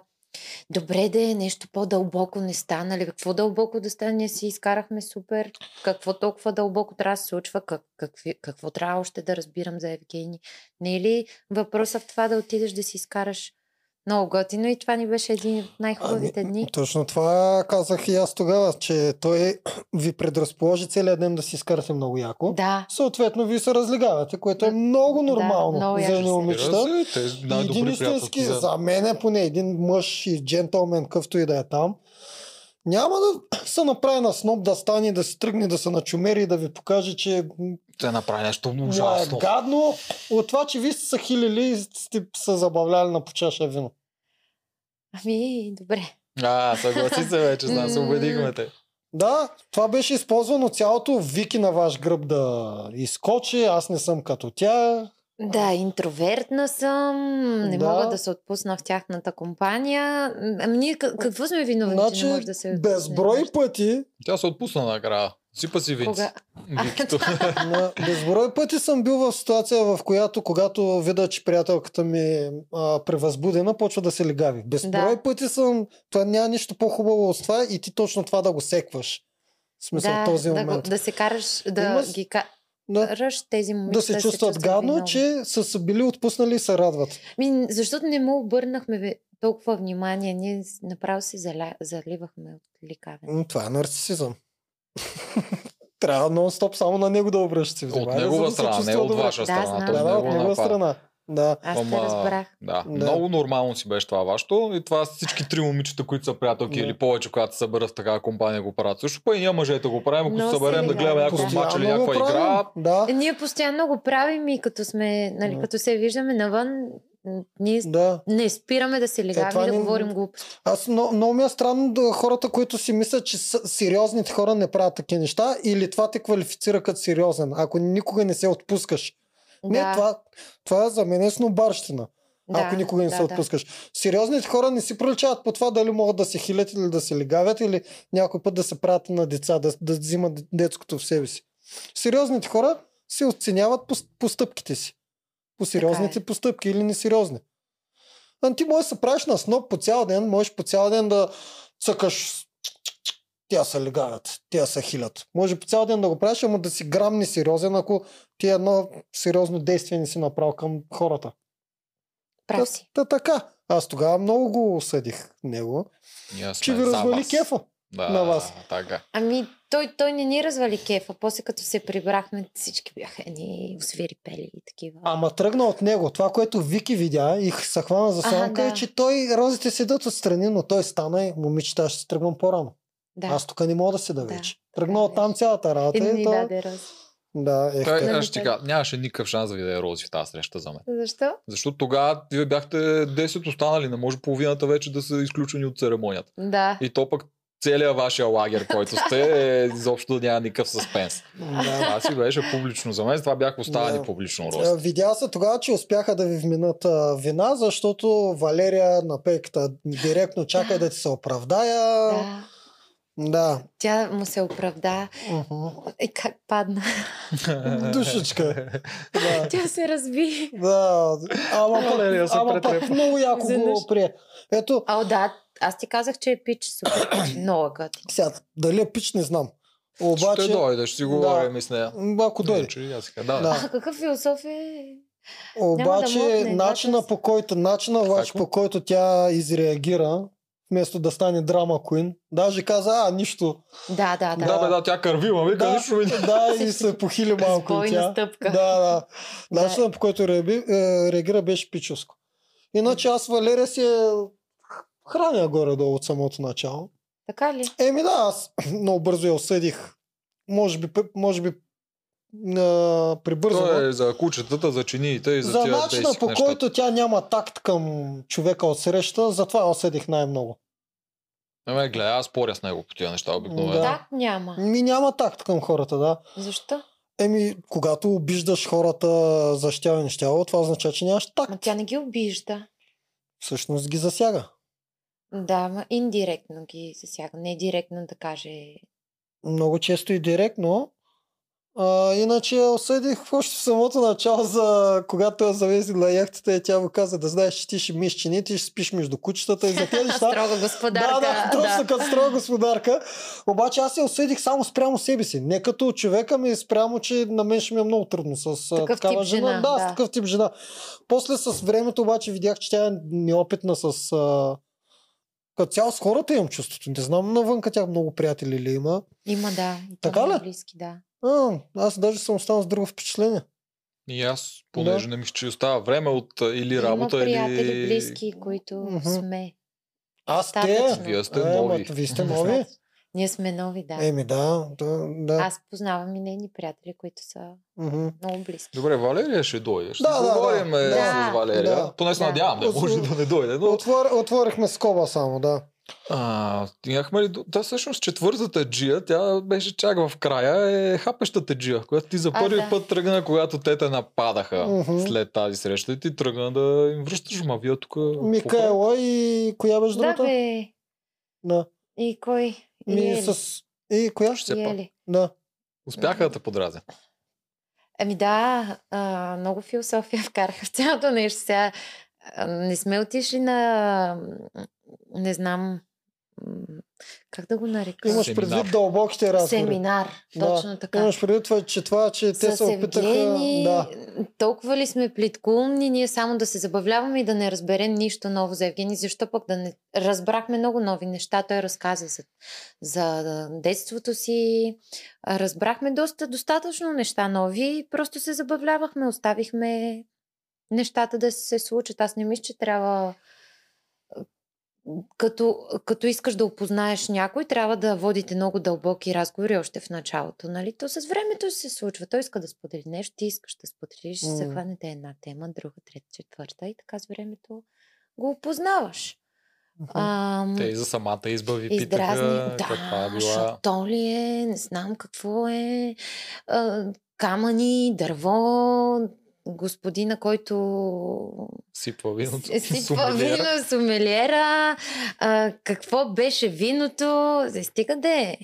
[SPEAKER 4] Добре да е, нещо по-дълбоко не стана ли? Какво дълбоко да стане? Ние си изкарахме супер. Какво толкова дълбоко трябва да се случва? Как, какви, какво трябва още да разбирам за Евгений? Не е ли въпросът в това да отидеш да си изкараш много готино и това ни беше един от най-хубавите дни.
[SPEAKER 3] Ами, Точно това казах и аз тогава, че той [CLEARS THROAT] ви предразположи целият ден да си изкарате много яко.
[SPEAKER 4] Да,
[SPEAKER 3] Съответно, вие се разлигавате, което е
[SPEAKER 4] Да,
[SPEAKER 3] много нормално
[SPEAKER 4] много
[SPEAKER 3] за
[SPEAKER 4] яко
[SPEAKER 3] едни
[SPEAKER 4] се.
[SPEAKER 3] момичета.
[SPEAKER 2] Разбира се, те
[SPEAKER 3] Ами, И
[SPEAKER 2] най-добри
[SPEAKER 3] един
[SPEAKER 2] приятелки
[SPEAKER 3] истински,
[SPEAKER 2] за-
[SPEAKER 3] за мен е поне един мъж и джентълмен, къвто и да е там, няма да се направи на сноп да стане, да си тръгне, да се начумери и да ви покаже, че м,
[SPEAKER 2] Те направи нещо
[SPEAKER 3] му
[SPEAKER 2] ужасно.
[SPEAKER 3] е гадно от това, че вие сте се хилили и сте се забавляли на почаша вино.
[SPEAKER 4] ами добре.
[SPEAKER 2] А, съгласи се вече, знам, се убедихме те.
[SPEAKER 3] Да, това беше използвано цялото вики на ваш гръб да изкочи, аз не съм като тя.
[SPEAKER 4] Да, интровертна съм, не
[SPEAKER 3] Да.
[SPEAKER 4] мога да се отпусна в тяхната компания. Ами ние к- какво сме виновни, че
[SPEAKER 3] Значи,
[SPEAKER 4] не може да се... отпуснем?
[SPEAKER 3] безброй пъти,
[SPEAKER 2] Тя се отпусна накрая. Сипа си винци. [LAUGHS]
[SPEAKER 4] Кога...
[SPEAKER 3] [LAUGHS]
[SPEAKER 2] Викито.
[SPEAKER 3] на безброй пъти съм бил в ситуация, в която когато видя, че приятелката ми е а, превъзбудена, почва да се легави. Безброй
[SPEAKER 4] Да.
[SPEAKER 3] пъти съм, това няма нищо по-хубаво от това и ти точно това да го секваш. В смисъл
[SPEAKER 4] да,
[SPEAKER 3] този
[SPEAKER 4] да, го,
[SPEAKER 3] момент.
[SPEAKER 4] да се караш, да
[SPEAKER 3] Има с-
[SPEAKER 4] ги караш
[SPEAKER 3] да,
[SPEAKER 4] тези момичета.
[SPEAKER 3] да се чувстват гадно,
[SPEAKER 4] виновни.
[SPEAKER 3] че са се били отпуснали и се радват.
[SPEAKER 4] Ми, защото не му обърнахме ве- толкова внимание, ние с- направо си заля... заливахме от ликавен.
[SPEAKER 3] М, Това е нарцисизъм. [LAUGHS] Трябва нон-стоп само на него да обръщате
[SPEAKER 2] От
[SPEAKER 3] внимание. за
[SPEAKER 2] негова
[SPEAKER 3] да се
[SPEAKER 2] страна, не
[SPEAKER 3] чувства
[SPEAKER 2] от
[SPEAKER 3] добре.
[SPEAKER 2] ваша
[SPEAKER 4] Да,
[SPEAKER 2] страна.
[SPEAKER 4] знам.
[SPEAKER 2] Той
[SPEAKER 3] Да, да,
[SPEAKER 2] не
[SPEAKER 3] от
[SPEAKER 2] го
[SPEAKER 3] негова
[SPEAKER 2] направи.
[SPEAKER 3] страна. Да.
[SPEAKER 4] Аз те
[SPEAKER 2] Ама,
[SPEAKER 4] разбрах.
[SPEAKER 2] Да.
[SPEAKER 3] Да.
[SPEAKER 2] много нормално си беше това вашето. И това всички три момичета, които са приятелки
[SPEAKER 3] Да.
[SPEAKER 2] или повече, когато се съберат в такава компания, го правят. Също па и ние мъжете го правим, ако
[SPEAKER 4] Но
[SPEAKER 2] се съберем
[SPEAKER 4] се
[SPEAKER 2] да гледаме
[SPEAKER 4] легаваме,
[SPEAKER 2] някакъв
[SPEAKER 4] да.
[SPEAKER 2] матч или
[SPEAKER 3] Постоянно го
[SPEAKER 2] някаква игра.
[SPEAKER 3] правим. Да,
[SPEAKER 4] Е, Ние постоянно го правим и като сме, нали,
[SPEAKER 3] Да.
[SPEAKER 4] като се виждаме навън, н- ние с-
[SPEAKER 3] да.
[SPEAKER 4] не спираме да се
[SPEAKER 3] Е, това
[SPEAKER 4] легаваме и да
[SPEAKER 3] ни-
[SPEAKER 4] говорим глупости.
[SPEAKER 3] Аз много, много ми е странно да, хората, които си мислят, че с- сериозните хора не правят такива неща или това те квалифицира като сериозен, ако никога не се отпускаш. Не,
[SPEAKER 4] да,
[SPEAKER 3] това, това за мен е снобарщина,
[SPEAKER 4] да,
[SPEAKER 3] ако никога не
[SPEAKER 4] да,
[SPEAKER 3] се
[SPEAKER 4] да.
[SPEAKER 3] отпускаш. Сериозните хора не си проличават по това дали могат да се хилят или да се легавят или някой път да се правят на деца, да, да взимат детското в себе си. Сериозните хора се оценяват по постъпките си. По сериозните
[SPEAKER 4] Така
[SPEAKER 3] е. постъпки или несериозни. А ти можеш да се правиш на сноп по цял ден, можеш по цял ден да цъкаш тя се легавят, тя се хилят. Може по цял ден да го правиш, ама да си грам несериозен, ако ти е едно сериозно действие не си направил към хората. Та,
[SPEAKER 4] Прав си.
[SPEAKER 3] та, така. Аз тогава много го осъдих него,
[SPEAKER 2] Ние сме
[SPEAKER 3] че ви
[SPEAKER 2] за
[SPEAKER 3] развали
[SPEAKER 2] вас.
[SPEAKER 3] кефа.
[SPEAKER 2] Да,
[SPEAKER 3] на вас.
[SPEAKER 2] Така.
[SPEAKER 4] Ами, той, той не ни развали кефа. После като се прибрахме, всички бяха едни освирипели и такива.
[SPEAKER 3] Ама тръгна от него. Това, което Вики видя и х- се хвана за
[SPEAKER 4] Аха,
[SPEAKER 3] самка
[SPEAKER 4] да.
[SPEAKER 3] е, че той розите седят отстрани, но той стана и момичета, аз ще си тръгвам по-рано.
[SPEAKER 4] да.
[SPEAKER 3] Аз тук не мога да седа
[SPEAKER 4] Да,
[SPEAKER 3] вече.
[SPEAKER 4] така
[SPEAKER 3] Тръгна от там
[SPEAKER 4] беше.
[SPEAKER 3] цялата работа.
[SPEAKER 4] и
[SPEAKER 3] И
[SPEAKER 4] ни
[SPEAKER 3] то...
[SPEAKER 4] даде роз.
[SPEAKER 3] Да, ех,
[SPEAKER 2] Той,
[SPEAKER 3] те-
[SPEAKER 4] Ами,
[SPEAKER 2] аз ще
[SPEAKER 4] той-
[SPEAKER 2] кажа, нямаше никакъв шанс да ви даде рози в тази среща за мен.
[SPEAKER 4] Защо?
[SPEAKER 2] Защото тогава вие бяхте 10 останали, не може половината вече да са изключени от церемонията.
[SPEAKER 4] Да.
[SPEAKER 2] И то пък целият вашия лагер, който сте, е, изобщо да няма никакъв съспенс.
[SPEAKER 3] да.
[SPEAKER 2] Това си беше публично за мен, затова бях останали
[SPEAKER 3] Да.
[SPEAKER 2] публично
[SPEAKER 3] Е,
[SPEAKER 2] рози.
[SPEAKER 3] Видя се тогава, че успяха да ви вменат а, вина, защото Валерия на пейката директно чакай да ти се оправдая.
[SPEAKER 4] да.
[SPEAKER 3] Да.
[SPEAKER 4] Тя му се оправда.
[SPEAKER 3] Мгм.
[SPEAKER 4] Е, как падна? [LAUGHS]
[SPEAKER 2] Е. [LAUGHS]
[SPEAKER 3] Душичка. Да.
[SPEAKER 4] Тя се разби.
[SPEAKER 3] Да, ама
[SPEAKER 2] Валерия
[SPEAKER 3] пък,
[SPEAKER 2] се
[SPEAKER 3] ама пък
[SPEAKER 2] претрепа.
[SPEAKER 3] много яко
[SPEAKER 4] Изведнъж.
[SPEAKER 3] го прие. Ето,
[SPEAKER 4] А, да. Аз ти казах, че е пич супер.
[SPEAKER 3] [CLEARS THROAT]
[SPEAKER 4] пич, Много гати.
[SPEAKER 3] сега, дали е пич, не знам.
[SPEAKER 2] Ще
[SPEAKER 3] Обаче,
[SPEAKER 2] дойде, ще си
[SPEAKER 3] Да.
[SPEAKER 2] говорим и с нея.
[SPEAKER 3] м, ако дойде.
[SPEAKER 2] Иначе, аз си кажа, Да, да.
[SPEAKER 3] Да.
[SPEAKER 4] А какъв философ е?
[SPEAKER 3] Обаче,
[SPEAKER 4] мокне, да,
[SPEAKER 3] начина
[SPEAKER 4] с-
[SPEAKER 3] по който, начина обаче,
[SPEAKER 2] Какво?
[SPEAKER 3] по който тя изреагира, вместо да стане драма Куин, даже каза, а, нищо.
[SPEAKER 4] Да, да, да.
[SPEAKER 2] Да, бе, да, тя кървила, вика,
[SPEAKER 3] Да.
[SPEAKER 2] нищо ми не-
[SPEAKER 3] Да, и се похили малко и
[SPEAKER 4] Бойна
[SPEAKER 3] тя.
[SPEAKER 4] стъпка.
[SPEAKER 3] Да, да. Начинът по който реаби, е, реагира беше пичовско. Иначе аз Валерия си е храня горе-долу от самото начало.
[SPEAKER 4] Така ли?
[SPEAKER 3] [CLEARS THROAT] Еми да, аз много бързо я осъдих. Може би, пъ- може би а, прибързано.
[SPEAKER 2] То е за кучетата, за чиниите и за,
[SPEAKER 3] за
[SPEAKER 2] тия
[SPEAKER 3] начина
[SPEAKER 2] basic
[SPEAKER 3] по
[SPEAKER 2] неща.
[SPEAKER 3] който тя няма такт към човека от среща, затова я осъдих най-много.
[SPEAKER 2] Ами, гледай, аз споря с него по тия неща обикновено.
[SPEAKER 3] Да.
[SPEAKER 4] Так няма.
[SPEAKER 3] Ми няма такт към хората, да.
[SPEAKER 4] Защо?
[SPEAKER 3] Еми, когато обиждаш хората за щяло и нещяло, това означава, че нямаш
[SPEAKER 4] Ма
[SPEAKER 3] такт.
[SPEAKER 4] тя не ги обижда.
[SPEAKER 3] Всъщност ги засяга.
[SPEAKER 4] Да, ма индиректно ги засяга. Не директно да каже.
[SPEAKER 3] Много често и директно. А, иначе я осъдих още в самото начало, за когато я завезли на яхтата и тя му каза да знаеш, че ти ще миш чините, ще спиш между кучетата и за тези неща.
[SPEAKER 4] Строга господарка.
[SPEAKER 3] Да, да, точно като строга господарка. Обаче аз я осъдих само спрямо себе си. Не като човека ми, спрямо, че на мен ще ми е много трудно с а,
[SPEAKER 4] Такъв
[SPEAKER 3] такава
[SPEAKER 4] тип
[SPEAKER 3] жена.
[SPEAKER 4] жена,
[SPEAKER 3] Да,
[SPEAKER 4] да.
[SPEAKER 3] с такъв тип жена. После с времето обаче видях, че тя е неопитна с... А... Като цяло с хората имам чувството. Не знам навънка тя много приятели ли има.
[SPEAKER 4] Има, да. И то
[SPEAKER 3] Така
[SPEAKER 4] много
[SPEAKER 3] ли?
[SPEAKER 4] Близки, да.
[SPEAKER 3] А, аз даже съм останал с друго впечатление.
[SPEAKER 2] И аз, понеже не мисля, че остава време от а, или работа,
[SPEAKER 4] Има приятели,
[SPEAKER 2] или...
[SPEAKER 4] близки, които
[SPEAKER 3] Мгм.
[SPEAKER 4] сме.
[SPEAKER 3] Аз те...
[SPEAKER 4] Достатъчно.
[SPEAKER 2] Вие сте
[SPEAKER 3] Е, ама
[SPEAKER 2] нови.
[SPEAKER 3] вие сте нови?
[SPEAKER 4] Ние сме нови, да.
[SPEAKER 3] Еми да, да, Е, да.
[SPEAKER 4] Аз познавам и нейни приятели, които са
[SPEAKER 3] Мгм.
[SPEAKER 4] много близки.
[SPEAKER 2] Добре, Валерия ще дойде. Ще
[SPEAKER 3] Да, да, да.
[SPEAKER 2] говорим е,
[SPEAKER 4] Да.
[SPEAKER 2] с Валерия.
[SPEAKER 3] Да.
[SPEAKER 2] Поне се
[SPEAKER 4] Да.
[SPEAKER 2] надявам, да, може да не дойде. Но...
[SPEAKER 3] Отвор, отворихме скоба само, да.
[SPEAKER 2] А, имахме ли... до- Да, всъщност четвъртата джия, тя беше чак в края, е хапещата джия, която ти за
[SPEAKER 4] А,
[SPEAKER 2] първи
[SPEAKER 4] да.
[SPEAKER 2] път тръгна, когато те те нападаха
[SPEAKER 3] Мгм.
[SPEAKER 2] след тази среща и ти тръгна да им връщаш, ма вие тук...
[SPEAKER 3] Микаела и коя беше
[SPEAKER 4] Да,
[SPEAKER 3] другата?
[SPEAKER 4] бе.
[SPEAKER 3] Да.
[SPEAKER 4] И кой? е И
[SPEAKER 3] Ми
[SPEAKER 4] Ели.
[SPEAKER 3] с... И коя ще?
[SPEAKER 2] Все
[SPEAKER 4] И
[SPEAKER 2] пак.
[SPEAKER 4] Ели.
[SPEAKER 3] Да.
[SPEAKER 2] Успяха да те подразят.
[SPEAKER 4] Ами да, а, много философия вкараха в цялото нещо. Сега а, не сме отишли на... м, Не знам... м, Как да го нарека?
[SPEAKER 3] Имаш
[SPEAKER 2] Семинар.
[SPEAKER 3] предвид дълбоките разговори.
[SPEAKER 4] Семинар.
[SPEAKER 3] Да,
[SPEAKER 4] Точно така.
[SPEAKER 3] Имаш предвид това, че това, че те
[SPEAKER 4] С
[SPEAKER 3] се опитаха...
[SPEAKER 4] Евгений,
[SPEAKER 3] Да.
[SPEAKER 4] толкова ли сме плиткоумни, ние само да се забавляваме и да не разберем нищо ново за Евгений, защо пък да не... Разбрахме много нови неща, той разказа за, за детството си, разбрахме доста, достатъчно неща нови, просто се забавлявахме, оставихме нещата да се случат. Аз не мисля, че трябва като, като искаш да опознаеш някой, трябва да водите много дълбоки разговори още в началото. Нали? То с времето се случва. Той иска да сподели нещо, ти искаш да споделиш, mm. се
[SPEAKER 3] М.
[SPEAKER 4] хванете една тема, друга, трета, четвърта и така с времето го опознаваш. Ам,
[SPEAKER 2] Те и за самата избави
[SPEAKER 4] Издразни.
[SPEAKER 2] питаха
[SPEAKER 4] Ами, Да,
[SPEAKER 2] каква е била.
[SPEAKER 4] шато ли е, не знам какво е. А, камъни, дърво, господина, който
[SPEAKER 2] Сипва виното. е
[SPEAKER 4] с- сипва
[SPEAKER 2] сумелиера.
[SPEAKER 4] Е, вино, е сумелиера. А, какво беше виното? За Стига да е.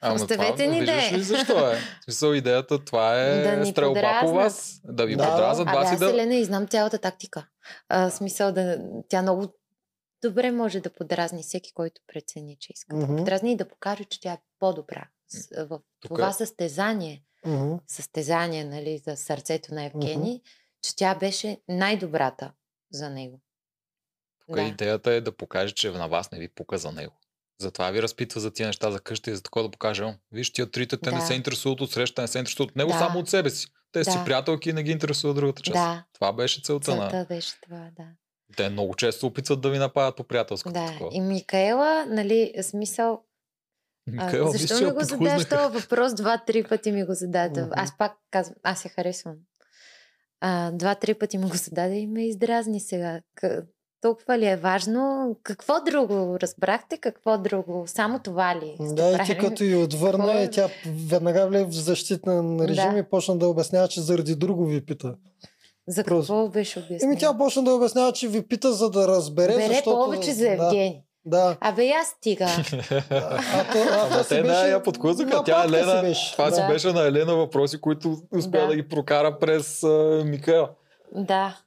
[SPEAKER 2] Ама
[SPEAKER 4] Оставете
[SPEAKER 2] това,
[SPEAKER 4] ни да е.
[SPEAKER 2] виждаш ли защо е? В смисъл идеята, това е
[SPEAKER 4] Да ни
[SPEAKER 2] стрелба по
[SPEAKER 4] подразнат.
[SPEAKER 2] вас. Да ви
[SPEAKER 3] Да.
[SPEAKER 2] подразнат
[SPEAKER 4] Абе,
[SPEAKER 2] вас и
[SPEAKER 4] аз
[SPEAKER 2] да...
[SPEAKER 4] Елена и знам цялата тактика. А, в смисъл да... Тя много добре може да подразни всеки, който прецени, че иска.
[SPEAKER 3] Мгм.
[SPEAKER 4] Подразни и да покаже, че тя е по-добра. С- В
[SPEAKER 2] Тук
[SPEAKER 4] това
[SPEAKER 2] е.
[SPEAKER 4] състезание
[SPEAKER 3] Мгм.
[SPEAKER 4] състезание нали, за сърцето на Евгений, че тя беше най-добрата за него.
[SPEAKER 2] Тук идеята е да покаже, че на вас не ви пука за него. Затова ви разпитва за тия неща за къща и за такова да покаже. «О, Виж, тия трите, те не
[SPEAKER 4] Да.
[SPEAKER 2] се интересуват от среща, не се интересуват от него,
[SPEAKER 4] Да.
[SPEAKER 2] само от себе си. Те са си
[SPEAKER 4] Да.
[SPEAKER 2] приятелки и не ги интересуват другата част.
[SPEAKER 4] да,
[SPEAKER 2] Това беше целта на...
[SPEAKER 4] целта беше това, да.
[SPEAKER 2] Те много често опитват да ви нападат по приятелското
[SPEAKER 4] да.
[SPEAKER 2] такова.
[SPEAKER 4] И Микаела, нали, смисъл, а,
[SPEAKER 2] Микаела, виж, че
[SPEAKER 4] защо ми
[SPEAKER 2] я
[SPEAKER 4] го задаш
[SPEAKER 2] подхлъзнаха.
[SPEAKER 4] този въпрос? Два-три пъти ми го зададе.
[SPEAKER 3] Мгм.
[SPEAKER 4] Аз пак казвам, аз я харесвам. А, два-три пъти ми го зададе и ме издразни сега. К- толкова ли е важно? Какво друго разбрахте? Какво друго? Само това ли? сте
[SPEAKER 3] Да, и ти
[SPEAKER 4] правили?
[SPEAKER 3] като и отвърна,
[SPEAKER 4] Кой е?
[SPEAKER 3] и тя веднага вле в защитен режим
[SPEAKER 4] Да.
[SPEAKER 3] и почна да обяснява, че заради друго ви пита.
[SPEAKER 4] За
[SPEAKER 3] просто.
[SPEAKER 4] какво беше обяснено?
[SPEAKER 3] Еми тя почна да обяснява, че ви пита, за да разбере,
[SPEAKER 4] Бере
[SPEAKER 3] защото...
[SPEAKER 4] повече за Евгени.
[SPEAKER 3] Да, да.
[SPEAKER 4] Да. Абе, я стига.
[SPEAKER 3] А, а, то- а, то
[SPEAKER 2] Ама
[SPEAKER 3] си
[SPEAKER 2] те да
[SPEAKER 3] беше-
[SPEAKER 2] я подхлъзнаха. Тя
[SPEAKER 3] нападка си
[SPEAKER 2] Елена, [LAUGHS]
[SPEAKER 3] беше.
[SPEAKER 2] това си
[SPEAKER 4] Да.
[SPEAKER 2] беше на Елена въпроси, които успя да,
[SPEAKER 4] Да.
[SPEAKER 2] ги прокара през а, Микаела.
[SPEAKER 4] да,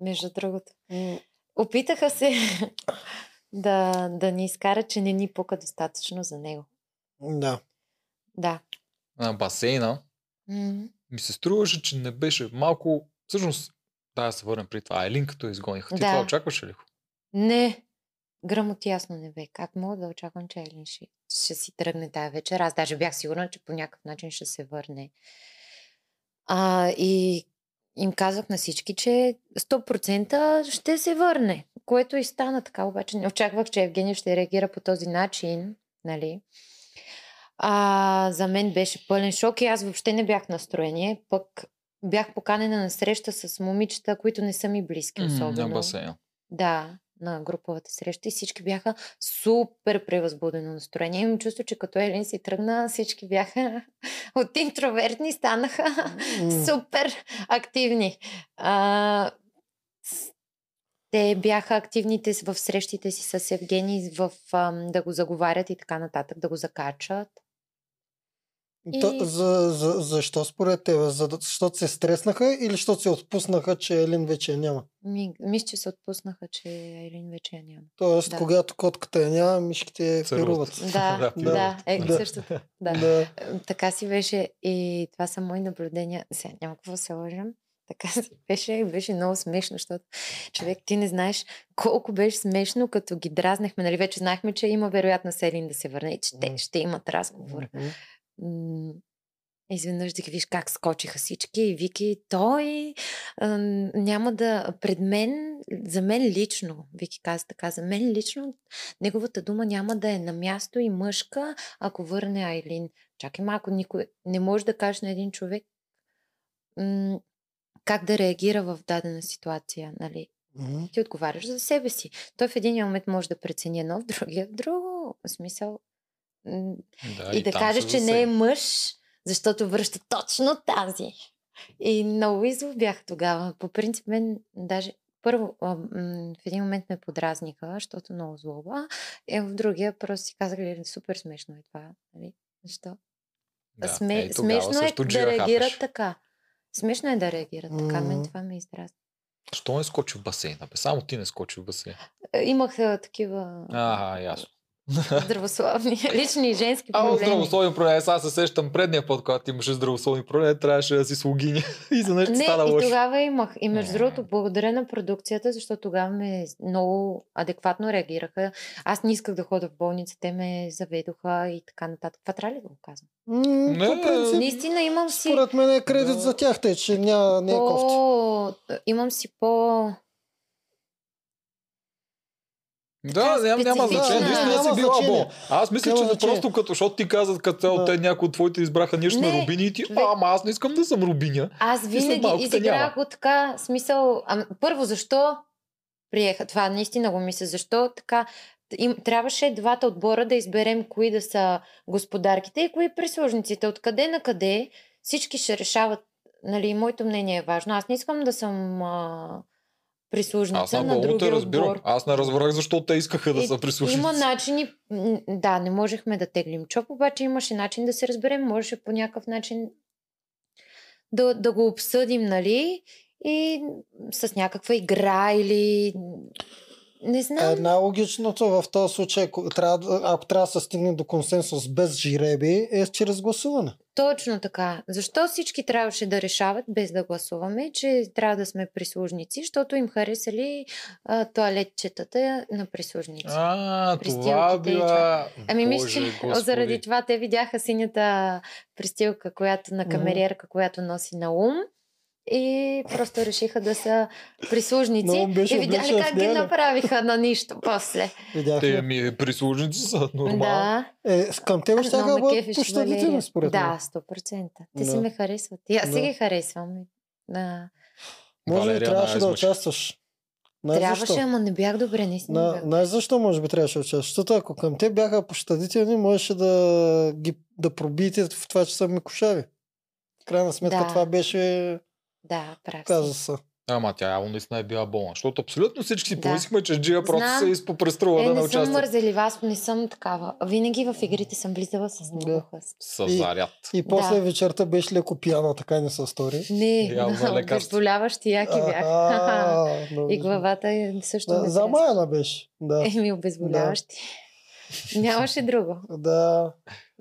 [SPEAKER 4] между другото.
[SPEAKER 3] М,
[SPEAKER 4] Опитаха се [LAUGHS] да, да ни изкара, че не ни пука достатъчно за него.
[SPEAKER 3] Да.
[SPEAKER 4] Да.
[SPEAKER 2] На басейна
[SPEAKER 4] М,
[SPEAKER 2] ми се струваше, че не беше малко... Всъщност, да, да се върнем при това. Елин, като я изгониха. Ти
[SPEAKER 4] Да.
[SPEAKER 2] това очакваше ли? го?
[SPEAKER 4] Не. Гръмот ясно не бе. Как мога да очаквам, че Елин ще, ще си тръгне тази вечер? Аз даже бях сигурна, че по някакъв начин ще се върне. А, и им казах на всички, че 100% ще се върне. Което и стана така, обаче не очаквах, че Евгений ще реагира по този начин. Нали? А, за мен беше пълен шок и аз въобще не бях в настроение. Пък бях поканена на среща с момичета, които не са ми близки
[SPEAKER 2] М, На
[SPEAKER 4] особено.
[SPEAKER 2] басейна.
[SPEAKER 4] Да, на груповата среща и всички бяха супер превъзбудено настроение. Имам чувство, че като Елин си тръгна, всички бяха [LAUGHS] от интровертни, станаха [LAUGHS]
[SPEAKER 3] М.
[SPEAKER 4] [LAUGHS] супер активни. А, с- те бяха активните с- в срещите си с Евгений, в, ам, да го заговарят и така нататък, да го закачат.
[SPEAKER 3] Та,
[SPEAKER 4] И-
[SPEAKER 3] за, за, защо според тебе? За, да- защото се стреснаха или защото се отпуснаха, че Елин вече я няма?
[SPEAKER 4] Ми, мисля, че се отпуснаха, че Елин вече я
[SPEAKER 3] [LAUGHS]
[SPEAKER 4] няма.
[SPEAKER 3] Тоест, да.
[SPEAKER 4] Да.
[SPEAKER 3] когато котката я няма, мишките
[SPEAKER 2] Царуват.
[SPEAKER 3] пируват.
[SPEAKER 4] Да,
[SPEAKER 2] Да,
[SPEAKER 4] да, да, е,
[SPEAKER 3] да.
[SPEAKER 4] същото. Да.
[SPEAKER 3] Да.
[SPEAKER 4] Така си беше и това са мои наблюдения. Сега няма какво да се лъжам. Така си [LAUGHS] беше и беше много смешно, защото човек, ти не знаеш колко беше смешно, като ги дразнахме. Нали, вече знаехме, че има вероятно Селин да се върне и че те
[SPEAKER 3] Мгм.
[SPEAKER 4] ще имат разговор.
[SPEAKER 3] Мгм.
[SPEAKER 4] М, Изведнъж да ги виж как скочиха всички и вики, той а, няма да, пред мен, за мен лично, Вики каза така, за мен лично, неговата дума няма да е на място и мъжка, ако върне Айлин. Чакай малко, никой не може да кажеш на един човек м- как да реагира в дадена ситуация, нали?
[SPEAKER 3] Мгм.
[SPEAKER 4] Ти отговаряш за себе си. Той в един момент може да прецени едно, в другия в друго. В смисъл, м,
[SPEAKER 2] Да,
[SPEAKER 4] и, да
[SPEAKER 2] там
[SPEAKER 4] кажеш,
[SPEAKER 2] се
[SPEAKER 4] че не е
[SPEAKER 2] засега.
[SPEAKER 4] мъж, защото връща точно тази. И много изло бях тогава. По принцип, мен даже първо а, м, в един момент ме подразниха, защото много злоба. Е, в другия просто си казах, «Леле, супер смешно е това. Нали? Защо?
[SPEAKER 2] Да,
[SPEAKER 4] Сме,
[SPEAKER 2] е, тогава
[SPEAKER 4] смешно е
[SPEAKER 2] също
[SPEAKER 4] да
[SPEAKER 2] джира хапаш.
[SPEAKER 4] реагират така. Смешно е да реагират така. Мен
[SPEAKER 3] Мгм.
[SPEAKER 4] това ме издразни.
[SPEAKER 2] Що не скочи в басейна? Бе? Само ти не скочи в басейна.
[SPEAKER 4] Е, Имах а, такива
[SPEAKER 2] Ага, ясно.
[SPEAKER 4] здравословни, [LAUGHS] лични и женски
[SPEAKER 2] А, от
[SPEAKER 4] проблеми.
[SPEAKER 2] здравословни проблеми. Сега се сещам предния път, когато имаше здравословни проблеми, трябваше да си слугиня. [LAUGHS] и за нещо
[SPEAKER 4] Не,
[SPEAKER 2] стана
[SPEAKER 4] и
[SPEAKER 2] лошо.
[SPEAKER 4] тогава имах. И между
[SPEAKER 2] М.
[SPEAKER 4] другото, благодаря на продукцията, защото тогава ме много адекватно реагираха. Аз не исках да ходя в болница, те ме заведоха и така нататък. Това трябва ли да го казвам?
[SPEAKER 3] М,
[SPEAKER 2] Не,
[SPEAKER 3] по принцип,
[SPEAKER 4] Наистина имам си...
[SPEAKER 3] Според мен е кредит
[SPEAKER 2] Да.
[SPEAKER 3] за тях, те, че няма, не е кофти.
[SPEAKER 4] по... Имам си по...
[SPEAKER 2] Да,
[SPEAKER 4] Така,
[SPEAKER 2] няма, няма
[SPEAKER 4] специфична-
[SPEAKER 2] значение. Наистина
[SPEAKER 3] Няма
[SPEAKER 2] си била
[SPEAKER 3] значение.
[SPEAKER 2] бо. Аз мисля,
[SPEAKER 3] Няма
[SPEAKER 2] че
[SPEAKER 3] значение.
[SPEAKER 2] просто като, защото ти каза, като цяло
[SPEAKER 3] Да.
[SPEAKER 2] те някои от твоите избраха ние сме
[SPEAKER 4] Не,
[SPEAKER 2] рубини и ти,
[SPEAKER 4] човек.
[SPEAKER 2] ама аз не искам да съм рубиня.
[SPEAKER 4] Аз
[SPEAKER 2] след
[SPEAKER 4] винаги
[SPEAKER 2] малко те няма.
[SPEAKER 4] изиграх го така, смисъл... А, първо, защо приеха? Това наистина го мисля. Защо така... Им, трябваше двата отбора да изберем кои да са господарките и кои прислужниците. Откъде на къде всички ще решават. Нали, моето мнение е важно. Аз не искам да съм а, прислужница
[SPEAKER 2] Аз само
[SPEAKER 4] на
[SPEAKER 2] много те
[SPEAKER 4] другия
[SPEAKER 2] разбирам.
[SPEAKER 4] отбор.
[SPEAKER 2] Аз не разбрах защо те искаха да
[SPEAKER 4] И-
[SPEAKER 2] са прислушници.
[SPEAKER 4] Има начини. м, Да, не можехме да теглим чоп, обаче имаше начин да се разберем. Можеше по някакъв начин да, да го обсъдим, нали? И с някаква игра или. Не знам.
[SPEAKER 3] Най-логичното в този случай, ако трябва, да- ако трябва да се стигне до консенсус без жиреби, е чрез гласуване.
[SPEAKER 4] Точно така. Защо всички трябваше да решават, без да гласуваме, че трябва да сме прислужници, защото им харесали а, туалетчетата на прислужници.
[SPEAKER 2] А, това
[SPEAKER 4] Пристилките и
[SPEAKER 2] била...
[SPEAKER 4] Ами мисля, [LAUGHS]
[SPEAKER 2] Боже,
[SPEAKER 4] че
[SPEAKER 2] Господи.
[SPEAKER 4] заради това те видяха синята пристилка, която на
[SPEAKER 3] Мгм.
[SPEAKER 4] камериерка, която носи на ум. И просто решиха да са
[SPEAKER 3] На
[SPEAKER 4] прислужници.
[SPEAKER 3] ум беше
[SPEAKER 4] и видяли
[SPEAKER 3] облечена в
[SPEAKER 4] как ги
[SPEAKER 3] нея ли?
[SPEAKER 4] направиха на нищо после.
[SPEAKER 2] Те
[SPEAKER 3] Видяхме.
[SPEAKER 2] ми прислужници са нормално.
[SPEAKER 4] Да.
[SPEAKER 3] Е, с- към тебе ще
[SPEAKER 4] Много
[SPEAKER 3] тяха
[SPEAKER 4] ме
[SPEAKER 3] бъдат
[SPEAKER 4] кефиш,
[SPEAKER 3] пощадителни,
[SPEAKER 4] Валерия.
[SPEAKER 3] според мен.
[SPEAKER 4] Да, 100%. Те си
[SPEAKER 3] Да.
[SPEAKER 4] ме харесват. И аз си
[SPEAKER 3] Да.
[SPEAKER 4] ги харесвам. Да.
[SPEAKER 3] Може би
[SPEAKER 2] Валерия е
[SPEAKER 3] трябваше да
[SPEAKER 2] най-измъчена.
[SPEAKER 3] участваш. Знаеш
[SPEAKER 4] Трябваше,
[SPEAKER 3] защо?
[SPEAKER 4] ама не бях добре, наистина. не
[SPEAKER 3] На,
[SPEAKER 4] бях.
[SPEAKER 3] знаеш защо може би трябваше да участваш? Защото ако към те бяха пощадителни, можеше да, ги, да пробиете в това, че са микошави. В крайна сметка
[SPEAKER 4] Да.
[SPEAKER 3] това беше
[SPEAKER 4] Да, прав си.
[SPEAKER 3] казуса.
[SPEAKER 2] Ама тя явно наистина е била болна, защото абсолютно всички си
[SPEAKER 4] Да.
[SPEAKER 2] помислихме, че Джия просто
[SPEAKER 4] Знам.
[SPEAKER 2] се изпопреструва
[SPEAKER 4] Е,
[SPEAKER 2] да не
[SPEAKER 4] не съм
[SPEAKER 2] участва.
[SPEAKER 4] мързелива, аз не съм такава. Винаги в игрите съм влизала с
[SPEAKER 3] Да.
[SPEAKER 4] много хъс.
[SPEAKER 2] С
[SPEAKER 3] И-
[SPEAKER 2] заряд.
[SPEAKER 3] И после
[SPEAKER 4] Да.
[SPEAKER 3] вечерта беше леко пияна, така не се стори.
[SPEAKER 4] Не, [LAUGHS]
[SPEAKER 2] Явно е лекарство.
[SPEAKER 4] безболяващи яки бях.
[SPEAKER 3] Аха, много
[SPEAKER 4] [LAUGHS] И
[SPEAKER 3] добре.
[SPEAKER 4] главата е също
[SPEAKER 3] Да,
[SPEAKER 4] ме тресе.
[SPEAKER 3] Замаяна беше. Да.
[SPEAKER 4] Еми, обезболяващи. Нямаше друго.
[SPEAKER 3] Да,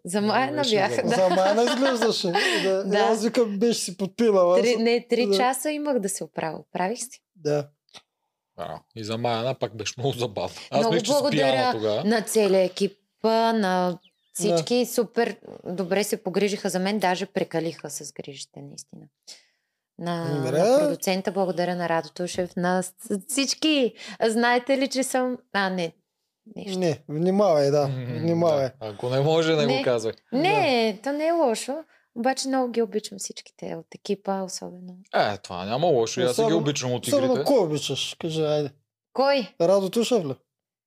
[SPEAKER 4] Замаяна
[SPEAKER 2] Ами, Беше
[SPEAKER 4] бях.
[SPEAKER 2] забавно.
[SPEAKER 4] Да.
[SPEAKER 3] замаяна
[SPEAKER 4] [LAUGHS]
[SPEAKER 3] изглеждаше. Да.
[SPEAKER 4] Да.
[SPEAKER 3] И Аз викам, беше си подпила.
[SPEAKER 4] Три, не, три
[SPEAKER 3] Да.
[SPEAKER 4] часа имах да се оправя. Оправих си.
[SPEAKER 3] Да.
[SPEAKER 2] А, и за Майана пак беше много забавно. Аз
[SPEAKER 4] Много
[SPEAKER 2] мисля, че с пиана
[SPEAKER 4] благодаря
[SPEAKER 2] тогава.
[SPEAKER 4] На целия екип, на всички супер добре се погрижиха за мен, даже прекалиха с грижите, наистина. На, на
[SPEAKER 3] Добре.
[SPEAKER 4] продуцента, благодаря на Радо Тушев, на с- всички. Знаете ли, че съм... А, не, нещо.
[SPEAKER 3] Не, внимавай, да.
[SPEAKER 2] М,
[SPEAKER 3] Внимавай.
[SPEAKER 2] да. Ако не може, не, го
[SPEAKER 4] Не.
[SPEAKER 2] казвай.
[SPEAKER 4] Не, то не е лошо. Обаче много ги обичам всичките от екипа, особено.
[SPEAKER 2] Е, това няма лошо. и Аз си ги
[SPEAKER 3] Особено-
[SPEAKER 2] обичам от
[SPEAKER 3] Особено
[SPEAKER 2] игрите.
[SPEAKER 3] кой обичаш? Кажи, айде.
[SPEAKER 4] Кой?
[SPEAKER 3] Радо Тушев ли?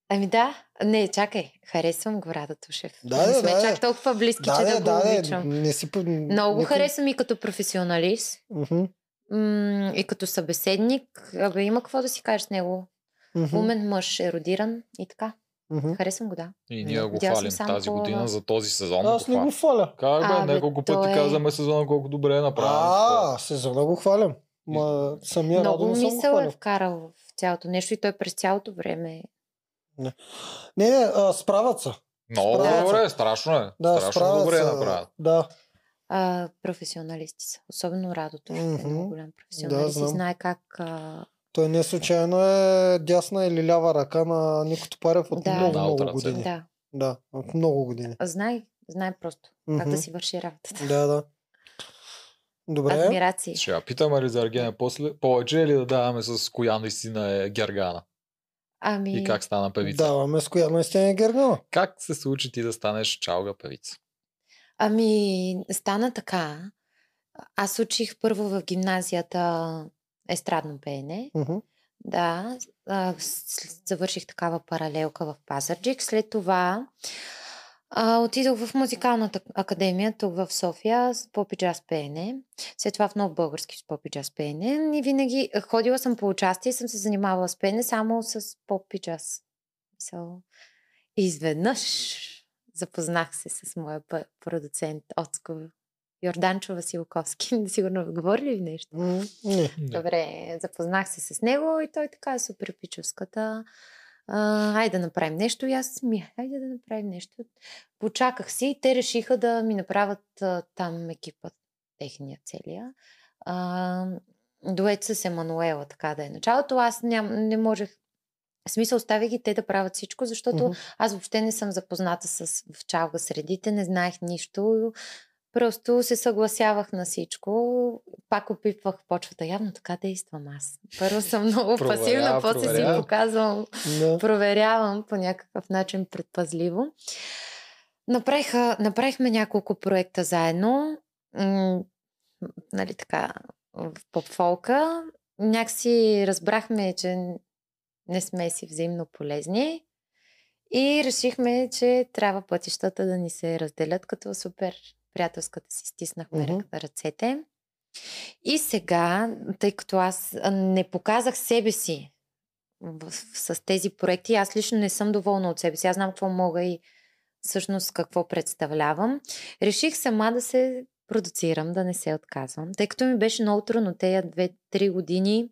[SPEAKER 4] Ами да, не, чакай, харесвам го Радо Тушев.
[SPEAKER 3] Да,
[SPEAKER 4] не
[SPEAKER 3] да,
[SPEAKER 4] сме
[SPEAKER 3] да,
[SPEAKER 4] чак
[SPEAKER 3] да.
[SPEAKER 4] толкова близки, че
[SPEAKER 3] Да,
[SPEAKER 4] да,
[SPEAKER 3] да,
[SPEAKER 4] го
[SPEAKER 3] да, да.
[SPEAKER 4] обичам.
[SPEAKER 3] Не си... по-
[SPEAKER 4] много го
[SPEAKER 3] никой-
[SPEAKER 4] харесвам и като професионалист,
[SPEAKER 3] Мгм,
[SPEAKER 4] м- и като събеседник. Абе, има какво да си кажеш с него.
[SPEAKER 3] мгм,
[SPEAKER 4] Умен мъж, еродиран и така.
[SPEAKER 3] мгм.
[SPEAKER 4] Харесвам го, да.
[SPEAKER 2] И
[SPEAKER 4] Не,
[SPEAKER 2] ние го
[SPEAKER 4] видяла съм
[SPEAKER 2] хвалим
[SPEAKER 4] само
[SPEAKER 2] тази
[SPEAKER 4] хубава.
[SPEAKER 2] година за този сезон.
[SPEAKER 3] Аз не го фаля.
[SPEAKER 2] Как бе,
[SPEAKER 4] Абе,
[SPEAKER 2] няколко
[SPEAKER 4] той
[SPEAKER 2] пъти
[SPEAKER 4] е-
[SPEAKER 2] казваме сезона колко добре е направен.
[SPEAKER 3] А, сезона го хвалям. Ма самия
[SPEAKER 4] много
[SPEAKER 3] Радо не съм го
[SPEAKER 4] мисъл е
[SPEAKER 3] хвалил.
[SPEAKER 4] вкарал в цялото нещо и той през цялото време.
[SPEAKER 3] Не, не, а, справят се.
[SPEAKER 2] Много
[SPEAKER 3] справят се.
[SPEAKER 2] добре, страшно е.
[SPEAKER 3] Да,
[SPEAKER 2] страшно
[SPEAKER 3] справят
[SPEAKER 2] добре е
[SPEAKER 3] се.
[SPEAKER 2] направен.
[SPEAKER 3] Да.
[SPEAKER 4] А, професионалисти са. Особено Радото. Mm-hmm.
[SPEAKER 3] Мгм.
[SPEAKER 4] Е много голям професионалист
[SPEAKER 3] знам.
[SPEAKER 4] и знае как а,
[SPEAKER 3] Той не случайно е дясна или лява ръка на Никото Парев от
[SPEAKER 4] Да.
[SPEAKER 3] много,
[SPEAKER 4] Да,
[SPEAKER 2] от
[SPEAKER 3] много
[SPEAKER 2] ръце.
[SPEAKER 3] години. Да.
[SPEAKER 4] да.
[SPEAKER 3] от много години.
[SPEAKER 4] Знае, знае просто как
[SPEAKER 3] Мгм.
[SPEAKER 4] да си върши работата.
[SPEAKER 3] Да, да. Добре.
[SPEAKER 4] Адмирации.
[SPEAKER 2] Ще я питаме ли за Аргена после? Повече ли да даваме с коя наистина е Гергана?
[SPEAKER 4] Ами,
[SPEAKER 2] И как стана певица?
[SPEAKER 3] Даваме с коя наистина е Гергана.
[SPEAKER 2] Как се случи ти да станеш чалга певица?
[SPEAKER 4] ами, стана така. Аз учих първо в гимназията естрадно пеене.
[SPEAKER 3] Мгм.
[SPEAKER 4] Да, а, с- завърших такава паралелка в Пазарджик. След това а, отидох в музикалната академия тук в София с попи джаз пеене. След това в нов български с попи джаз пеене. И винаги а, ходила съм по участие и съм се занимавала с пеене само с попи джаз. So, и изведнъж запознах се с моя пъ- продуцент Оцко Йорданчо Василковски. [LAUGHS] Сигурно говори ли ви нещо?
[SPEAKER 3] М, Не.
[SPEAKER 4] Добре, запознах се с него и той така е супер пичовската. А, айде да направим нещо и аз ми, айде да направим нещо. Почаках си и те решиха да ми направят а, там екипа, техния целия. А, дует с Емануела, така да е началото. Аз ням, не можех в смисъл, оставя ги те да правят всичко, защото
[SPEAKER 3] Мгм.
[SPEAKER 4] аз въобще не съм запозната с в чалга средите, не знаех нищо. Просто се съгласявах на всичко. Пак опитвах почвата. Явно така действам аз. Първо съм много
[SPEAKER 2] Проверява,
[SPEAKER 4] пасивна, после си
[SPEAKER 2] проверява.
[SPEAKER 4] показвам
[SPEAKER 3] Да.
[SPEAKER 4] проверявам по някакъв начин предпазливо. Направиха, направихме няколко проекта заедно. М, нали така, в попфолка. Някакси разбрахме, че не сме си взаимно полезни. И решихме, че трябва пътищата да ни се разделят, като супер приятелската си стиснахме
[SPEAKER 3] Мгм.
[SPEAKER 4] рък- ръцете. И сега, тъй като аз а, не показах себе си в, с тези проекти, аз лично не съм доволна от себе си. Аз знам какво мога и всъщност какво представлявам. Реших сама да се продуцирам, да не се отказвам. Тъй като ми беше много трудно тези 2-3 години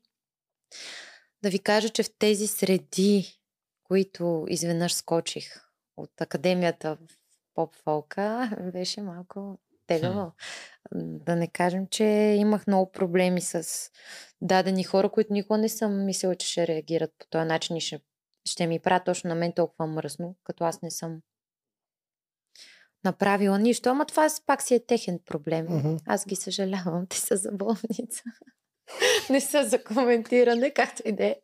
[SPEAKER 4] да ви кажа, че в тези среди, които изведнъж скочих от академията в поп-фолка, [LAUGHS] беше малко тегаво. Да не кажем, че имах много проблеми с дадени хора, които никога не съм мислила, че ще реагират по този начин и ще, ще ми правят точно на мен толкова мръсно, като аз не съм направила нищо. Ама това с- пак си е техен проблем.
[SPEAKER 3] Мгм.
[SPEAKER 4] Аз ги съжалявам, [LAUGHS] те са за болница. не са за коментиране, както и да е.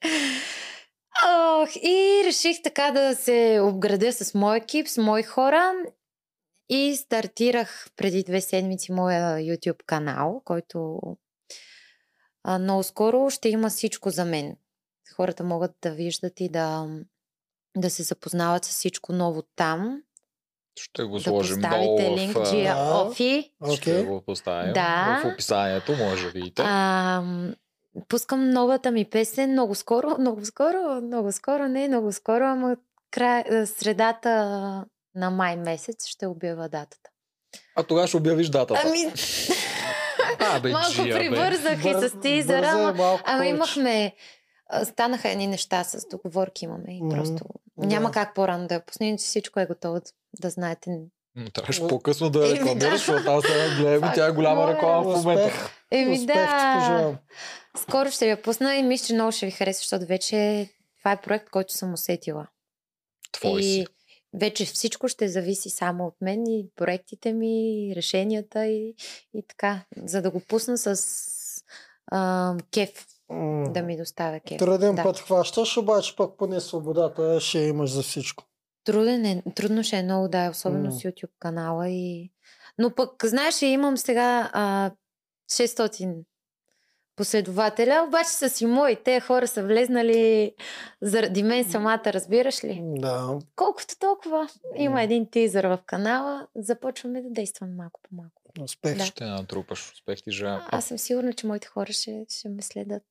[SPEAKER 4] Ох, и реших така да се обградя с мой екип, с мои хора и стартирах преди две седмици моя YouTube канал, който а, много скоро ще има всичко за мен. Хората могат да виждат и да, да се запознават с всичко ново там.
[SPEAKER 2] Ще го
[SPEAKER 4] Да
[SPEAKER 2] сложим долу
[SPEAKER 4] поставите линк
[SPEAKER 2] в... а,
[SPEAKER 3] Да.
[SPEAKER 4] Gia Offi.
[SPEAKER 2] Ще
[SPEAKER 3] Окей.
[SPEAKER 2] го поставим
[SPEAKER 4] Да.
[SPEAKER 2] в описанието, може да видите.
[SPEAKER 4] А, м, пускам новата ми песен много скоро, [LAUGHS] много скоро, много скоро, не много скоро, ама край, а, средата на май месец ще обява датата.
[SPEAKER 2] А тогава ще обявиш датата.
[SPEAKER 4] Ами,
[SPEAKER 2] а, бе,
[SPEAKER 4] малко
[SPEAKER 2] джия, бе.
[SPEAKER 4] прибързах и
[SPEAKER 3] Бър-
[SPEAKER 4] с тези
[SPEAKER 3] бърза е
[SPEAKER 4] зарама.
[SPEAKER 3] малко
[SPEAKER 4] Ама
[SPEAKER 3] повече.
[SPEAKER 4] имахме. а, Станаха едни неща с договорки имаме и
[SPEAKER 3] Мгм.
[SPEAKER 4] просто няма
[SPEAKER 3] Да.
[SPEAKER 4] как по-рано да я пуснем, че всичко е готово да знаете.
[SPEAKER 2] Но трябваше по-късно да я
[SPEAKER 4] Еми, да.
[SPEAKER 2] рекламираш, защото аз сега гледам и
[SPEAKER 4] Факт,
[SPEAKER 2] тя е голяма
[SPEAKER 4] моля.
[SPEAKER 2] реклама в момента.
[SPEAKER 3] Успех.
[SPEAKER 4] Еми
[SPEAKER 3] Успех ти
[SPEAKER 4] да,
[SPEAKER 3] пожелавам.
[SPEAKER 4] скоро ще я пусна и мисля, че много ще ви хареса, защото вече това е проект, който съм усетила.
[SPEAKER 2] Твой си.
[SPEAKER 4] и вече всичко ще зависи само от мен и проектите ми, и решенията и, и така, за да го пусна с а, кеф.
[SPEAKER 3] М,
[SPEAKER 4] да ми доставя кеф.
[SPEAKER 3] Труден
[SPEAKER 4] да.
[SPEAKER 3] път хващаш, обаче пък поне свободата ще имаш за всичко.
[SPEAKER 4] Труден е, трудно ще е много, да, особено
[SPEAKER 3] М.
[SPEAKER 4] с YouTube канала и... Но пък, знаеш, ли, имам сега а, 600 последователя, обаче са си мои. Те хора са влезнали заради мен самата, разбираш ли?
[SPEAKER 3] Да.
[SPEAKER 4] Колкото толкова
[SPEAKER 3] М.
[SPEAKER 4] има един тизър в канала, започваме да действаме малко по малко.
[SPEAKER 3] Успех.
[SPEAKER 4] Да.
[SPEAKER 3] Да.
[SPEAKER 2] Ще натрупаш успех ти жена.
[SPEAKER 4] Аз съм сигурна, че моите хора ще, ще ме следят.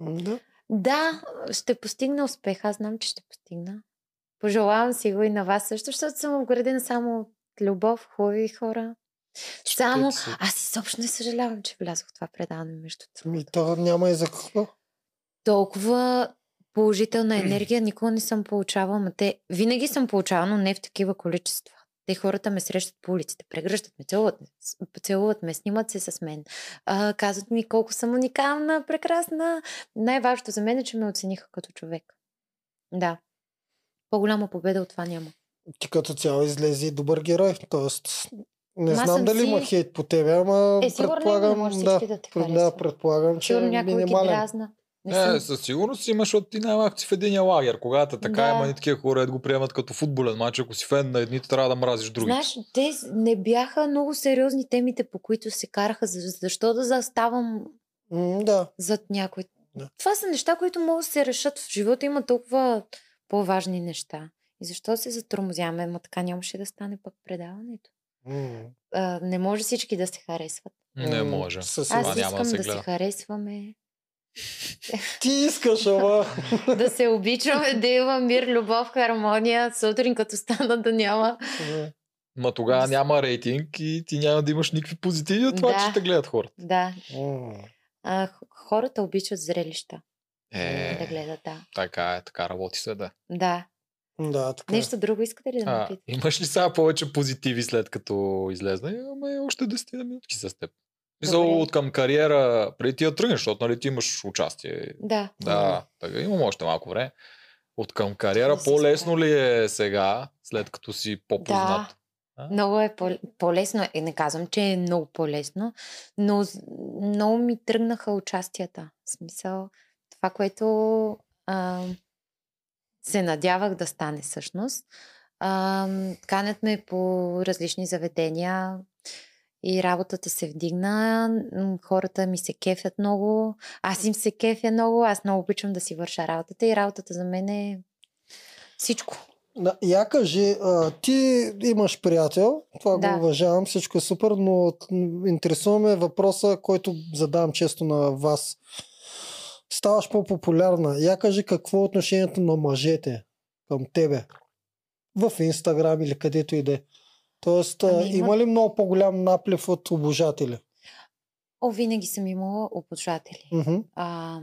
[SPEAKER 3] да.
[SPEAKER 4] Да, ще постигна успех. Аз знам, че ще постигна. Пожелавам си го и на вас също, защото съм обградена само от любов, хубави хора. Само
[SPEAKER 2] Ще ти се-
[SPEAKER 4] аз изобщо не съжалявам, че влязох в това предаване, между другото.
[SPEAKER 3] Ми, то няма и за какво.
[SPEAKER 4] Толкова положителна енергия никога не съм получавала, ма те винаги съм получавала, но не в такива количества. Те хората ме срещат по улиците, прегръщат ме, целуват ме, с- целуват ме снимат се с мен. А, казват ми колко съм уникална, прекрасна. Най-важното за мен е, че ме оцениха като човек. Да. По-голяма победа от това няма.
[SPEAKER 3] Ти като цяло излезе и добър герой. Тоест, не
[SPEAKER 4] Ама аз
[SPEAKER 3] знам
[SPEAKER 4] съм
[SPEAKER 3] дали
[SPEAKER 4] си-
[SPEAKER 3] има хейт по тебе, ама
[SPEAKER 4] Е, сигурно има, не
[SPEAKER 3] предполагам,
[SPEAKER 4] може
[SPEAKER 3] да,
[SPEAKER 4] всички да те
[SPEAKER 3] пред- да,
[SPEAKER 4] харесват.
[SPEAKER 3] предполагам, че е
[SPEAKER 4] Сигурно някой ги
[SPEAKER 3] минимален.
[SPEAKER 4] дразна. Не съм...
[SPEAKER 2] Не, Е, със сигурност имаш, защото ти най-малко си в единия лагер. Когато е така
[SPEAKER 4] Да.
[SPEAKER 2] има и такива хора, да го приемат като футболен матч, ако си фен на едните, трябва да мразиш другите.
[SPEAKER 4] Знаеш, те с- не бяха много сериозни темите, по които се караха. за- Защо да заставам
[SPEAKER 3] М, да.
[SPEAKER 4] зад някой?
[SPEAKER 3] Да.
[SPEAKER 4] Това са неща, които могат да се решат в живота. Има толкова по-важни неща. И защо се затормозяваме? Ма така нямаше да стане пък предаването.
[SPEAKER 3] М,
[SPEAKER 4] А, не може всички да се харесват.
[SPEAKER 2] Не
[SPEAKER 3] м,
[SPEAKER 2] може.
[SPEAKER 3] със
[SPEAKER 4] Аз
[SPEAKER 3] сигурност.
[SPEAKER 2] няма да
[SPEAKER 4] искам
[SPEAKER 2] се
[SPEAKER 4] да се
[SPEAKER 2] гледа.
[SPEAKER 4] харесваме, [LAUGHS]
[SPEAKER 3] Ти искаш, ама.
[SPEAKER 4] да се обичаме, да има мир, любов, хармония. Сутрин като стана да няма
[SPEAKER 3] Да.
[SPEAKER 2] Ма тогава
[SPEAKER 4] Да се-
[SPEAKER 2] няма рейтинг и ти няма да имаш никакви позитиви от това,
[SPEAKER 4] Да.
[SPEAKER 2] че те гледат хората.
[SPEAKER 4] Да,
[SPEAKER 3] М,
[SPEAKER 4] а, х- хората обичат зрелища да
[SPEAKER 2] Е,
[SPEAKER 4] гледат, да.
[SPEAKER 2] така е, така работи се, да.
[SPEAKER 4] Да.
[SPEAKER 3] Да, така. е.
[SPEAKER 4] Нещо друго искате ли да ме
[SPEAKER 2] А,
[SPEAKER 4] питате?
[SPEAKER 2] имаш ли сега повече позитиви след като излезна? Имаме още 10 на минутки с теб.
[SPEAKER 4] Добре.
[SPEAKER 2] Мисъл, от към кариера, преди ти да тръгнеш, защото нали, ти имаш участие.
[SPEAKER 4] Да.
[SPEAKER 2] Да, така, имам още малко време. От към кариера
[SPEAKER 4] Да се
[SPEAKER 2] по-лесно ли е сега, след като си по-познат?
[SPEAKER 4] Да. Много е по- по-лесно. Е, не казвам, че е много по-лесно, но с- много ми тръгнаха участията. В смисъл, това, което а, се надявах да стане всъщност. А, канят ме по различни заведения и работата се вдигна. м, Хората ми се кефят много. Аз им се кефя много. Аз много обичам да си върша работата и работата за мен е всичко.
[SPEAKER 3] Да, я кажи, а, ти имаш приятел, това
[SPEAKER 4] Да.
[SPEAKER 3] го уважавам, всичко е супер, но т- интересуваме въпроса, който задавам често на вас. Ставаш по-популярна. Я кажи какво е отношението на мъжете към тебе в Инстаграм или където и да е. Тоест, а,
[SPEAKER 4] Ами, има-
[SPEAKER 3] има ли много по-голям наплив от обожатели?
[SPEAKER 4] О, винаги съм имала обожатели.
[SPEAKER 3] Мгм.
[SPEAKER 4] А,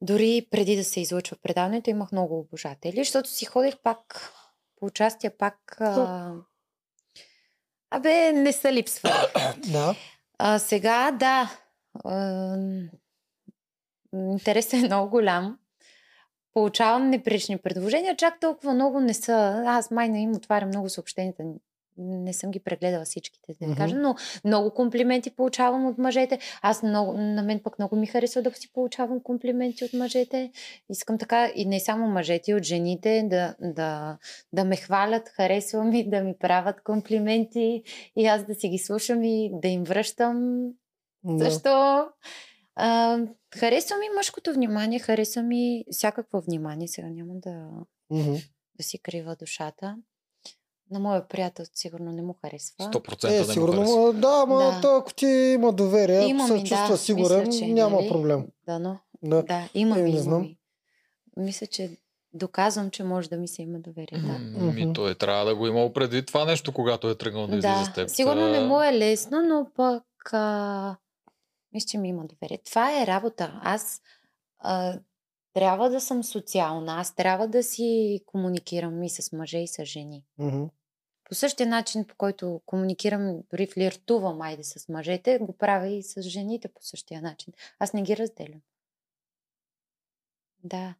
[SPEAKER 4] дори преди да се излъчва предаването, имах много обожатели, защото си ходех пак по участие, пак. А... Абе, не са липсвали.
[SPEAKER 3] Да.
[SPEAKER 4] А, сега, да. ам, Интересът е много голям. Получавам неприлични предложения, чак толкова много не са. Аз май не им отварям много съобщенията. Не съм ги прегледала всичките, да ви
[SPEAKER 3] Мгм.
[SPEAKER 4] кажа, но много комплименти получавам от мъжете. Аз много, на мен пък много ми харесва да си получавам комплименти от мъжете. Искам така и не само мъжете, и от жените да, да, да ме хвалят, харесвам и да ми правят комплименти и аз да си ги слушам и да им връщам.
[SPEAKER 3] да.
[SPEAKER 4] Защо? А, харесвам и мъжкото внимание, харесвам и всякакво внимание. Сега няма да,
[SPEAKER 3] Мгм.
[SPEAKER 4] да си крива душата. На моя приятел сигурно не му харесва.
[SPEAKER 2] 100%
[SPEAKER 3] Е,
[SPEAKER 2] не го
[SPEAKER 3] сигурно.
[SPEAKER 2] харесва.
[SPEAKER 3] ма- Да, ама
[SPEAKER 4] Да.
[SPEAKER 3] то, ако ти има доверие, ако
[SPEAKER 4] Имам
[SPEAKER 3] се
[SPEAKER 4] и,
[SPEAKER 3] чувства сигурен,
[SPEAKER 4] мисля, че,
[SPEAKER 3] няма
[SPEAKER 4] нали?
[SPEAKER 3] проблем.
[SPEAKER 4] Да, но,
[SPEAKER 3] Да.
[SPEAKER 4] да, имам
[SPEAKER 3] Е, не
[SPEAKER 4] и
[SPEAKER 3] знам.
[SPEAKER 4] имам. и. Мисля, че доказвам, че може да ми се има доверие. Да.
[SPEAKER 2] М, Ми,
[SPEAKER 3] Мгм.
[SPEAKER 2] той е, трябва да го има предвид това нещо, когато е тръгнал да, излиза с
[SPEAKER 4] Да,
[SPEAKER 2] теб.
[SPEAKER 4] сигурно не
[SPEAKER 2] Та,
[SPEAKER 4] му е лесно, но пък а, мисля, че ми има доверие. Това е работа. Аз а, трябва да съм социална, аз трябва да си комуникирам и с мъже, и с жени.
[SPEAKER 3] Мгм.
[SPEAKER 4] По същия начин, по който комуникирам, дори флиртувам, айде с мъжете, го правя и с жените по същия начин. Аз не ги разделям. Да.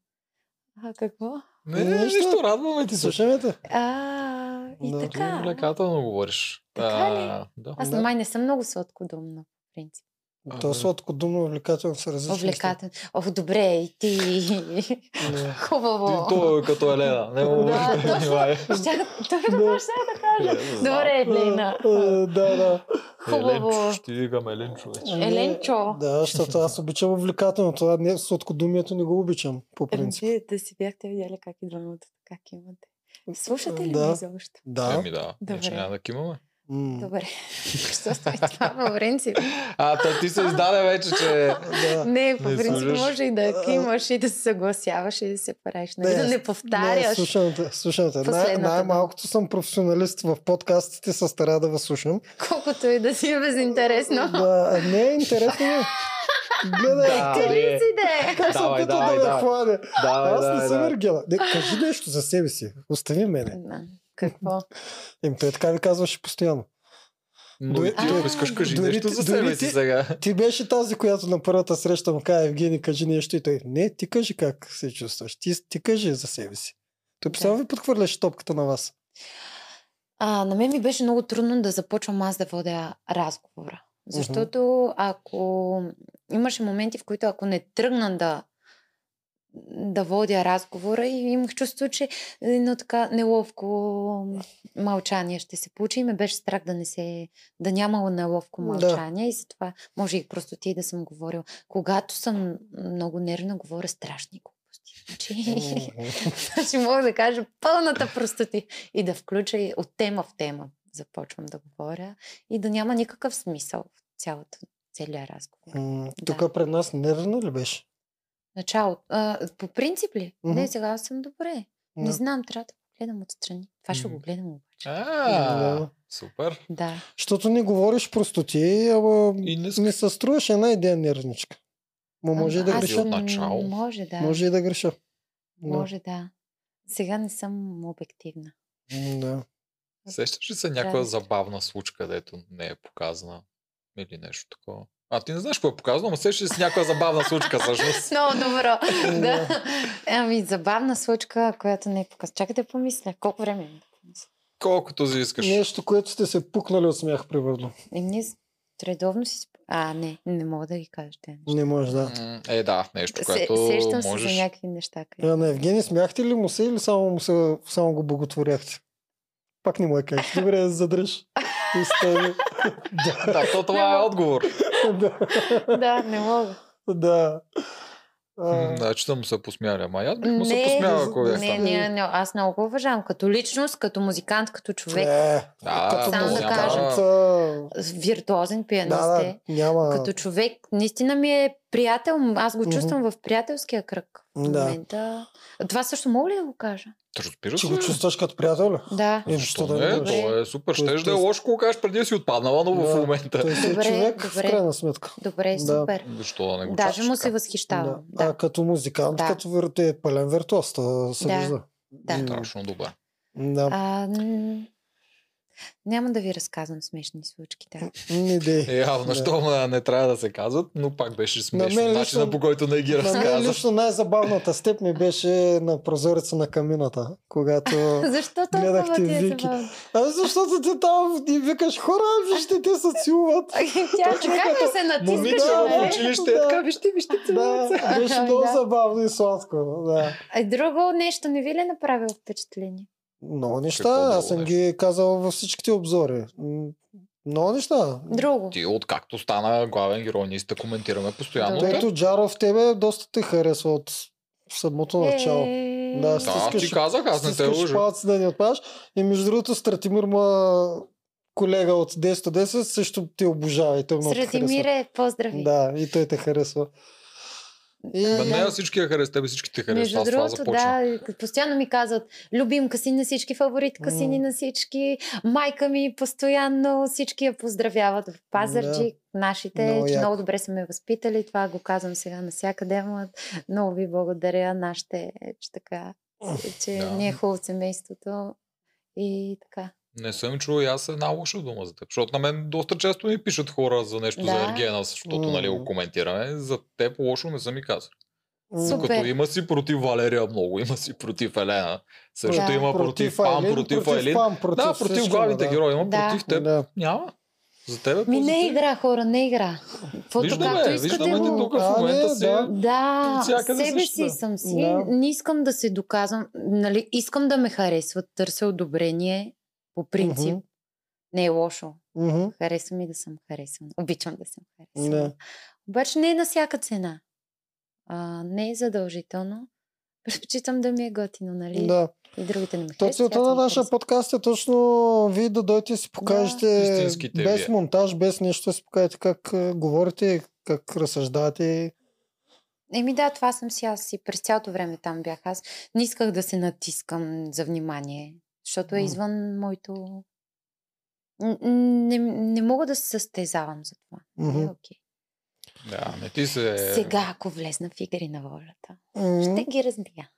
[SPEAKER 4] А какво?
[SPEAKER 2] Не,
[SPEAKER 3] Нищо.
[SPEAKER 2] нищо, радваме ти се.
[SPEAKER 3] Слушаме те.
[SPEAKER 4] А, и
[SPEAKER 3] Да,
[SPEAKER 2] Ти
[SPEAKER 4] така.
[SPEAKER 2] Увлекателно говориш.
[SPEAKER 4] Така ли?
[SPEAKER 2] А, Да.
[SPEAKER 4] Аз
[SPEAKER 3] Да.
[SPEAKER 4] май не съм много сладкодумна, по принцип.
[SPEAKER 2] А,
[SPEAKER 3] То
[SPEAKER 2] да.
[SPEAKER 3] сладко думно увлекателно са различни.
[SPEAKER 4] Увлекателно. О, добре, и ти. [LAUGHS]
[SPEAKER 3] неща. Не.
[SPEAKER 4] Хубаво.
[SPEAKER 2] Той е като Елена. Не му
[SPEAKER 4] Да,
[SPEAKER 2] да
[SPEAKER 4] точно.
[SPEAKER 2] внимай.
[SPEAKER 4] Щях- Точно това ще да кажа. Добре, Елена.
[SPEAKER 3] Е, е, Да, да.
[SPEAKER 4] Хубаво.
[SPEAKER 2] Еленчо, ще ти викам Еленчо. вече.
[SPEAKER 3] Ами,
[SPEAKER 4] Еленчо.
[SPEAKER 3] Да, защото аз обичам увлекателно. Това не, сладкодумието не го обичам, по
[SPEAKER 4] Ами,
[SPEAKER 1] Еми,
[SPEAKER 3] принцип.
[SPEAKER 1] вие да си бяхте видяли как и двамата, как имате. Слушате ли
[SPEAKER 3] Да.
[SPEAKER 1] ме изобщо?
[SPEAKER 3] Да.
[SPEAKER 2] Еми да, Ами.
[SPEAKER 1] Добре.
[SPEAKER 2] иначе няма да кимаме.
[SPEAKER 3] М,
[SPEAKER 4] Добре. Що стои това по принцип?
[SPEAKER 2] А, та ти се издаде вече, че...
[SPEAKER 3] Да.
[SPEAKER 4] Не, по
[SPEAKER 2] Не
[SPEAKER 4] принцип
[SPEAKER 2] слушаш.
[SPEAKER 4] може и да кимаш, и да се съгласяваш, и да се правиш. нали,
[SPEAKER 3] Не,
[SPEAKER 4] Да
[SPEAKER 3] не,
[SPEAKER 4] не
[SPEAKER 3] Не,
[SPEAKER 4] повтаряш.
[SPEAKER 3] слушам те, слушам те. Най-
[SPEAKER 4] Последната дума.
[SPEAKER 3] най-малкото съм професионалист в подкастите, се стара да ви слушам.
[SPEAKER 4] Колкото и да си е безинтересно.
[SPEAKER 3] Да, не е интересно. ми. Гледай, [LAUGHS]
[SPEAKER 2] Да,
[SPEAKER 3] как-
[SPEAKER 2] не.
[SPEAKER 4] Къде си да
[SPEAKER 3] [LAUGHS]
[SPEAKER 4] е?
[SPEAKER 3] как се
[SPEAKER 2] Давай,
[SPEAKER 3] опитва да
[SPEAKER 2] давай,
[SPEAKER 3] ме
[SPEAKER 2] давай.
[SPEAKER 3] хване.
[SPEAKER 2] Давай,
[SPEAKER 3] Аз не
[SPEAKER 2] давай,
[SPEAKER 3] съм
[SPEAKER 2] давай.
[SPEAKER 3] Ергела. Не, кажи нещо за себе си. Остави мене.
[SPEAKER 4] Да. Какво?
[SPEAKER 3] Еми, той така ви казваше постоянно.
[SPEAKER 2] Но
[SPEAKER 3] Дори-
[SPEAKER 2] и ти, ако искаш, кажи
[SPEAKER 3] дори
[SPEAKER 2] нещо
[SPEAKER 3] ти-
[SPEAKER 2] за
[SPEAKER 3] дори
[SPEAKER 2] себе си
[SPEAKER 3] ти-
[SPEAKER 2] сега.
[SPEAKER 3] Ти беше тази, която на първата среща му каза, Евгений, кажи нещо и той. Не, ти кажи как се чувстваш. Ти, ти кажи за себе си. Той постоянно ви подхвърляше топката на
[SPEAKER 4] [LAUGHS]
[SPEAKER 3] вас.
[SPEAKER 4] А, на мен ми беше много трудно да започвам аз да водя разговора. Защото ако имаше моменти, в които ако не тръгна да да водя разговора и имах чувство, че едно така неловко мълчание ще се получи и ме беше страх да не се, да няма неловко
[SPEAKER 3] Да.
[SPEAKER 4] мълчание и затова може и просто ти да съм говорила. Когато съм много нервна, говоря страшни глупости. Значи... Ще мога да кажа пълната простоти и да включа и от тема в тема започвам да говоря и да няма никакъв смисъл в цялата, целия разговор.
[SPEAKER 3] М, Тук пред нас нервна ли беше?
[SPEAKER 4] Начало. А, по принцип ли?
[SPEAKER 3] Мгм.
[SPEAKER 4] Не, сега съм добре. Не
[SPEAKER 3] Да.
[SPEAKER 4] знам, трябва да го гледам отстрани. Това ще го
[SPEAKER 2] Мгм.
[SPEAKER 4] гледам обаче.
[SPEAKER 2] А,
[SPEAKER 3] Да.
[SPEAKER 2] супер.
[SPEAKER 4] Да.
[SPEAKER 3] Защото не говориш простоти, ама
[SPEAKER 2] И не
[SPEAKER 3] не се струваш една идея нервничка. Ма може и да
[SPEAKER 4] Ами Аз
[SPEAKER 3] греша.
[SPEAKER 4] съм-
[SPEAKER 2] Отначало.
[SPEAKER 4] Може да. Може,
[SPEAKER 3] Може и да греша.
[SPEAKER 4] да. може да. Сега не съм обективна.
[SPEAKER 3] М, Да.
[SPEAKER 2] Сещаш ли се някоя забавна случка, дето не е показана? Или нещо такова? А ти не знаеш какво е показано, но сещаш ли се някоя забавна случка всъщност?
[SPEAKER 4] Много добро.
[SPEAKER 3] Да.
[SPEAKER 4] да. Ами, забавна случка, която не е показана. Чакай да помисля. Колко време има да помисля?
[SPEAKER 2] Колкото си искаш.
[SPEAKER 3] Нещо, което сте се пукнали от смях, примерно.
[SPEAKER 4] И Е, ние с- редовно си... сп- А, не, не мога да ви кажа те неща.
[SPEAKER 3] Не може да.
[SPEAKER 2] М, Е, да, нещо,
[SPEAKER 4] Се,
[SPEAKER 2] което
[SPEAKER 4] сещам се за
[SPEAKER 2] можеш.
[SPEAKER 4] някакви неща. където-
[SPEAKER 3] А, Е, на Евгений смяхте ли му се или само, му се, само го боготворяхте? Пак не му е кажеш. Добре, задръж. Остави. да,
[SPEAKER 2] Да, то това е отговор.
[SPEAKER 3] [LAUGHS] [LAUGHS] да,
[SPEAKER 4] да, не мога.
[SPEAKER 3] да.
[SPEAKER 2] М,
[SPEAKER 3] А, е,
[SPEAKER 2] Значи да му се посмяли. Ама и аз бих му се
[SPEAKER 4] Не,
[SPEAKER 2] посмяла, ако
[SPEAKER 3] не,
[SPEAKER 2] бях
[SPEAKER 4] Не,
[SPEAKER 2] там.
[SPEAKER 4] не, не, аз много го уважавам. Като личност, като музикант, като човек.
[SPEAKER 3] Е,
[SPEAKER 2] Да,
[SPEAKER 3] като
[SPEAKER 4] само да
[SPEAKER 3] музикант,
[SPEAKER 2] кажа.
[SPEAKER 3] а,
[SPEAKER 4] Виртуозен пианист
[SPEAKER 3] Да, да,
[SPEAKER 4] е.
[SPEAKER 3] няма.
[SPEAKER 4] Като човек, наистина ми е приятел. Аз го
[SPEAKER 3] Мгм.
[SPEAKER 4] чувствам в приятелския кръг. В
[SPEAKER 3] Да.
[SPEAKER 4] момента. Това също мога ли да го кажа?
[SPEAKER 2] Разбира
[SPEAKER 3] Че го
[SPEAKER 2] се.
[SPEAKER 3] чувстваш като приятел ли?
[SPEAKER 4] Да.
[SPEAKER 3] Е,
[SPEAKER 2] Защо
[SPEAKER 3] защо да не
[SPEAKER 2] не?
[SPEAKER 3] можеш?
[SPEAKER 2] То е супер.
[SPEAKER 3] Той-
[SPEAKER 2] Щеш да е
[SPEAKER 3] той-
[SPEAKER 2] лошо, когато кажеш преди да си отпаднала, но в
[SPEAKER 3] Да.
[SPEAKER 2] момента.
[SPEAKER 3] Той си е
[SPEAKER 4] Добре,
[SPEAKER 3] човек в
[SPEAKER 4] добре.
[SPEAKER 3] крайна сметка.
[SPEAKER 4] Добре,
[SPEAKER 3] Да.
[SPEAKER 4] супер.
[SPEAKER 2] Защо да не го
[SPEAKER 4] Даже
[SPEAKER 2] чакаш
[SPEAKER 4] му се
[SPEAKER 2] така?
[SPEAKER 4] възхищавам. Да.
[SPEAKER 3] А като музикант,
[SPEAKER 4] Да.
[SPEAKER 3] като вир... е пълен виртуоз, то се
[SPEAKER 4] Да,
[SPEAKER 3] вижда.
[SPEAKER 4] да.
[SPEAKER 3] М,
[SPEAKER 2] Страшно добре.
[SPEAKER 3] да.
[SPEAKER 4] А, м, няма да ви разказвам смешни случки. Да.
[SPEAKER 3] Не дей.
[SPEAKER 2] Е, Явно,
[SPEAKER 3] Е, Да.
[SPEAKER 2] що ма не трябва да се казват, но пак беше смешно.
[SPEAKER 3] мен лично-
[SPEAKER 2] Начина по който не ги
[SPEAKER 3] На мен
[SPEAKER 2] разказа.
[SPEAKER 3] лично най-забавната степ ми беше на прозореца на камината,
[SPEAKER 4] [LAUGHS]
[SPEAKER 3] когато...
[SPEAKER 4] Защо толкова
[SPEAKER 3] Гледахте
[SPEAKER 4] ти е
[SPEAKER 3] Вики.
[SPEAKER 4] забавно?
[SPEAKER 3] А защото ти там и викаш, хора, вижте, те се цилуват.
[SPEAKER 4] Тя чакай да се
[SPEAKER 2] Момиче
[SPEAKER 4] натискаше,
[SPEAKER 3] да,
[SPEAKER 2] в
[SPEAKER 4] нали?
[SPEAKER 3] да.
[SPEAKER 2] училище е
[SPEAKER 3] Да.
[SPEAKER 2] така, вижте, вижте.
[SPEAKER 3] Да, беше
[SPEAKER 4] Ами,
[SPEAKER 3] много
[SPEAKER 4] да.
[SPEAKER 3] забавно и сладко. Да.
[SPEAKER 4] А друго нещо не ви ли е направило впечатление?
[SPEAKER 3] Много
[SPEAKER 2] Какво
[SPEAKER 3] неща,
[SPEAKER 2] друго
[SPEAKER 3] аз съм
[SPEAKER 2] нещо?
[SPEAKER 3] ги казал във всичките обзори. М, Много неща.
[SPEAKER 4] Друго.
[SPEAKER 2] Ти откакто стана главен герой, ние сте коментираме постоянно.
[SPEAKER 4] Добре.
[SPEAKER 2] те.
[SPEAKER 3] Пето Джаров тебе доста те харесва от самото начало.
[SPEAKER 4] Е,
[SPEAKER 3] Да, с-
[SPEAKER 2] Да, ти
[SPEAKER 3] стискаш-
[SPEAKER 2] казах, аз не те
[SPEAKER 3] Стискаш
[SPEAKER 2] лъжа.
[SPEAKER 3] палци да не отпадаш. И между другото, Стратимир ма колега от 10-10 също те обожава и той много те харесва.
[SPEAKER 4] Средимире, поздрави.
[SPEAKER 3] Да, и той те харесва. И...
[SPEAKER 2] Бе, не всички я харесва, тебе всички те харесва.
[SPEAKER 4] Между
[SPEAKER 2] Аз това
[SPEAKER 4] другото,
[SPEAKER 2] започна.
[SPEAKER 4] да, и постоянно ми казват, любимка си на всички, фаворитка си ни
[SPEAKER 3] М.
[SPEAKER 4] на всички, майка ми постоянно всички я поздравяват в Пазарджик, нашите,
[SPEAKER 3] Много
[SPEAKER 4] че
[SPEAKER 3] яко.
[SPEAKER 4] много добре са ме възпитали, това го казвам сега навсякъде, ама много ви благодаря, нашите, че така, че
[SPEAKER 2] Да.
[SPEAKER 4] да. ни е хубаво семейството и така.
[SPEAKER 2] Не съм чул и аз една лоша дума за теб. Защото на мен доста често ми пишат хора за нещо за
[SPEAKER 4] Да.
[SPEAKER 2] Ергена, защото нали, го
[SPEAKER 3] М.
[SPEAKER 2] коментираме. За теб лошо не съм и казал.
[SPEAKER 3] М,
[SPEAKER 4] Супер.
[SPEAKER 2] Като има си против Валерия много, има си против Елена. Също
[SPEAKER 4] Да.
[SPEAKER 2] има против Пам,
[SPEAKER 3] Айлин,
[SPEAKER 2] против Айлин.
[SPEAKER 3] Пам, против
[SPEAKER 2] Да, против
[SPEAKER 3] всичко,
[SPEAKER 2] главните
[SPEAKER 3] да.
[SPEAKER 2] герои, има
[SPEAKER 4] Да.
[SPEAKER 2] против теб.
[SPEAKER 3] Да.
[SPEAKER 2] Няма. За теб
[SPEAKER 4] Ми не игра, хора, не игра. Фото
[SPEAKER 2] Виждаме,
[SPEAKER 4] както искате
[SPEAKER 2] виждаме те
[SPEAKER 4] го.
[SPEAKER 2] тук в
[SPEAKER 3] А, не,
[SPEAKER 2] момента си.
[SPEAKER 3] да.
[SPEAKER 4] Да,
[SPEAKER 2] Навсякъде
[SPEAKER 4] себе
[SPEAKER 2] същата.
[SPEAKER 4] си съм си.
[SPEAKER 3] Да.
[SPEAKER 4] Не искам да се доказвам. Нали, искам да ме харесват. Търся одобрение. По принцип.
[SPEAKER 3] Мгм.
[SPEAKER 4] Не е лошо.
[SPEAKER 3] Мгм.
[SPEAKER 4] Харесва ми да съм харесвана. Обичам да съм харесвана.
[SPEAKER 3] Да.
[SPEAKER 4] Обаче не е на всяка цена. А, не е задължително. Предпочитам да ми е готино, нали?
[SPEAKER 3] Да.
[SPEAKER 4] И другите не ми
[SPEAKER 3] То
[SPEAKER 4] харесват.
[SPEAKER 3] целта
[SPEAKER 4] аз
[SPEAKER 3] на
[SPEAKER 4] съм
[SPEAKER 3] нашия
[SPEAKER 4] харесвана.
[SPEAKER 3] подкаст е точно вие да дойдете и си покажете
[SPEAKER 2] Истинските
[SPEAKER 3] без
[SPEAKER 2] вие.
[SPEAKER 3] монтаж, без нещо, да си покажете как а, говорите, как разсъждате.
[SPEAKER 4] Еми да, това съм си аз и през цялото време там бях аз. Не исках да се натискам за внимание, защото е
[SPEAKER 3] М.
[SPEAKER 4] извън моето... Н- Не, не мога да се състезавам за това.
[SPEAKER 3] Мгм. Е.
[SPEAKER 4] Е, окей.
[SPEAKER 2] Да, не ти се...
[SPEAKER 4] Сега, ако влезна в игри на волята,
[SPEAKER 3] М.
[SPEAKER 4] ще ги разбия.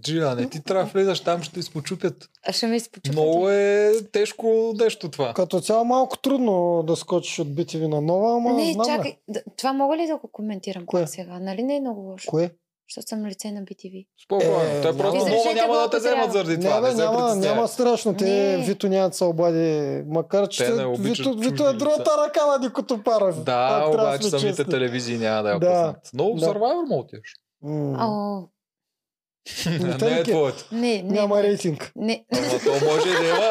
[SPEAKER 2] Джина, не ти трябва да влизаш там, ще изпочупят.
[SPEAKER 4] А ще ме изпочупат.
[SPEAKER 2] Много е тежко нещо това.
[SPEAKER 3] Като цяло малко трудно да скочиш от BTV на нова, ама
[SPEAKER 4] Не,
[SPEAKER 3] знам бе.
[SPEAKER 4] чакай. Да, Това мога ли да го коментирам
[SPEAKER 3] е, Кое?
[SPEAKER 4] пак сега? Нали не е много лошо?
[SPEAKER 3] Кое?
[SPEAKER 4] Защото съм лице на BTV.
[SPEAKER 2] Спокойно.
[SPEAKER 3] Е,
[SPEAKER 2] Той
[SPEAKER 3] няма.
[SPEAKER 2] просто много
[SPEAKER 4] Изрежете
[SPEAKER 2] няма да
[SPEAKER 4] колко
[SPEAKER 2] те вземат
[SPEAKER 4] трябва.
[SPEAKER 2] заради Е, това.
[SPEAKER 3] Не,
[SPEAKER 2] Не
[SPEAKER 3] бе,
[SPEAKER 2] се
[SPEAKER 3] няма,
[SPEAKER 2] притеснявай.
[SPEAKER 3] няма страшно. Те
[SPEAKER 4] Не.
[SPEAKER 3] Вито няма да се обади. Макар, че
[SPEAKER 2] Те не
[SPEAKER 3] те-
[SPEAKER 2] обичат
[SPEAKER 3] Вито,
[SPEAKER 2] чужди
[SPEAKER 3] Вито е
[SPEAKER 2] лица.
[SPEAKER 3] другата ръка на Никото Паров.
[SPEAKER 2] Да,
[SPEAKER 3] Пак трябва
[SPEAKER 2] обаче
[SPEAKER 3] сме
[SPEAKER 2] самите
[SPEAKER 3] честни.
[SPEAKER 2] телевизии няма да я
[SPEAKER 3] Да.
[SPEAKER 2] познат. Но в
[SPEAKER 3] Да.
[SPEAKER 2] Survivor е. му
[SPEAKER 3] [LAUGHS]
[SPEAKER 2] отиваш.
[SPEAKER 3] М.
[SPEAKER 4] О,
[SPEAKER 3] Не те
[SPEAKER 2] Не е
[SPEAKER 3] ли ке?
[SPEAKER 2] твоето.
[SPEAKER 4] не, не.
[SPEAKER 3] Няма
[SPEAKER 4] не.
[SPEAKER 3] рейтинг.
[SPEAKER 4] Не, [LAUGHS]
[SPEAKER 2] Ама то може да има.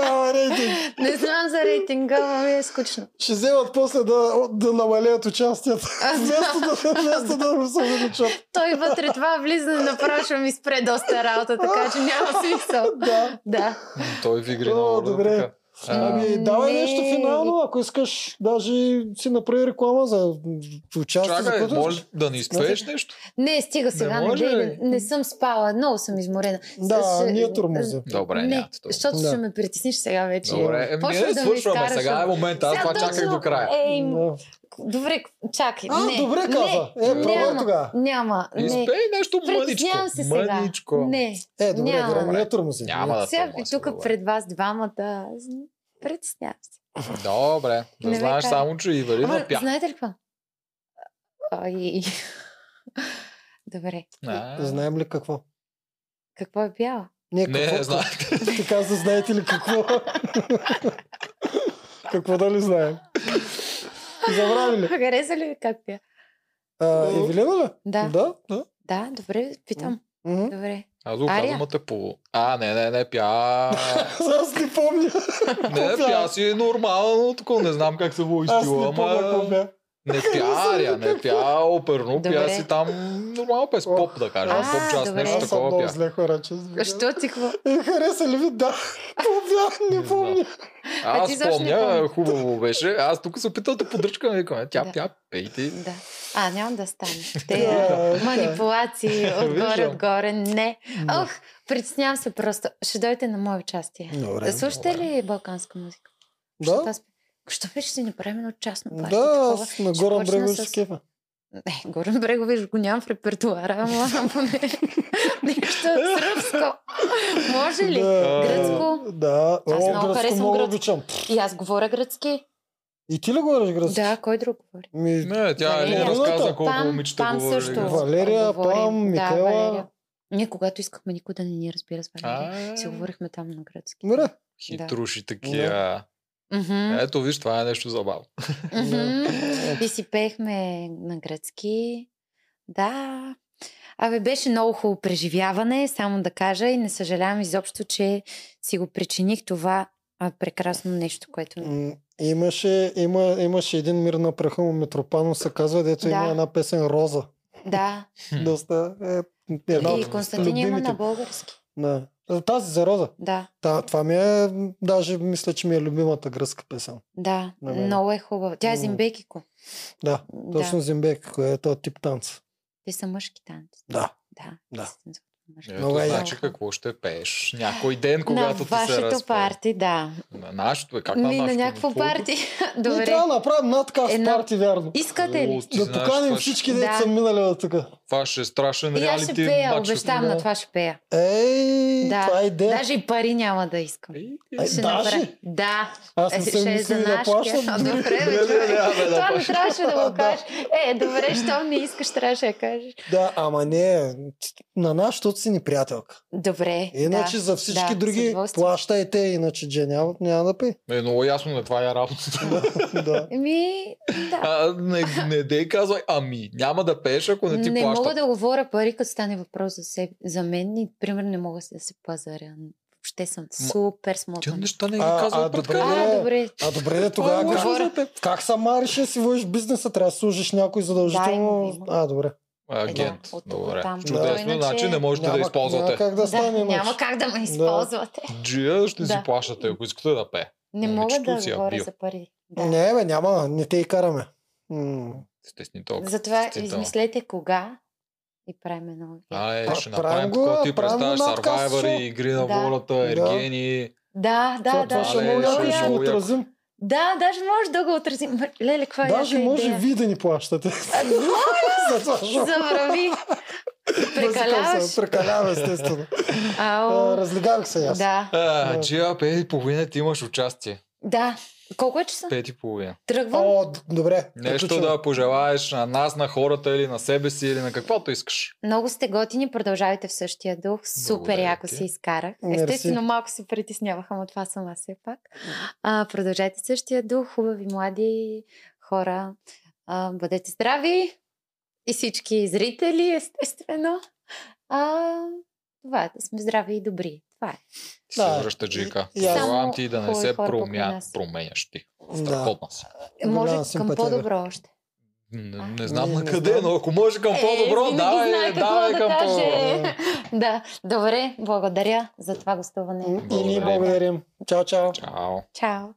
[SPEAKER 3] Няма рейтинг.
[SPEAKER 4] не знам за рейтинга, но ми е скучно.
[SPEAKER 3] Ще вземат после да, да намалеят участието. [LAUGHS] вместо да, вместо да му се увеличат.
[SPEAKER 4] Той вътре това влизане направо ще ми спре доста работа, така че няма смисъл.
[SPEAKER 3] Да.
[SPEAKER 4] Да.
[SPEAKER 2] М, Той в игри
[SPEAKER 3] О,
[SPEAKER 2] на Орда,
[SPEAKER 3] добре.
[SPEAKER 2] така. А,
[SPEAKER 4] Ами,
[SPEAKER 3] Ами, давай
[SPEAKER 4] не.
[SPEAKER 3] нещо финално, ако искаш. Даже си направи реклама за участие. за
[SPEAKER 2] Чакай,
[SPEAKER 3] което
[SPEAKER 2] може да не изпееш
[SPEAKER 4] Значи,
[SPEAKER 2] нещо?
[SPEAKER 4] Не, стига сега.
[SPEAKER 2] Не
[SPEAKER 4] Не,
[SPEAKER 2] може
[SPEAKER 4] не,
[SPEAKER 2] ли?
[SPEAKER 4] не съм спала, много съм изморена.
[SPEAKER 3] Да,
[SPEAKER 4] Ще-
[SPEAKER 3] ние турмозим.
[SPEAKER 2] Добре,
[SPEAKER 4] Не,
[SPEAKER 2] няма да толкова.
[SPEAKER 4] защото
[SPEAKER 3] Да.
[SPEAKER 4] ще ме притесниш сега вече.
[SPEAKER 2] Добре, еми,
[SPEAKER 4] Почваш
[SPEAKER 2] ние
[SPEAKER 4] да
[SPEAKER 2] да
[SPEAKER 4] ме
[SPEAKER 2] свършваме.
[SPEAKER 4] изкараш
[SPEAKER 2] Сега е
[SPEAKER 4] от-
[SPEAKER 2] момента. Аз
[SPEAKER 4] Сега
[SPEAKER 2] това чаках
[SPEAKER 4] точно-
[SPEAKER 2] до края.
[SPEAKER 4] Ей, м-
[SPEAKER 3] Да.
[SPEAKER 4] добре, чакай.
[SPEAKER 3] А,
[SPEAKER 4] не,
[SPEAKER 3] добре
[SPEAKER 4] не,
[SPEAKER 3] каза. Е,
[SPEAKER 2] не,
[SPEAKER 3] пробвай
[SPEAKER 4] ама-
[SPEAKER 3] тогава.
[SPEAKER 4] Няма. е, Не.
[SPEAKER 2] Изпей нещо мъничко.
[SPEAKER 4] Притеснявам се сега.
[SPEAKER 2] Мъничко.
[SPEAKER 4] Не.
[SPEAKER 3] Е, добре,
[SPEAKER 4] Няма.
[SPEAKER 3] добре, ние турмозим.
[SPEAKER 2] Няма да
[SPEAKER 4] Сега
[SPEAKER 2] тормози,
[SPEAKER 4] тук
[SPEAKER 2] добре.
[SPEAKER 4] пред вас двамата. Притеснявам се.
[SPEAKER 2] Добре, да
[SPEAKER 4] Не ме
[SPEAKER 2] знаеш
[SPEAKER 4] кай.
[SPEAKER 2] само, че и вали
[SPEAKER 4] Ама,
[SPEAKER 2] на пя.
[SPEAKER 4] знаете ли какво? Ай. [LAUGHS] Добре.
[SPEAKER 2] А,
[SPEAKER 3] Знаем ли какво?
[SPEAKER 4] Какво е бяла?
[SPEAKER 3] Ние
[SPEAKER 2] Не,
[SPEAKER 3] какво? [LAUGHS]
[SPEAKER 2] не знаете.
[SPEAKER 3] Ти каза, знаете ли какво? [LAUGHS] какво да ли знаем? Забрави ли?
[SPEAKER 4] [LAUGHS] Хареса ли ви как бя?
[SPEAKER 3] А, Евелина ли?
[SPEAKER 4] Да.
[SPEAKER 3] Да, да.
[SPEAKER 4] Да, добре, питам.
[SPEAKER 3] Мгм. [LAUGHS]
[SPEAKER 4] Добре.
[SPEAKER 2] Аз
[SPEAKER 4] Ария.
[SPEAKER 2] оказвам те по... А, не, не, не, пя.
[SPEAKER 3] Аз не помня.
[SPEAKER 2] Не, пя си е нормално, тако не знам как се го
[SPEAKER 3] Аз не
[SPEAKER 2] изпила,
[SPEAKER 3] помня какво
[SPEAKER 2] ама...
[SPEAKER 3] бе.
[SPEAKER 2] Не пя Ария, не пя оперно, пя
[SPEAKER 4] Добре.
[SPEAKER 2] си там нормално пес, поп да кажем,
[SPEAKER 4] А,
[SPEAKER 2] поп джаз,
[SPEAKER 4] добре.
[SPEAKER 2] нещо
[SPEAKER 3] Аз съм
[SPEAKER 2] такова
[SPEAKER 3] много
[SPEAKER 2] пя.
[SPEAKER 3] зле хора, че
[SPEAKER 4] Що ти какво?
[SPEAKER 3] Е, хареса ли ви? Да. Помня,
[SPEAKER 2] Не
[SPEAKER 3] не помня.
[SPEAKER 4] А
[SPEAKER 2] Аз
[SPEAKER 4] ти защо не
[SPEAKER 2] помня,
[SPEAKER 4] помниш?
[SPEAKER 2] хубаво беше. Аз тук се опитам да подръчкам, викам, е, тя
[SPEAKER 4] Да.
[SPEAKER 2] пя, пей ти.
[SPEAKER 4] Да. А, няма да стане. Те
[SPEAKER 3] Да, [LAUGHS]
[SPEAKER 4] а, манипулации отгоре,
[SPEAKER 2] Виждам.
[SPEAKER 4] отгоре. Не.
[SPEAKER 3] Да.
[SPEAKER 4] Ох, притеснявам се просто. Ще дойдете на мое участие.
[SPEAKER 3] Добре.
[SPEAKER 4] Да слушате ли балканска музика? Защото
[SPEAKER 3] Да,
[SPEAKER 4] аз- Що беше си направим едно частно парти?
[SPEAKER 3] да,
[SPEAKER 4] такова?
[SPEAKER 3] аз на
[SPEAKER 4] Ще
[SPEAKER 3] Горан
[SPEAKER 4] почна
[SPEAKER 3] Брегович
[SPEAKER 4] с-
[SPEAKER 3] с кефа.
[SPEAKER 4] Е, Горан Брегович го нямам в репертуара, ама поне [LAUGHS] нещо е сръбско. Може Е ли?
[SPEAKER 3] Да.
[SPEAKER 4] Гръцко?
[SPEAKER 3] Е, Да,
[SPEAKER 4] Аз
[SPEAKER 3] о,
[SPEAKER 4] много
[SPEAKER 3] гръцко
[SPEAKER 4] харесвам
[SPEAKER 3] много
[SPEAKER 4] гръцко.
[SPEAKER 3] обичам.
[SPEAKER 4] И аз говоря гръцки.
[SPEAKER 3] И ти ли говориш гръцко?
[SPEAKER 4] Да, кой друг говори?
[SPEAKER 3] Ми,
[SPEAKER 2] Не, тя не
[SPEAKER 4] Валерия.
[SPEAKER 2] разказа
[SPEAKER 3] Пам,
[SPEAKER 2] колко момичета
[SPEAKER 4] Пам
[SPEAKER 2] говори.
[SPEAKER 4] също.
[SPEAKER 3] Валерия,
[SPEAKER 4] говори.
[SPEAKER 3] Пам,
[SPEAKER 4] Да,
[SPEAKER 3] Микаела.
[SPEAKER 4] Валерия. Ние когато искахме никой да не ни разбира с Валерия,
[SPEAKER 2] А,
[SPEAKER 4] си говорихме там на гръцки.
[SPEAKER 3] Мира,
[SPEAKER 2] хитруши такива.
[SPEAKER 4] Мгм,
[SPEAKER 2] Ето, виж, това е нещо забавно.
[SPEAKER 4] мгм.
[SPEAKER 3] Е,
[SPEAKER 4] И си пеехме на гръцки. Да. Абе, беше много хубаво преживяване, само да кажа и не съжалявам изобщо, че си го причиних това а, прекрасно нещо, което
[SPEAKER 3] М, Имаше, има, имаше един мир на праха му, Митропанов се казва, дето
[SPEAKER 4] Да.
[SPEAKER 3] има една песен Роза.
[SPEAKER 4] Да,
[SPEAKER 2] Хм.
[SPEAKER 3] Доста е, е една
[SPEAKER 4] и
[SPEAKER 3] от
[SPEAKER 4] Константин има
[SPEAKER 3] любимите.
[SPEAKER 4] на български.
[SPEAKER 3] Да. Е, Тази за Роза.
[SPEAKER 4] Да,
[SPEAKER 3] Та, това ми е, м, даже мисля, че ми е любимата гръцка песен.
[SPEAKER 4] да,
[SPEAKER 3] На мен.
[SPEAKER 4] много е хубава. Тя
[SPEAKER 3] М.
[SPEAKER 4] е зимбекико.
[SPEAKER 3] Да, точно
[SPEAKER 4] Да.
[SPEAKER 3] Зимбек, кое е този тип танц.
[SPEAKER 4] Те са мъжки танци.
[SPEAKER 3] Да.
[SPEAKER 4] Да.
[SPEAKER 3] Да.
[SPEAKER 4] те са мъжки.
[SPEAKER 2] Ето,
[SPEAKER 3] Много е
[SPEAKER 2] значи
[SPEAKER 4] яко.
[SPEAKER 2] какво ще пееш някой ден,
[SPEAKER 4] На
[SPEAKER 2] когато ти се
[SPEAKER 4] вашето
[SPEAKER 2] разпе.
[SPEAKER 4] парти, да.
[SPEAKER 2] На нашето, бе, как на
[SPEAKER 4] Ми
[SPEAKER 2] нашето? е?
[SPEAKER 4] на някакво
[SPEAKER 2] Твоето?
[SPEAKER 4] парти. [LAUGHS]
[SPEAKER 3] Ние
[SPEAKER 4] Добре.
[SPEAKER 3] трябва да направим над кафе
[SPEAKER 4] Една-
[SPEAKER 3] парти, вярно.
[SPEAKER 4] Искате ли?
[SPEAKER 2] О, ти
[SPEAKER 3] Да
[SPEAKER 2] знаеш,
[SPEAKER 3] поканим
[SPEAKER 2] това ще-
[SPEAKER 3] всички, дето
[SPEAKER 4] Да.
[SPEAKER 3] са минали от тук.
[SPEAKER 2] Това ще е страшен
[SPEAKER 4] И аз ще
[SPEAKER 2] реалити.
[SPEAKER 4] пея,
[SPEAKER 2] мак ще
[SPEAKER 4] обещавам
[SPEAKER 2] сме.
[SPEAKER 4] на това ще пея.
[SPEAKER 3] Ей,
[SPEAKER 4] Да.
[SPEAKER 3] това е идея.
[SPEAKER 4] Даже и пари няма да искам.
[SPEAKER 2] Ей,
[SPEAKER 3] Ай,
[SPEAKER 4] Ще
[SPEAKER 3] даже?
[SPEAKER 4] направя- Да.
[SPEAKER 3] Аз не
[SPEAKER 4] Е,
[SPEAKER 3] съм
[SPEAKER 4] ще е за
[SPEAKER 3] мислил да
[SPEAKER 4] наш
[SPEAKER 3] плащам. Нали,
[SPEAKER 4] кеф.
[SPEAKER 2] Не,
[SPEAKER 4] [LAUGHS] Добре,
[SPEAKER 2] не,
[SPEAKER 4] бе, човек.
[SPEAKER 2] няма нали, да
[SPEAKER 4] Това ми
[SPEAKER 2] плащаш.
[SPEAKER 4] трябваше
[SPEAKER 3] [LAUGHS]
[SPEAKER 4] да
[SPEAKER 3] Да.
[SPEAKER 4] го кажеш. Е, добре, щом не искаш, трябваше да кажеш.
[SPEAKER 3] Да, ама не, на нас, защото си ни приятелка.
[SPEAKER 4] Добре,
[SPEAKER 3] Иначе
[SPEAKER 4] да.
[SPEAKER 3] за всички
[SPEAKER 4] да, с
[SPEAKER 3] други
[SPEAKER 4] удоволствие.
[SPEAKER 3] плащайте, иначе Джен няма, няма да пи.
[SPEAKER 2] Е, много ясно, не това е работата.
[SPEAKER 3] [LAUGHS] да.
[SPEAKER 4] Ми, Ами, да.
[SPEAKER 2] А, не, не дей казвай, ами, няма да пееш, ако не ти
[SPEAKER 4] не
[SPEAKER 2] плащат.
[SPEAKER 4] мога да говоря пари, като стане въпрос за, себе, за мен и, примерно, не мога да се пазаря. Въобще съм супер
[SPEAKER 2] Тя
[SPEAKER 4] смотана.
[SPEAKER 2] неща не ги
[SPEAKER 3] А,
[SPEAKER 2] казва
[SPEAKER 3] а,
[SPEAKER 2] пред
[SPEAKER 3] добре.
[SPEAKER 2] камера.
[SPEAKER 4] А,
[SPEAKER 3] Е,
[SPEAKER 4] добре.
[SPEAKER 3] А добре, де,
[SPEAKER 2] Това е
[SPEAKER 3] тогава
[SPEAKER 2] лошо
[SPEAKER 3] как,
[SPEAKER 2] за теб.
[SPEAKER 3] как се мариш да си водиш бизнеса? Трябва да служиш някой задължително.
[SPEAKER 4] Да, има, има.
[SPEAKER 3] А, добре.
[SPEAKER 2] Агент.
[SPEAKER 4] да, от-
[SPEAKER 2] Добре.
[SPEAKER 4] оттам.
[SPEAKER 2] Чудесно,
[SPEAKER 4] Да.
[SPEAKER 2] значи не можете да
[SPEAKER 3] Няма-
[SPEAKER 2] използвате.
[SPEAKER 3] Няма как да
[SPEAKER 4] Да,
[SPEAKER 3] стане. иначе.
[SPEAKER 4] няма как да ме използвате.
[SPEAKER 2] Джия ще си
[SPEAKER 4] Да.
[SPEAKER 2] плащате, ако искате да пее.
[SPEAKER 3] Ами,
[SPEAKER 4] Не мога
[SPEAKER 2] Момичето
[SPEAKER 4] да
[SPEAKER 2] си я бил.
[SPEAKER 4] говоря за пари. Да.
[SPEAKER 3] Не, бе, няма. Не те и караме. М.
[SPEAKER 2] Стесни толкова.
[SPEAKER 4] Затова
[SPEAKER 2] стеснително.
[SPEAKER 4] измислете кога и правим едно.
[SPEAKER 2] Ай,
[SPEAKER 3] Пра-
[SPEAKER 2] е, ще
[SPEAKER 3] правим
[SPEAKER 2] направим
[SPEAKER 3] го,
[SPEAKER 2] такова ти
[SPEAKER 3] правим го
[SPEAKER 2] представяш
[SPEAKER 3] надказ,
[SPEAKER 2] Survivor
[SPEAKER 3] шо?
[SPEAKER 2] и Игри на
[SPEAKER 4] Да.
[SPEAKER 2] волята,
[SPEAKER 3] Да.
[SPEAKER 2] Ергени.
[SPEAKER 4] Да, да,
[SPEAKER 3] Това-
[SPEAKER 4] да.
[SPEAKER 3] Това е ще
[SPEAKER 2] Але,
[SPEAKER 3] мога
[SPEAKER 4] много
[SPEAKER 3] да
[SPEAKER 2] Е, ще
[SPEAKER 3] ще
[SPEAKER 4] яко.
[SPEAKER 3] го
[SPEAKER 2] много яко.
[SPEAKER 3] отразим.
[SPEAKER 4] Да, даже може да го отразим. М, Леле, каква е
[SPEAKER 3] Даже
[SPEAKER 4] яка
[SPEAKER 3] може
[SPEAKER 4] идея. Е,
[SPEAKER 3] ви да ни плащате. [LAUGHS] За това шоу. [LAUGHS]
[SPEAKER 4] Завърви.
[SPEAKER 3] Прекалявам се,
[SPEAKER 4] Прекаляваш.
[SPEAKER 3] Прекалявам, естествено. А,
[SPEAKER 4] Ау.
[SPEAKER 3] Разлигавах се аз.
[SPEAKER 4] Да,
[SPEAKER 2] А,
[SPEAKER 3] Да.
[SPEAKER 2] Джия, пет и половина ти имаш участие.
[SPEAKER 4] да. Колко е часа?
[SPEAKER 2] Пет и половина.
[SPEAKER 4] Тръгвам.
[SPEAKER 3] О, д- добре.
[SPEAKER 2] Нещо
[SPEAKER 3] приключваме.
[SPEAKER 2] да пожелаеш на нас, на хората или на себе си, или на каквото искаш.
[SPEAKER 4] Много сте готини, продължавайте в същия дух. Супер
[SPEAKER 2] Благодаря
[SPEAKER 4] яко
[SPEAKER 2] ти.
[SPEAKER 4] се изкарах.
[SPEAKER 3] Мерси.
[SPEAKER 4] Естествено, малко се притеснявах, ама това съм аз все пак. А, продължайте в същия дух, хубави млади хора. А, бъдете здрави и всички зрители, естествено. А, това е, да сме здрави и добри. Това е.
[SPEAKER 2] Ти се
[SPEAKER 3] Да.
[SPEAKER 2] връща Джика.
[SPEAKER 3] И аз-
[SPEAKER 2] Желавам ти да не
[SPEAKER 4] Само
[SPEAKER 2] се
[SPEAKER 4] хубави хора покрай
[SPEAKER 2] промя...
[SPEAKER 4] нас.
[SPEAKER 2] променяш ти.
[SPEAKER 3] Да.
[SPEAKER 2] Страхотна си.
[SPEAKER 3] Голяма
[SPEAKER 4] Може към
[SPEAKER 3] симпатия, бе.
[SPEAKER 4] по-добро още.
[SPEAKER 2] Не,
[SPEAKER 4] А.
[SPEAKER 2] не знам
[SPEAKER 3] Не,
[SPEAKER 2] на
[SPEAKER 3] не
[SPEAKER 2] къде,
[SPEAKER 3] знам.
[SPEAKER 2] но ако може към
[SPEAKER 4] Е,
[SPEAKER 2] по-добро,
[SPEAKER 4] винаги
[SPEAKER 2] давай,
[SPEAKER 4] знае какво
[SPEAKER 2] давай
[SPEAKER 4] да
[SPEAKER 2] към
[SPEAKER 4] каже.
[SPEAKER 2] по-добро.
[SPEAKER 3] Е,
[SPEAKER 4] Да, добре, благодаря за това гостуване.
[SPEAKER 3] И ние
[SPEAKER 2] Благодарим.
[SPEAKER 3] благодарим. Чао, чао.
[SPEAKER 2] Чао.
[SPEAKER 4] Чао!